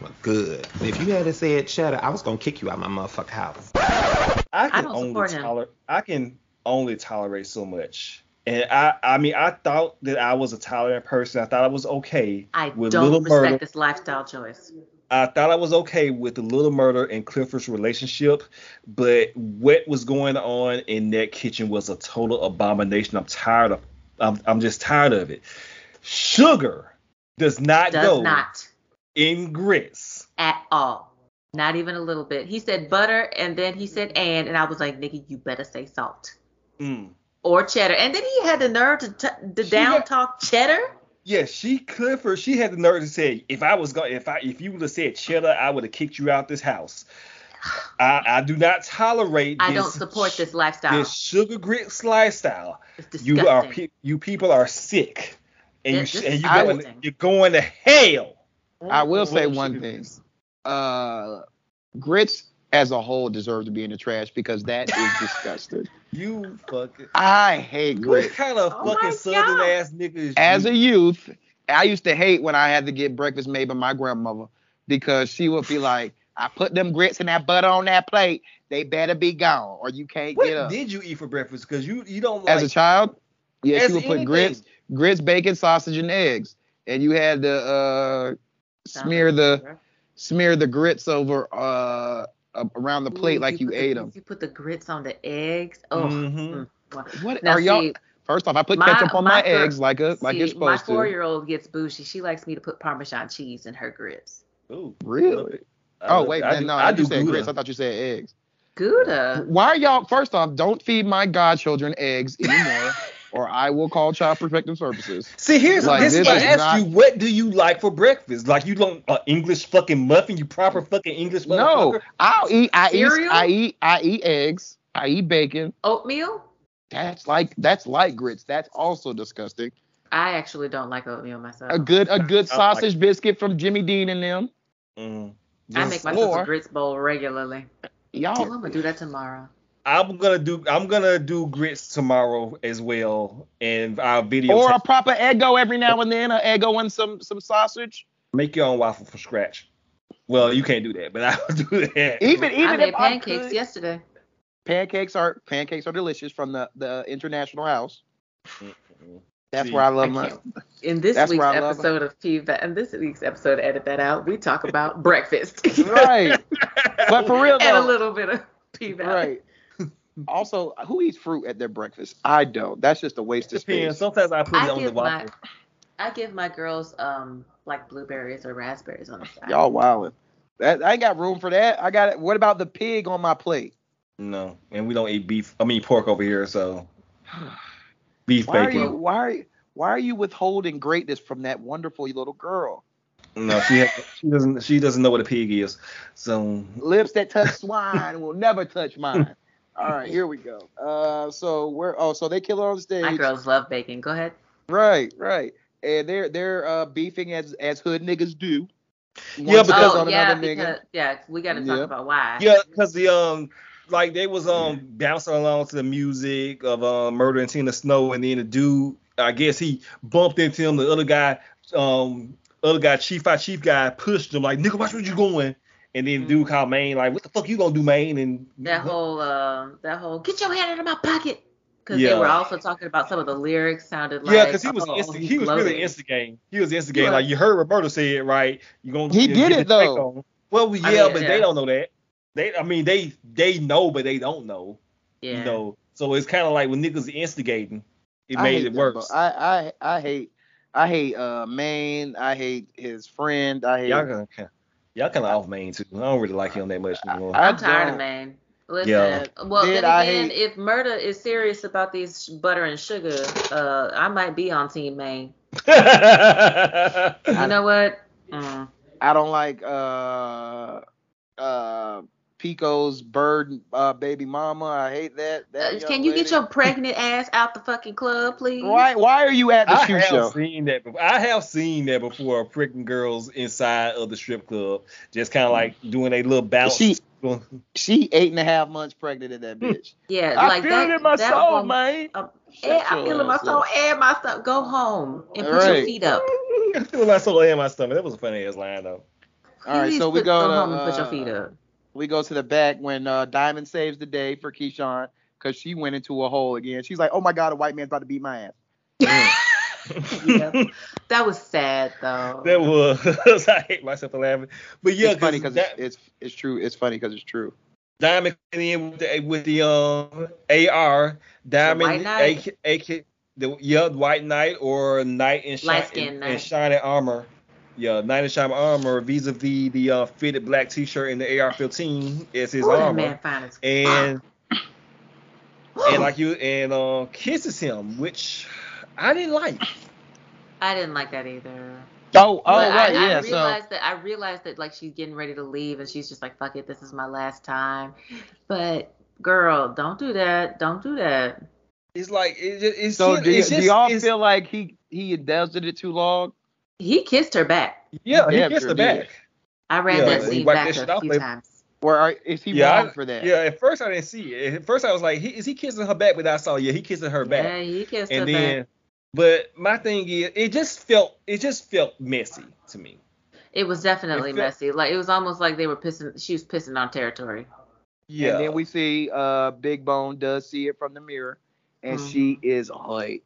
Speaker 21: Well, good. But if you hadn't said cheddar, I was gonna kick you out my motherfucking house.
Speaker 2: I can
Speaker 4: don't
Speaker 2: only
Speaker 4: support him.
Speaker 2: tolerate. I can only tolerate so much. And I, I mean, I thought that I was a tolerant person. I thought I was okay
Speaker 4: I
Speaker 2: with
Speaker 4: don't
Speaker 2: Little
Speaker 4: respect
Speaker 2: Murder.
Speaker 4: this lifestyle choice.
Speaker 2: I thought I was okay with the Little Murder and Clifford's relationship, but what was going on in that kitchen was a total abomination. I'm tired of. I'm, I'm just tired of it. Sugar does not
Speaker 4: Does
Speaker 2: go
Speaker 4: not
Speaker 2: in grits.
Speaker 4: at all. Not even a little bit. He said butter and then he said
Speaker 3: Mm-hmm.
Speaker 4: and and I was like, nigga, you better say salt
Speaker 2: Mm.
Speaker 4: or cheddar. And then he had the nerve to t- to down talk cheddar.
Speaker 2: Yeah, she Clifford. She had the nerve to say, "If I was going, if I, if you would have said cheddar, I would have kicked you out this house." I, I do not tolerate.
Speaker 4: I
Speaker 2: this
Speaker 4: don't support this lifestyle.
Speaker 2: This sugar grits lifestyle.
Speaker 4: It's
Speaker 2: You are
Speaker 4: disgusting.
Speaker 2: pe- you people are sick, and you
Speaker 3: This-
Speaker 2: sh-
Speaker 3: this
Speaker 2: and
Speaker 3: is
Speaker 2: you going,
Speaker 3: disgusting.
Speaker 2: you're going to hell.
Speaker 3: I will say one thing. Uh, grits as a whole deserve to be in the trash because that is disgusting.
Speaker 2: You fucking.
Speaker 3: I hate
Speaker 2: What
Speaker 3: grits.
Speaker 2: kind
Speaker 4: Oh
Speaker 2: of fucking southern ass nigga is
Speaker 3: As
Speaker 2: you?
Speaker 3: a youth, I used to hate when I had to get breakfast made by my grandmother because she would be like, "I put them grits and that butter on that plate. They better be gone, or you can't
Speaker 2: What
Speaker 3: get up."
Speaker 2: did you eat for breakfast? Because you you don't like
Speaker 3: As a child, yeah,
Speaker 2: As
Speaker 3: she would
Speaker 2: anything.
Speaker 3: put grits, grits, bacon, sausage, and eggs, and you had to uh, smear the smear the grits over uh, a- around the plate
Speaker 4: Ooh,
Speaker 3: like you,
Speaker 4: put the-
Speaker 3: ate them.
Speaker 4: You put the grits on the eggs. Oh.
Speaker 2: Mm-hmm.
Speaker 3: Mhm.
Speaker 4: mm, wow.
Speaker 3: What
Speaker 4: Now,
Speaker 3: are y'all?
Speaker 4: see,
Speaker 3: First off, I put
Speaker 4: my-
Speaker 3: ketchup on my,
Speaker 4: my fir-
Speaker 3: eggs like a like
Speaker 4: see,
Speaker 3: it's
Speaker 4: my
Speaker 3: supposed
Speaker 4: four
Speaker 3: to.
Speaker 4: year old gets bougie. She likes me to put Parmesan cheese in her grits.
Speaker 2: Ooh,
Speaker 3: Really? Oh wait,
Speaker 2: I
Speaker 3: then,
Speaker 2: do-
Speaker 3: no,
Speaker 2: I
Speaker 3: you
Speaker 2: do
Speaker 3: said
Speaker 2: Gouda.
Speaker 3: grits. I thought you said eggs.
Speaker 4: Gouda.
Speaker 3: Why are y'all? First off, don't feed my godchildren eggs anymore, or I will call Child Protective Services.
Speaker 2: See, here's
Speaker 3: Like,
Speaker 2: this,
Speaker 3: this
Speaker 2: is why I
Speaker 3: is
Speaker 2: asked
Speaker 3: not-
Speaker 2: you, what do you like for breakfast? Like you don't uh, English fucking muffin, you proper fucking English
Speaker 3: Mm. No,
Speaker 2: motherfucker?
Speaker 3: I'll eat. I eat.
Speaker 2: Cereal?
Speaker 3: I eat. I eat eggs. I eat bacon.
Speaker 4: Oatmeal?
Speaker 3: That's like that's like grits. That's also disgusting.
Speaker 4: I actually don't like oatmeal myself.
Speaker 3: A good a good
Speaker 4: I like-
Speaker 3: sausage biscuit from Jimmy Dean and them.
Speaker 2: Mm.
Speaker 4: I make myself
Speaker 3: Or-
Speaker 4: a grits bowl regularly.
Speaker 3: Y'all-
Speaker 4: Oh, I'm gonna do that tomorrow.
Speaker 2: I'm gonna do I'm gonna do grits tomorrow as well, and I'll video
Speaker 3: Or a proper Eggo every now and then, an Eggo and some some sausage.
Speaker 2: make your own waffle from scratch. Well, you can't do that, but I'll do that.
Speaker 3: Even even
Speaker 4: I made
Speaker 3: if I
Speaker 4: pancakes
Speaker 3: could-
Speaker 4: yesterday.
Speaker 3: pancakes are pancakes are delicious from the the International House. That's
Speaker 4: See,
Speaker 3: where I love
Speaker 4: I
Speaker 3: my.
Speaker 4: can't- In this
Speaker 3: That's
Speaker 4: week's
Speaker 3: where I love 'em.
Speaker 4: episode of Feedback, in this week's episode, of edit that out. We talk about breakfast
Speaker 3: Right. but for real
Speaker 4: and a
Speaker 3: though,
Speaker 4: little bit of P-Valley.
Speaker 3: right. Also, who eats fruit at their breakfast? I don't. That's just a waste of
Speaker 2: Depends.
Speaker 3: space.
Speaker 2: Sometimes I put
Speaker 4: I
Speaker 2: it on the
Speaker 4: give my
Speaker 2: waffle.
Speaker 4: I give my girls um like blueberries or raspberries on the side.
Speaker 3: Y'all wildin'. That I ain't got room for that. I got. What about the pig on my plate?
Speaker 2: No, and we don't eat beef. I mean pork over here, so beef
Speaker 3: Why are
Speaker 2: bacon.
Speaker 3: you? Why are you? Why are you withholding greatness from that wonderful little girl?
Speaker 2: No, she has, she doesn't she doesn't know what a pig is. So
Speaker 3: Lips that touch swine will never touch mine. All right, here we go. Uh, so we're oh, so they kill her on stage.
Speaker 4: My girls love bacon. Go ahead.
Speaker 3: Right, right. And they're they're uh, beefing as as hood niggas do.
Speaker 2: Yeah,
Speaker 3: One
Speaker 2: because-
Speaker 3: side
Speaker 4: oh,
Speaker 3: on
Speaker 4: yeah,
Speaker 3: another nigga.
Speaker 4: because, yeah, we got to talk
Speaker 3: Yeah.
Speaker 4: about why.
Speaker 2: Yeah, because the um like they was um bouncing along to the music of um Murder and Tina Snow, and then the dude, I guess he bumped into him. The other guy, um, other guy, Chief I Chief guy, pushed him like, "Nigga, watch where you going." And then dude called Maine like, "What the fuck you gonna do, Maine?" And
Speaker 4: Mm-hmm. That whole uh, that whole get your hand out of my pocket because
Speaker 2: Yeah.
Speaker 4: they were also talking about some of the lyrics sounded like
Speaker 2: yeah, because he was
Speaker 4: oh,
Speaker 2: insti-
Speaker 4: he's
Speaker 2: he was
Speaker 4: loaded.
Speaker 2: really instigating. He was instigating.
Speaker 4: Yeah.
Speaker 2: Like you heard Roberto say it, right? You gonna
Speaker 3: He
Speaker 2: you
Speaker 3: did
Speaker 2: get
Speaker 3: it,
Speaker 2: the check
Speaker 3: though.
Speaker 2: on. Well, yeah,
Speaker 3: I mean,
Speaker 2: but
Speaker 3: yeah.
Speaker 2: they don't know that. They, I mean, they they know, but they don't know.
Speaker 4: Yeah.
Speaker 2: You know, so it's kind of like when niggas instigating, it
Speaker 3: I
Speaker 2: made
Speaker 3: hate
Speaker 2: it
Speaker 3: that,
Speaker 2: worse.
Speaker 3: bro. I I I hate I hate uh Maine. I hate his friend. I hate.
Speaker 2: Y'all kind of y'all kind of off main too. I don't really like him that much anymore.
Speaker 3: I
Speaker 4: I'm tired
Speaker 3: don't.
Speaker 4: of man. Listen,
Speaker 2: Yeah.
Speaker 4: well
Speaker 3: Did
Speaker 4: then
Speaker 3: I
Speaker 4: again,
Speaker 3: hate-
Speaker 4: if murder is serious about these butter and sugar, uh, I might be on team Maine. You know what? Mm.
Speaker 3: I don't like uh uh Pico's bird uh baby mama. I hate that. that young
Speaker 4: Uh, Can you
Speaker 3: lady.
Speaker 4: get your pregnant ass out the fucking club, please?
Speaker 3: Why why are you at the
Speaker 2: I
Speaker 3: shoe
Speaker 2: have
Speaker 3: show?
Speaker 2: seen that. Before. I have seen that before. Pricking girls inside of the strip club, just kind of like doing a little bounce.
Speaker 3: Mm. She she eight and a half months pregnant in that bitch.
Speaker 4: Yeah,
Speaker 3: I
Speaker 4: Hmm. like
Speaker 3: feel
Speaker 4: that,
Speaker 3: it in my
Speaker 4: that
Speaker 3: soul,
Speaker 4: woman-
Speaker 3: man.
Speaker 4: Um,
Speaker 3: Shut
Speaker 4: and I
Speaker 3: your
Speaker 4: feel in my
Speaker 3: ass
Speaker 4: soul
Speaker 3: up.
Speaker 4: and my stuff. Go home and put your
Speaker 3: Right.
Speaker 4: feet up.
Speaker 2: I feel my soul in my stomach. That was a funny ass line though.
Speaker 3: All right,
Speaker 4: Please
Speaker 3: so we
Speaker 4: put-
Speaker 3: go
Speaker 4: go
Speaker 3: to,
Speaker 4: home and put your feet
Speaker 3: uh, We go to the back when uh, Diamond saves the day for Keyshawn because she went into a hole again. She's like, oh my god, a white man's about to beat my ass.
Speaker 4: That was sad though.
Speaker 2: That was. I hate myself for laughing. But yeah,
Speaker 3: it's funny because it's, it's it's true. It's funny because it's true.
Speaker 2: Diamond came in with the, with the um AR Diamond,
Speaker 4: White Knight?
Speaker 2: AK, AK, the yeah, White Knight or Knight in, shi-
Speaker 4: Light-skinned
Speaker 2: in, in
Speaker 4: knight.
Speaker 2: shining armor. Yeah, Knight in shining armor vis-a-vis the uh, fitted black T-shirt and the AR-15 is his
Speaker 4: Ooh, that
Speaker 2: armor.
Speaker 4: man fine as
Speaker 2: and and like you and uh, kisses him, which I didn't like.
Speaker 4: I didn't like that either.
Speaker 3: Oh, oh,
Speaker 4: But
Speaker 3: right,
Speaker 4: I,
Speaker 3: yeah.
Speaker 4: I
Speaker 3: So
Speaker 4: realized that I realized that like she's getting ready to leave and she's just like, fuck it, this is my last time. But girl, don't do that. Don't do that.
Speaker 2: It's like it just, it's
Speaker 3: so
Speaker 2: just-
Speaker 3: do,
Speaker 2: it's
Speaker 3: do
Speaker 2: just-
Speaker 3: y'all
Speaker 2: it's-
Speaker 3: feel like he he adulted it too long?
Speaker 4: He kissed her back.
Speaker 2: Yeah, he
Speaker 3: Damn
Speaker 2: kissed
Speaker 3: sure
Speaker 2: her
Speaker 3: did.
Speaker 2: back.
Speaker 4: I read
Speaker 3: Yeah,
Speaker 4: that
Speaker 3: he
Speaker 4: scene
Speaker 2: wiped
Speaker 4: back
Speaker 2: that
Speaker 4: a
Speaker 2: shit off,
Speaker 4: few
Speaker 2: like-
Speaker 4: times.
Speaker 3: Where are, is he
Speaker 2: Yeah,
Speaker 3: wrong
Speaker 2: I-
Speaker 3: for that?
Speaker 2: Yeah, at first I didn't see it. At first I was like, he, is he kissing her back? But I saw, yeah, he kissing her back.
Speaker 4: Yeah, he kissed
Speaker 2: and
Speaker 4: her
Speaker 2: then,
Speaker 4: back.
Speaker 2: but my thing is, it just felt, it just felt messy to me.
Speaker 4: It was definitely
Speaker 3: it felt-
Speaker 4: messy. Like it was almost like they were pissing she was pissing on territory.
Speaker 3: And then we see uh Big Bone does see it from the mirror, and she is like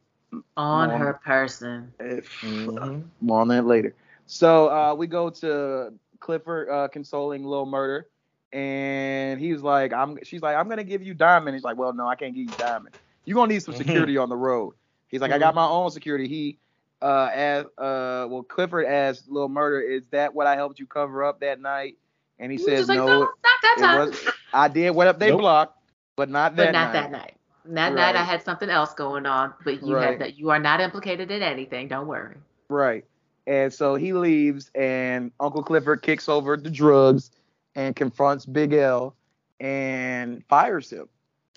Speaker 4: On
Speaker 3: Mom.
Speaker 4: her person. Mm-hmm.
Speaker 3: more on that later. So uh we go to Clifford uh consoling Lil Murder, and he's like, I'm. She's like, I'm gonna give you Diamond. He's like, Well, no, I can't give you Diamond. You gonna need some security on the road. He's like, I got my own security. He uh asked uh well Clifford asked Lil Murder, is that what I helped you cover up that night? And he
Speaker 4: He was
Speaker 3: says,
Speaker 4: just like,
Speaker 3: No,
Speaker 4: no,
Speaker 3: it-
Speaker 4: it's not that
Speaker 3: it
Speaker 4: time.
Speaker 3: was- I did what up they
Speaker 4: Nope.
Speaker 3: blocked, but not that
Speaker 4: but
Speaker 3: night.
Speaker 4: not that night. That night I
Speaker 3: Right.
Speaker 4: had something else going on, but you
Speaker 3: Right.
Speaker 4: had that you are not implicated in anything. Don't worry.
Speaker 3: Right. And so he leaves, and Uncle Clifford kicks over the drugs and confronts Big L and fires him.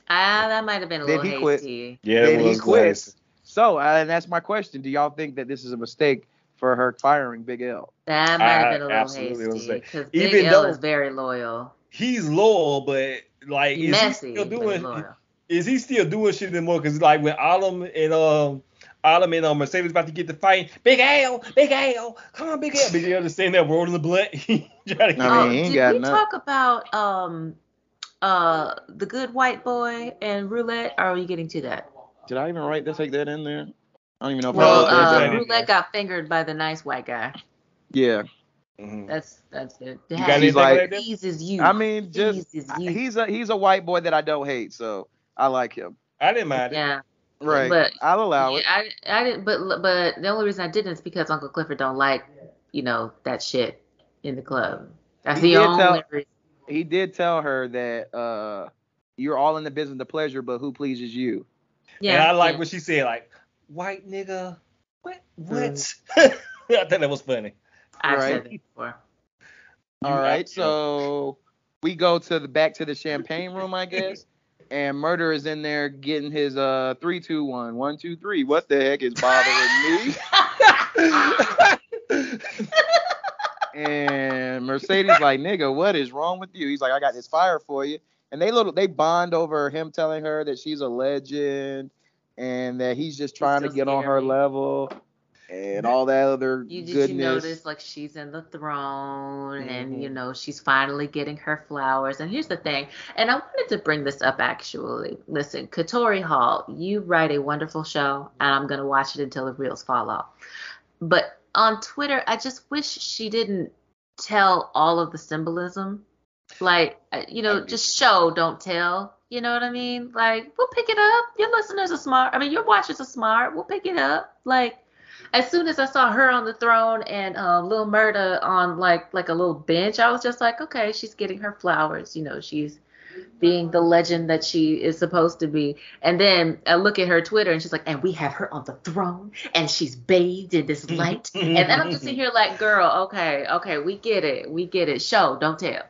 Speaker 4: Ah, that might have been a
Speaker 3: Then
Speaker 4: little
Speaker 3: he quit.
Speaker 4: hasty.
Speaker 1: Yeah,
Speaker 3: Then
Speaker 1: it
Speaker 3: he
Speaker 1: was
Speaker 3: quits. So, uh, and that's my question. Do y'all think that this is a mistake for her firing Big L?
Speaker 4: That might have
Speaker 2: I
Speaker 4: been a little
Speaker 2: Ah, absolutely was
Speaker 4: hasty
Speaker 2: like-
Speaker 4: because Big
Speaker 2: even
Speaker 4: L
Speaker 2: though-
Speaker 4: is very loyal.
Speaker 2: He's loyal, but like,
Speaker 4: He
Speaker 2: is
Speaker 4: messy,
Speaker 2: he still
Speaker 4: but he
Speaker 2: doing?
Speaker 4: loyal.
Speaker 2: Is he still doing shit anymore? Because like when Autumn and um. Autumn and um, Mercedes about to get the fight. Big Al, Big Al, come on, Big Al. Big Al just sitting there rolling the blunt. He trying to
Speaker 3: I mean, he
Speaker 4: oh,
Speaker 3: ain't
Speaker 4: did
Speaker 3: got
Speaker 4: we
Speaker 3: nothing.
Speaker 4: talk about um uh the good white boy and roulette? Or are you getting to that?
Speaker 3: Did I even write that? Take that in there? I don't even know if
Speaker 4: Well,
Speaker 3: I wrote that
Speaker 4: uh,
Speaker 3: down.
Speaker 4: roulette got fingered by the nice white guy.
Speaker 3: Yeah.
Speaker 1: mm-hmm.
Speaker 4: That's that's it.
Speaker 3: got anything like that?
Speaker 4: pleases you.
Speaker 3: I mean, just
Speaker 4: Pleases you.
Speaker 3: he's a he's a white boy that I don't hate, so I like him.
Speaker 2: I didn't mind.
Speaker 4: yeah.
Speaker 3: Right.
Speaker 4: But-
Speaker 3: I'll allow it.
Speaker 4: Yeah, I, I didn't, but but the only reason I didn't is because Uncle Clifford don't like, you know, that shit in the club. That's
Speaker 3: He
Speaker 4: the
Speaker 3: did
Speaker 4: only
Speaker 3: tell-
Speaker 4: reason.
Speaker 3: he did tell her that uh you're all in the business of pleasure, but who pleases you?
Speaker 4: Yeah,
Speaker 2: and I like
Speaker 4: yeah.
Speaker 2: what she said, like white nigga. What?
Speaker 1: Mm.
Speaker 2: What? I thought that was funny.
Speaker 4: I've said
Speaker 3: Right.
Speaker 4: that before.
Speaker 3: All right, so we go to the back to the champagne room, I guess. And murder is in there getting his uh three, two, one, one, two, three. What the heck is bothering me? and Mercedes like, nigga, what is wrong with you? He's like, I got this fire for you. And they little they bond over him telling her that she's a legend and that he's just trying to
Speaker 4: so
Speaker 3: get on her
Speaker 4: scary.
Speaker 3: level and all that other
Speaker 4: You just you
Speaker 3: goodness.
Speaker 4: notice like she's in the throne and you know she's finally getting her flowers. And here's the thing, and I wanted to bring this up actually. Listen, Katori Hall, you write a wonderful show, and I'm gonna watch it until the reels fall off. But on Twitter, I just wish she didn't tell all of the symbolism. Like, uh, you know, just show, don't tell. You know what I mean? Like, we'll pick it up. Your listeners are smart. I mean, your watchers are smart. We'll pick it up. Like, as soon as I saw her on the throne and uh, Lil Murda on like like a little bench, I was just like, okay, she's getting her flowers. You know, she's being the legend that she is supposed to be. And then I look at her Twitter and she's like, and we have her on the throne and she's bathed in this light. and then I'm just sitting here like, girl, okay, okay, we get it, we get it. Show, don't tell.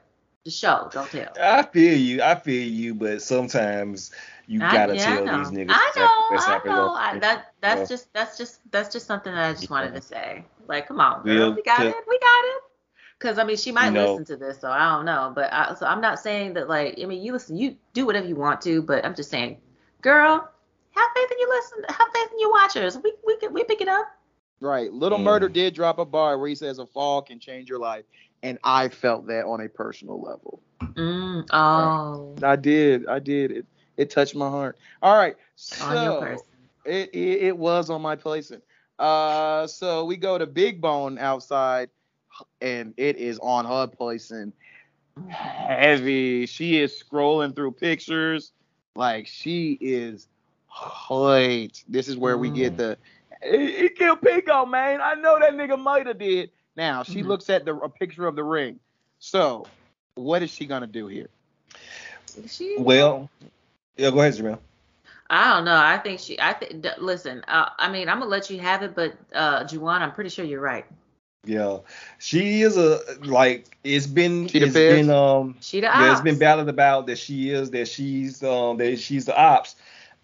Speaker 4: Just show, don't tell.
Speaker 2: I feel you. I feel you. But sometimes you
Speaker 4: I-
Speaker 2: gotta
Speaker 4: yeah, I
Speaker 2: tell
Speaker 4: know.
Speaker 2: these niggas.
Speaker 4: I
Speaker 2: exactly
Speaker 4: know,
Speaker 2: what's
Speaker 4: I
Speaker 2: happening.
Speaker 4: know. I, that that's
Speaker 2: Yeah.
Speaker 4: just that's just that's just something that I just wanted to say. Like, come on, girl,
Speaker 2: Yeah,
Speaker 4: we got
Speaker 2: to-
Speaker 4: it, we got it. Because I mean, she might
Speaker 2: No.
Speaker 4: listen to this, so I don't know. But I, so I'm not saying that like I mean, you listen, you do whatever you want to, but I'm just saying, girl, have faith in your listen, have faith in your watchers. We we can, we pick it up.
Speaker 3: Right. Little
Speaker 2: Mm.
Speaker 3: Murder did drop a bar where he says a fall can change your life. And I felt that on a personal level.
Speaker 4: Mm, oh,
Speaker 3: I did. I did. It, It touched my heart. All right. So
Speaker 4: On your person.
Speaker 3: It, it it was on my placing. Uh, so we go to Big Bone outside, and it is on her placing. Heavy. She is scrolling through pictures, like she is hoit. This is where we get the. He, he killed Pico, man. I know that nigga might have did. Now she looks at the a picture of the ring. So, what is she gonna do here?
Speaker 4: She
Speaker 2: Well, yeah, go ahead, Jamel.
Speaker 4: I don't know. I think she. I think. d- Listen. Uh, I mean, I'm gonna let you have it, but uh, Juwan, I'm pretty sure you're right.
Speaker 2: Yeah, she is a like it's been
Speaker 3: the
Speaker 2: it's
Speaker 3: feds?
Speaker 2: been um
Speaker 4: She the
Speaker 2: yeah, it's
Speaker 4: ops.
Speaker 2: been battled about that she is that she's um that she's the ops,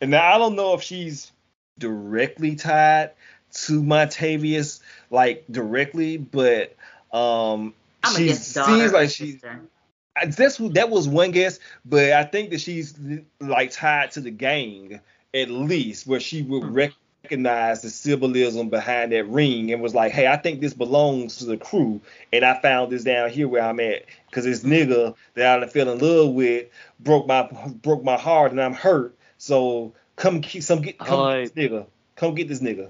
Speaker 2: and now I don't know if she's directly tied to Montavious like directly, but um
Speaker 4: I'm
Speaker 2: she
Speaker 4: against daughter
Speaker 2: seems
Speaker 4: or
Speaker 2: like she's
Speaker 4: sister.
Speaker 2: I- that's who- that was one guess, but I think that she's like tied to the gang at least, where she would recognize the symbolism behind that ring and was like, "Hey, I think this belongs to the crew, and I found this down here where I'm at, cause this nigga that I fell in love with broke my broke my heart and I'm hurt, so come keep some get come get this nigga, come get this nigga."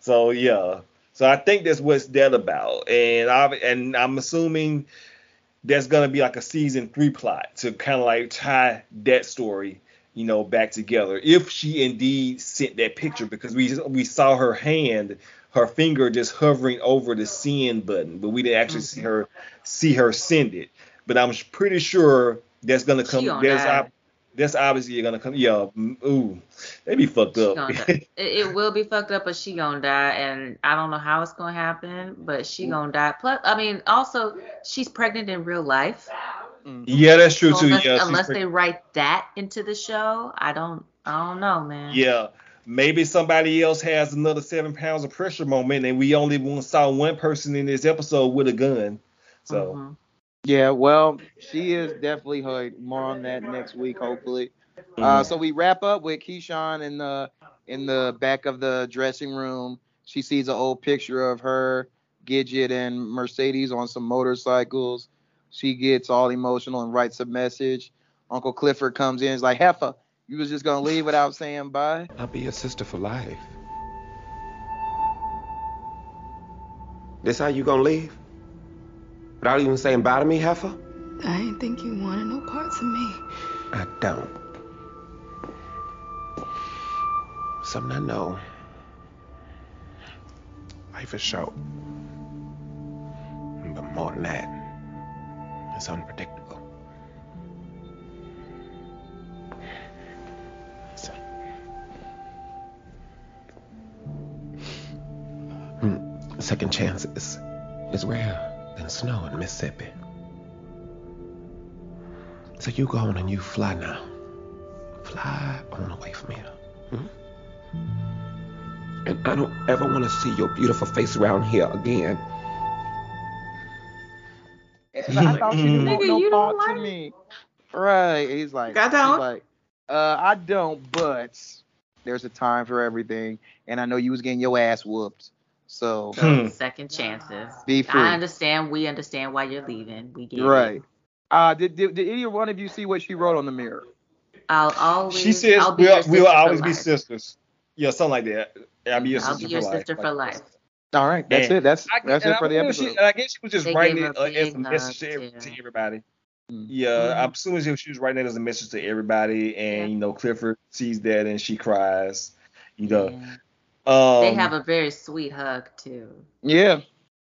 Speaker 2: So yeah, so I think that's what's that about, and I and I'm assuming that's gonna be like a season three plot to kind of like tie that story, you know, back together. If she indeed sent that picture, because we we saw her hand, her finger just hovering over the send button, but we didn't actually see
Speaker 4: Mm-hmm.
Speaker 2: her see her send it. But I'm pretty sure that's gonna come.
Speaker 4: She on
Speaker 2: That's
Speaker 4: that.
Speaker 2: ob- that's obviously gonna come. Yeah, mm, ooh, they be fucked
Speaker 4: She
Speaker 2: up.
Speaker 4: gonna die. it, it will be fucked up, but she gonna die, and I don't know how it's gonna happen, but she gonna die. Plus, I mean, also she's pregnant in real life.
Speaker 2: yeah, that's true
Speaker 4: So
Speaker 2: too.
Speaker 4: Unless,
Speaker 2: yeah, she's
Speaker 4: unless
Speaker 2: pretty-
Speaker 4: they write that into the show, I don't, I don't know, man.
Speaker 2: Yeah. Maybe somebody else has another seven pounds of pressure moment, and we only one- saw one person in this episode with a gun. So
Speaker 21: Mm-hmm.
Speaker 4: Mm-hmm.
Speaker 3: Yeah, well, she is definitely hood. More on that next week, hopefully. Uh, so we wrap up with Keyshawn in the in the back of the dressing room. She sees an old picture of her, Gidget, and Mercedes on some motorcycles. She gets all emotional and writes a message. Uncle Clifford comes in, is like, "Heffa, you was just gonna leave without saying bye."
Speaker 21: I'll be your sister for life. This how you gonna leave? Without even saying bye to me, heifer?
Speaker 9: I ain't think you wanted no parts of me.
Speaker 21: I don't. Something I know. Life is short. But more than that, it's unpredictable. Listen. Mm, Second chances is rarer than snow in Mississippi. So you go on and you fly now. Fly on away from here. hmm? And I don't ever want to see your beautiful face around here again.
Speaker 3: I thought you didn't want
Speaker 4: Nigga,
Speaker 3: no
Speaker 4: you
Speaker 3: part
Speaker 4: don't
Speaker 3: to me. Right. He's like,
Speaker 4: I
Speaker 3: she's
Speaker 4: don't.
Speaker 3: like, uh, I don't, but there's a time for everything. And I know you was getting your ass whooped. So
Speaker 2: Hmm.
Speaker 4: So, Second chances.
Speaker 3: Be free.
Speaker 4: I understand. We understand why you're leaving. We get it.
Speaker 3: right. Uh did, did did any one of you see what she wrote on the mirror?
Speaker 4: I'll always.
Speaker 2: she says
Speaker 4: I'll be
Speaker 2: we'll,
Speaker 4: your
Speaker 2: we will
Speaker 4: sister for
Speaker 2: always be
Speaker 4: life.
Speaker 2: sisters. Yeah, something like that. I'll be your
Speaker 4: I'll
Speaker 2: sister
Speaker 4: be your
Speaker 2: for
Speaker 4: sister
Speaker 2: life.
Speaker 4: for life.
Speaker 3: All right, that's
Speaker 2: Yeah.
Speaker 3: it. That's
Speaker 2: I-
Speaker 3: that's
Speaker 2: and
Speaker 3: it for
Speaker 2: I
Speaker 3: the
Speaker 2: wonder if she- uh,
Speaker 3: episode.
Speaker 2: and I guess she was just
Speaker 4: They
Speaker 2: writing
Speaker 4: gave
Speaker 2: it
Speaker 4: a
Speaker 2: uh, as a
Speaker 4: big Mm-hmm.
Speaker 2: message to,
Speaker 4: hug
Speaker 2: ev-
Speaker 4: to-
Speaker 2: to everybody.
Speaker 3: Mm.
Speaker 2: Yeah, I'm assuming she she was writing it as a message to everybody, and you know Clifford sees that and she cries. You know, um,
Speaker 4: they have a very sweet hug too.
Speaker 3: yeah,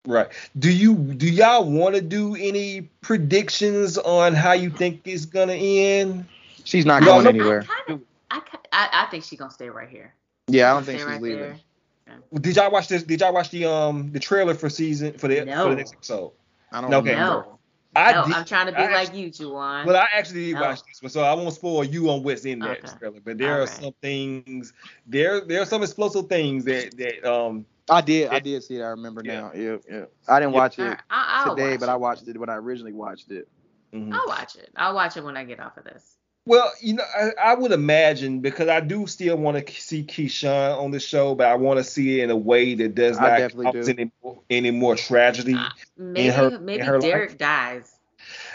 Speaker 2: right. Do you do y'all want to do any predictions on how you think it's gonna end?
Speaker 3: She's not
Speaker 2: No,
Speaker 3: going
Speaker 2: no.
Speaker 3: anywhere.
Speaker 4: I, ca- I, I think she's gonna stay right here.
Speaker 3: Yeah, I don't think
Speaker 4: Stay
Speaker 3: she's
Speaker 4: right
Speaker 3: leaving.
Speaker 4: there.
Speaker 2: Did y'all watch this? Did y'all watch the um the trailer for season for the for
Speaker 4: No.
Speaker 2: the next episode?
Speaker 3: I don't
Speaker 2: Okay.
Speaker 3: remember.
Speaker 2: I
Speaker 4: no,
Speaker 2: did-
Speaker 4: I'm trying to be
Speaker 2: I
Speaker 4: like you, Juwan.
Speaker 2: Well, I actually did
Speaker 4: No.
Speaker 2: watch this one, so I won't spoil you on what's in that
Speaker 4: Oh. Okay.
Speaker 2: trailer. But there are
Speaker 4: Alright.
Speaker 2: some things, there there are some explosive things that that um
Speaker 3: I did I did see it. I remember now. Yeah, yeah. I didn't
Speaker 2: Yeah.
Speaker 3: watch
Speaker 4: All
Speaker 3: it
Speaker 4: right, I, I'll
Speaker 3: today,
Speaker 4: watch
Speaker 3: but
Speaker 4: it.
Speaker 3: I watched it when I originally watched it.
Speaker 4: I'll watch it. I'll watch it when I get off of this.
Speaker 2: mhm. Well, you know, I, I would imagine because I do still want to see Keyshawn on the show, but I want to see it in a way that does
Speaker 3: I
Speaker 2: not
Speaker 3: definitely
Speaker 2: cause
Speaker 3: do.
Speaker 2: any, any more tragedy.
Speaker 4: Maybe
Speaker 2: her-
Speaker 4: maybe
Speaker 2: in her life.
Speaker 4: Derek dies.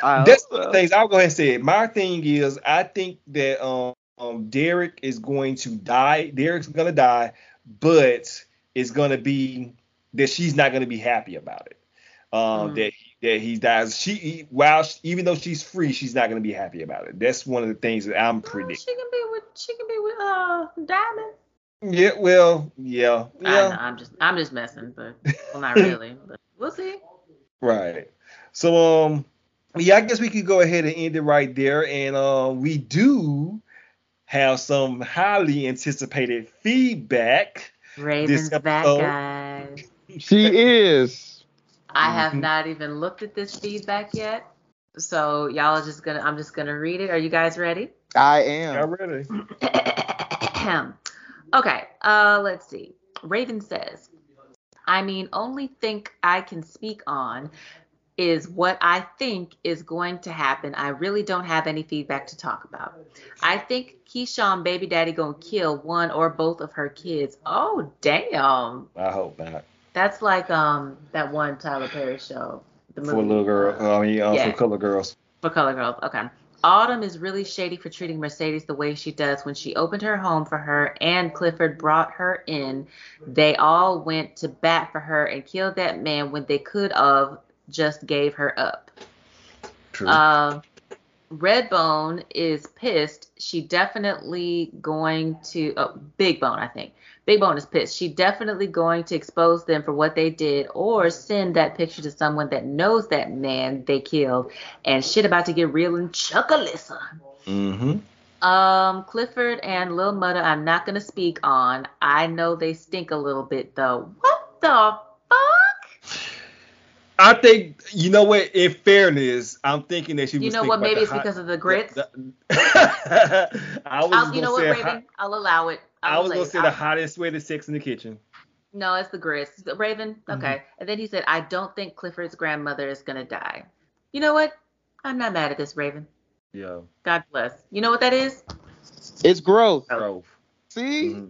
Speaker 3: I
Speaker 2: That's
Speaker 3: hope
Speaker 2: one of the
Speaker 3: so.
Speaker 2: things I'll go ahead and say. it. My thing is, I think that um, um, Derek is going to die. Derek's gonna die, but it's gonna be that she's not gonna be happy about it. Um,
Speaker 1: Mhm.
Speaker 2: That that he dies. She he- while she, even though she's free, she's not gonna be happy about it. That's one of the things that I'm predicting.
Speaker 4: Mm, She can be with she can be with uh Diamond.
Speaker 2: Yeah, well, yeah,
Speaker 4: I
Speaker 2: yeah.
Speaker 4: know, I'm just I'm just messing, but well not really. But we'll see.
Speaker 2: Right. So um yeah, I guess we could go ahead and end it right there. And uh, we do have some highly anticipated feedback.
Speaker 4: Raven's
Speaker 2: This
Speaker 4: back,
Speaker 2: episode-
Speaker 4: guys.
Speaker 3: She is.
Speaker 4: I have
Speaker 3: Mhm.
Speaker 4: not even looked at this feedback yet. So y'all are just gonna I'm just gonna read it. Are you guys ready?
Speaker 3: I am.
Speaker 2: Y'all ready?
Speaker 4: Ahem. okay, uh, let's see. Raven says, I mean, only think I can speak on is what I think is going to happen. I really don't have any feedback to talk about. I think Keyshawn baby daddy gonna kill one or both of her kids. Oh damn.
Speaker 2: I hope not.
Speaker 4: That's like um that one Tyler Perry show. The
Speaker 2: For little girl, I mean, uh,
Speaker 4: yeah.
Speaker 2: for color girls.
Speaker 4: for color girls. Okay. Autumn is really shady for treating Mercedes the way she does. When she opened her home for her and Clifford brought her in, they all went to bat for her and killed that man when they could have just gave her up.
Speaker 2: True.
Speaker 4: Um, Redbone is pissed. She definitely going to oh, Big Bone, I think. Big Bone is pissed. She definitely going to expose them for what they did or send that picture to someone that knows that man they killed and shit about to get real in Chuckalissa.
Speaker 2: Mm-hmm.
Speaker 4: Um, Clifford and Lil Mudda, I'm not gonna speak on. I know they stink a little bit though. What the
Speaker 2: I think you know what. In fairness, I'm thinking that she was.
Speaker 4: you know
Speaker 2: thinking
Speaker 4: what?
Speaker 2: about
Speaker 4: Maybe
Speaker 2: the
Speaker 4: it's
Speaker 2: hot-
Speaker 4: because of the grits.
Speaker 2: I was
Speaker 4: I'll,
Speaker 2: gonna
Speaker 4: you know what,
Speaker 2: say
Speaker 4: Raven?
Speaker 2: hot-
Speaker 4: I'll allow it.
Speaker 2: I
Speaker 4: I'll
Speaker 2: was
Speaker 4: say
Speaker 2: gonna
Speaker 4: it.
Speaker 2: say the
Speaker 4: I'll-
Speaker 2: hottest way to sex in the kitchen.
Speaker 4: No, it's the grits. The Raven.
Speaker 2: Mm-hmm.
Speaker 4: Okay. And then he said, I don't think Clifford's grandmother is gonna die. You know what? I'm not mad at this, Raven.
Speaker 2: Yeah.
Speaker 4: God bless. You know what that is?
Speaker 3: It's growth.
Speaker 2: Growth.
Speaker 3: See?
Speaker 2: Mm-hmm.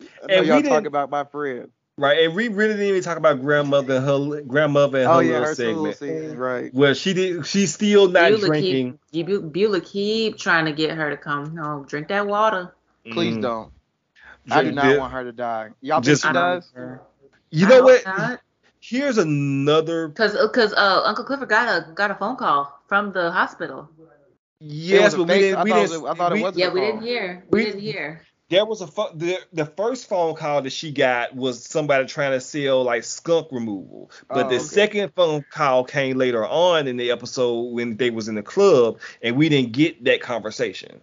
Speaker 3: I know
Speaker 2: And we
Speaker 3: y'all
Speaker 2: didn't-
Speaker 3: talk about my friend.
Speaker 2: Right, and we really didn't even talk about grandmother and her grandmother and her
Speaker 3: Oh yeah,
Speaker 2: little
Speaker 3: her tool
Speaker 2: segment.
Speaker 3: season, right?
Speaker 2: Well, she did. She's still not
Speaker 4: Beulah
Speaker 2: drinking.
Speaker 4: Keep, Be- Beulah keep trying to get her to come home. Drink that water.
Speaker 3: Please
Speaker 2: Mm.
Speaker 3: don't. I do
Speaker 2: Just-
Speaker 3: not
Speaker 2: just-
Speaker 3: want her to die. Y'all think
Speaker 2: just-
Speaker 3: she does?
Speaker 2: You know what?
Speaker 4: Uh-huh.
Speaker 2: Here's another.
Speaker 4: Cause, uh, cause uh, Uncle Clifford got a got a phone call from the hospital.
Speaker 2: Yes,
Speaker 3: a
Speaker 2: but we
Speaker 3: fake-
Speaker 2: didn't.
Speaker 3: I
Speaker 2: We
Speaker 3: thought it
Speaker 2: didn't.
Speaker 3: was a- I thought it
Speaker 2: we-
Speaker 3: was a
Speaker 4: Yeah, we
Speaker 3: call?
Speaker 4: didn't hear. We,
Speaker 2: We-
Speaker 4: didn't hear.
Speaker 2: There was a pho- the the first phone call that she got was somebody trying to sell like skunk removal, but
Speaker 3: Oh,
Speaker 2: the
Speaker 3: okay.
Speaker 2: second phone call came later on in the episode when they was in the club, and we didn't get that conversation,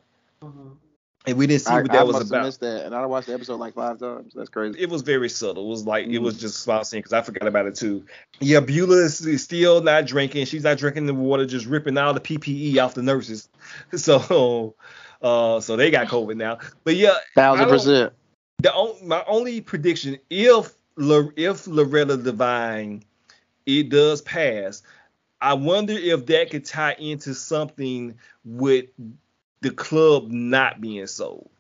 Speaker 2: and we didn't see
Speaker 3: I,
Speaker 2: what
Speaker 3: I
Speaker 2: that
Speaker 3: must
Speaker 2: was
Speaker 3: have
Speaker 2: about.
Speaker 3: missed that, and I watched the episode like five times. That's crazy.
Speaker 2: It was very subtle. It was like it was just bouncing because I forgot about it too. Yeah, Beulah is is still not drinking. She's not drinking the water, just ripping all the PPE off the nurses. So, uh, so they got COVID now. But yeah, I
Speaker 3: Thousand
Speaker 2: don't-
Speaker 3: percent.
Speaker 2: the on, my only prediction if Lor- if Loretta Devine it does pass, I wonder if that could tie into something with the club not being sold.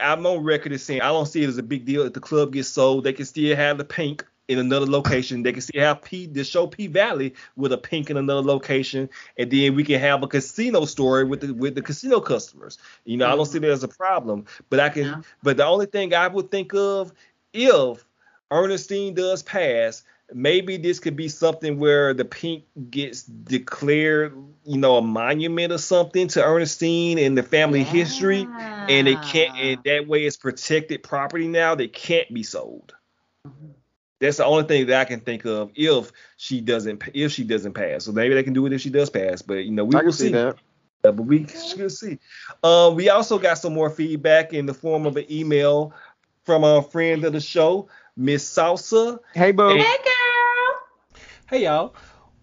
Speaker 2: I'm on record as saying I don't see it as a big deal if the club gets sold. They can still have the pink in another location. They can still have P the show P Valley with a pink in another location, and then we can have a casino story with the with the casino customers. You know, I don't see that as a problem. But I can. But the only thing I would think of if Ernestine does pass, maybe this could be something where the pink gets declared, you know, a monument or something to Ernestine and the family history, and it can't, and that way it's protected property now. They can't be sold. That's the only thing that I can think of if she doesn't if she doesn't pass. So maybe they can do it if she does pass, but you know we
Speaker 3: I can
Speaker 2: will
Speaker 3: see
Speaker 2: see.
Speaker 3: that.
Speaker 2: Uh, but we should see. Uh, we also got some more feedback in the form of an email from a friend of the show, Miss Salsa.
Speaker 3: Hey, boo.
Speaker 4: Hey, girl.
Speaker 1: Hey y'all.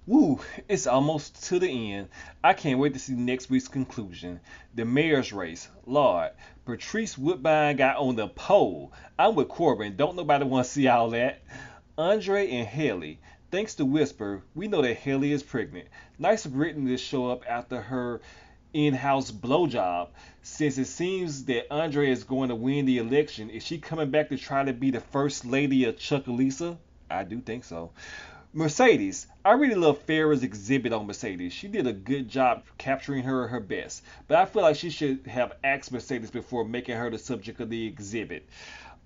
Speaker 1: Woo, it's almost to the end. I can't wait to see next week's conclusion. The mayor's race. Lord, Patrice Woodbine got on the pole. I'm with Corbin. Don't nobody want to see all that. Andre and Haley. Thanks to Whisper, we know that Haley is pregnant. Nice of Brittany to show up after her in-house blowjob. Since it seems that Andre is going to win the election, is she coming back to try to be the first lady of Chuckalisa? I do think so.
Speaker 2: Mercedes. I really love Farrah's exhibit on Mercedes. She did a good job capturing her at her best, but I feel like she should have asked Mercedes before making her the subject of the exhibit.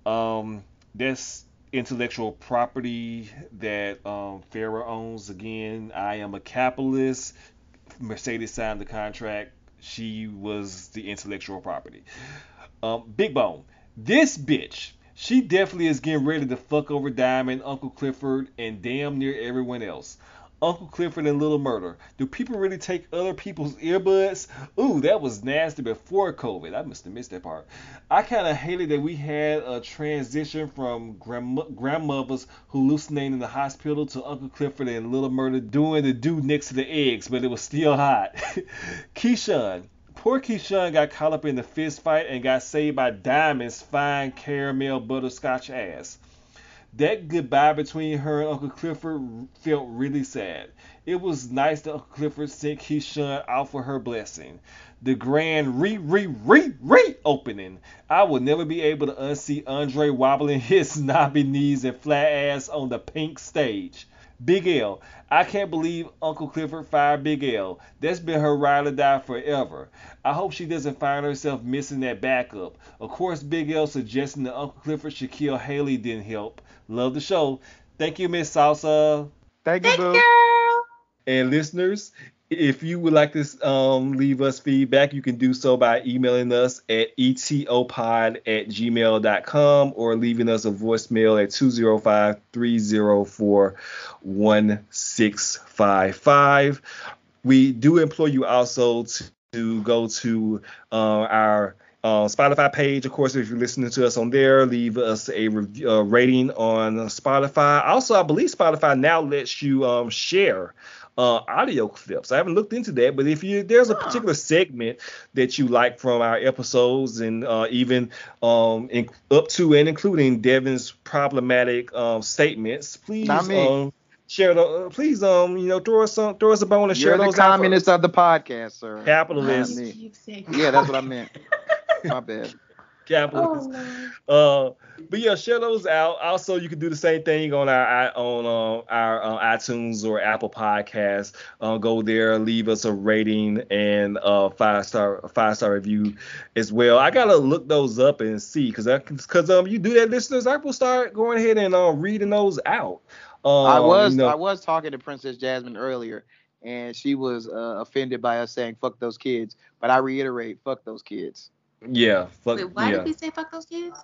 Speaker 2: Um, that's intellectual property that um, Farrah owns. Again, I am a capitalist. Mercedes signed the contract. She was the intellectual property. Um, Big Bone. This bitch. She definitely is getting ready to fuck over Diamond, Uncle Clifford, and damn near everyone else. Uncle Clifford and Little Murder. Do people really take other people's earbuds? Ooh, that was nasty before COVID. I must have missed that part. I kind of hated that we had a transition from grandma, grandmothers hallucinating in the hospital to Uncle Clifford and Little Murder doing the do next to the eggs, but it was still hot. Keyshawn. Poor Keyshawn got caught up in the fist fight and got saved by Diamond's fine caramel butterscotch ass that goodbye between her and Uncle Clifford felt really sad. It was nice that Uncle Clifford sent Keyshawn out for her blessing. The grand re re re re opening. I will never be able to unsee Andre wobbling his snobby knees and flat ass on the pink stage. Big L. I can't believe Uncle Clifford fired Big L. That's been her ride or die forever. I hope she doesn't find herself missing that backup. Of course, Big L suggesting that Uncle Clifford should kill Haley didn't help. Love the show. Thank you, Miss Salsa. Thank you, boo. And listeners, if you would like to um, leave us feedback, you can do so by emailing us at etopod at gmail.com or leaving us a voicemail at 205 304 1655. We do implore you also to, to go to uh, our uh, Spotify page. Of course, if you're listening to us on there, leave us a rev- uh, rating on Spotify. Also, I believe Spotify now lets you um, share uh, audio clips. I haven't looked into that, but if you there's a particular segment that you like from our episodes, and uh, even um, in, up to and including Devin's problematic um, statements, please
Speaker 3: Not me.
Speaker 2: um, share those. Please um you know throw us some, throw us a bone and
Speaker 3: You're
Speaker 2: share
Speaker 3: the
Speaker 2: those. out for
Speaker 3: communist of the podcast, sir.
Speaker 2: Capitalist.
Speaker 3: Not me. Yeah, that's what I meant. My bad.
Speaker 4: Oh,
Speaker 2: Capitalist. uh, but yeah, share those out. Also, you can do the same thing on our i- on um, our uh, iTunes or Apple Podcasts. Uh, go there, leave us a rating and uh, five star five star review as well. I gotta look those up and see because because um you do that, listeners. I will start going ahead and uh, reading those out. Um,
Speaker 3: I was
Speaker 2: you know-
Speaker 3: I was talking to Princess Jasmine earlier, and she was uh, offended by us saying "fuck those kids." But I reiterate, "fuck those kids."
Speaker 2: yeah. Fuck,
Speaker 4: Wait, why
Speaker 2: yeah.
Speaker 4: did we say fuck those kids?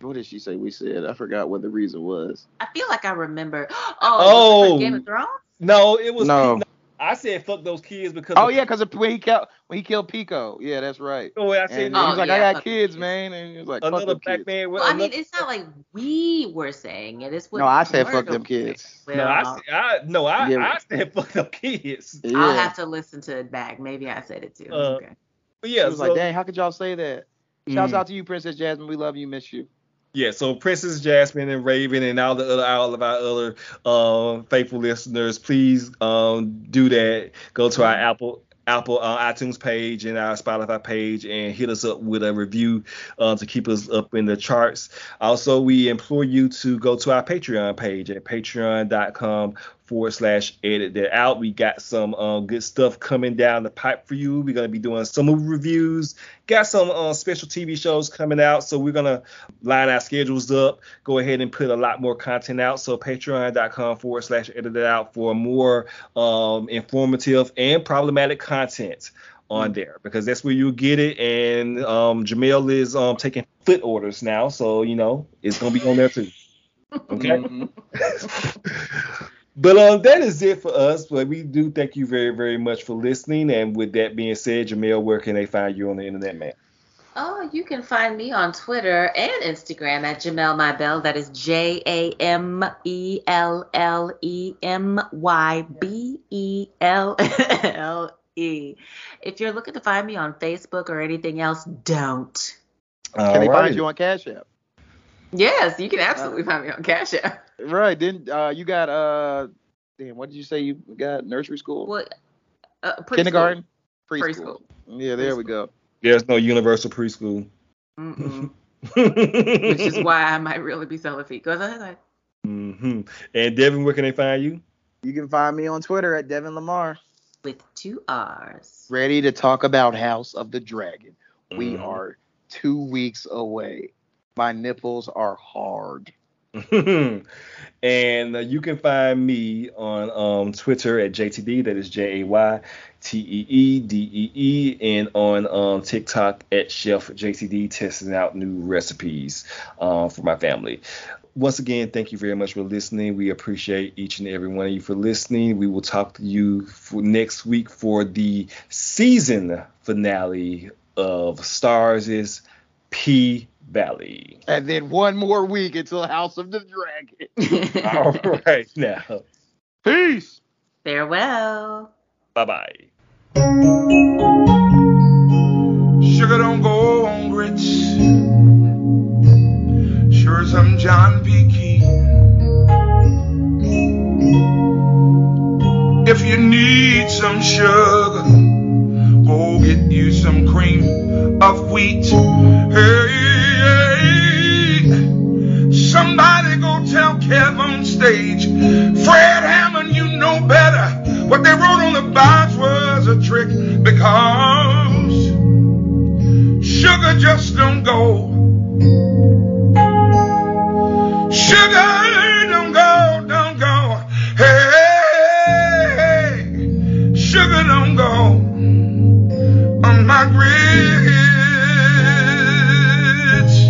Speaker 3: What did she say? We said I forgot what the reason was.
Speaker 4: I feel like I remember. Oh,
Speaker 3: Oh.
Speaker 4: was it for Game of Thrones.
Speaker 2: No, it was
Speaker 3: No.
Speaker 2: I said fuck those kids because
Speaker 3: Oh yeah, because when he killed when he killed Pico, yeah, that's right.
Speaker 2: Oh, I
Speaker 3: and he
Speaker 2: said
Speaker 3: was
Speaker 4: Oh,
Speaker 3: like,
Speaker 4: yeah,
Speaker 3: I
Speaker 4: fuck
Speaker 3: got kids, man, and he was like, fuck
Speaker 2: another
Speaker 3: them
Speaker 2: black
Speaker 3: kids.
Speaker 2: man. with
Speaker 4: Well, I
Speaker 2: another-
Speaker 4: mean, it's not like we were saying it. It's what
Speaker 3: No, I said
Speaker 4: Murdo
Speaker 3: fuck them
Speaker 4: was
Speaker 3: kids.
Speaker 4: saying.
Speaker 2: no,
Speaker 4: Well,
Speaker 2: I, said- I no, I,
Speaker 3: Yeah.
Speaker 2: I said fuck them kids.
Speaker 3: Yeah.
Speaker 4: I'll have to listen to it back. Maybe I said it too.
Speaker 2: Uh,
Speaker 4: okay.
Speaker 2: But
Speaker 3: She
Speaker 2: yeah,
Speaker 3: was
Speaker 2: so,
Speaker 3: like, dang, how could y'all say that? Shouts
Speaker 2: Mhm.
Speaker 3: out to you, Princess Jasmine. We love you, miss you.
Speaker 2: yeah, so Princess Jasmine and Raven and all the other all of our other um, faithful listeners, please um, do that. Go to our Apple Apple uh, iTunes page and our Spotify page and hit us up with a review uh, to keep us up in the charts. Also, we implore you to go to our Patreon page at patreon.com forward slash edit that out. We got some uh, good stuff coming down the pipe for you. We're going to be doing some movie reviews, got some uh, special TV shows coming out. So we're going to line our schedules up, go ahead and put a lot more content out. So patreon.com forward slash edit it out for more um, informative and problematic content on there because that's where you'll get it. And um, Jamel is um, taking foot orders now. So, you know, it's going to be on there too. Okay. But um, that is it for us. But we do thank you very, very much for listening. And with that being said, Jamel, where can they find you on the internet, man?
Speaker 4: Oh, you can find me on Twitter and Instagram at Jamel My Bell. That is J A M E L L E M Y B E L L E. If you're looking to find me on Facebook or anything else, don't.
Speaker 3: Can they find you on Cash App?
Speaker 4: Yes, you can absolutely find me on Cash App.
Speaker 3: Right. Then uh, you got uh, damn, what did you say you got? Nursery school,
Speaker 4: What? Uh, preschool.
Speaker 3: kindergarten,
Speaker 4: Preschool.
Speaker 3: Yeah, there we go.
Speaker 2: There's no universal preschool.
Speaker 4: Mm-mm. Which
Speaker 2: mm-hmm.
Speaker 4: is why I might really be selling feet. Because I was like,
Speaker 2: And Devin, where can they find you?
Speaker 3: You can find me on Twitter at Devin Lamar.
Speaker 4: With two R's.
Speaker 3: Ready to talk about House of the Dragon. We
Speaker 4: Mhm.
Speaker 3: are two weeks away. My nipples are hard.
Speaker 2: and uh, you can find me on um, Twitter at JTD, that is J A Y T E E D E E, and on um, TikTok at Chef JTD, testing out new recipes um, for my family. Once again, thank you very much for listening. We appreciate each and every one of you for listening. We will talk to you for next week for the season finale of Stars is P Valley.
Speaker 3: And then one more week until House of the Dragon.
Speaker 2: All right now. Peace.
Speaker 4: Farewell.
Speaker 2: Bye bye.
Speaker 12: Sugar don't go on grits. Sure as I'm John P. Key. If you need some sugar, go get you some cream of wheat. Hey, somebody go tell Kev on stage. Fred Hammond, you know better. What they wrote on the box was a trick because Sugar just don't go. Sugar don't go, don't go. Hey, sugar don't go on my grits.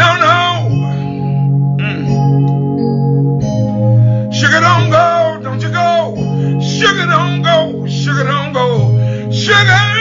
Speaker 12: No, no. Mm. Sugar don't go, don't you go. Sugar don't go, sugar don't go. Sugar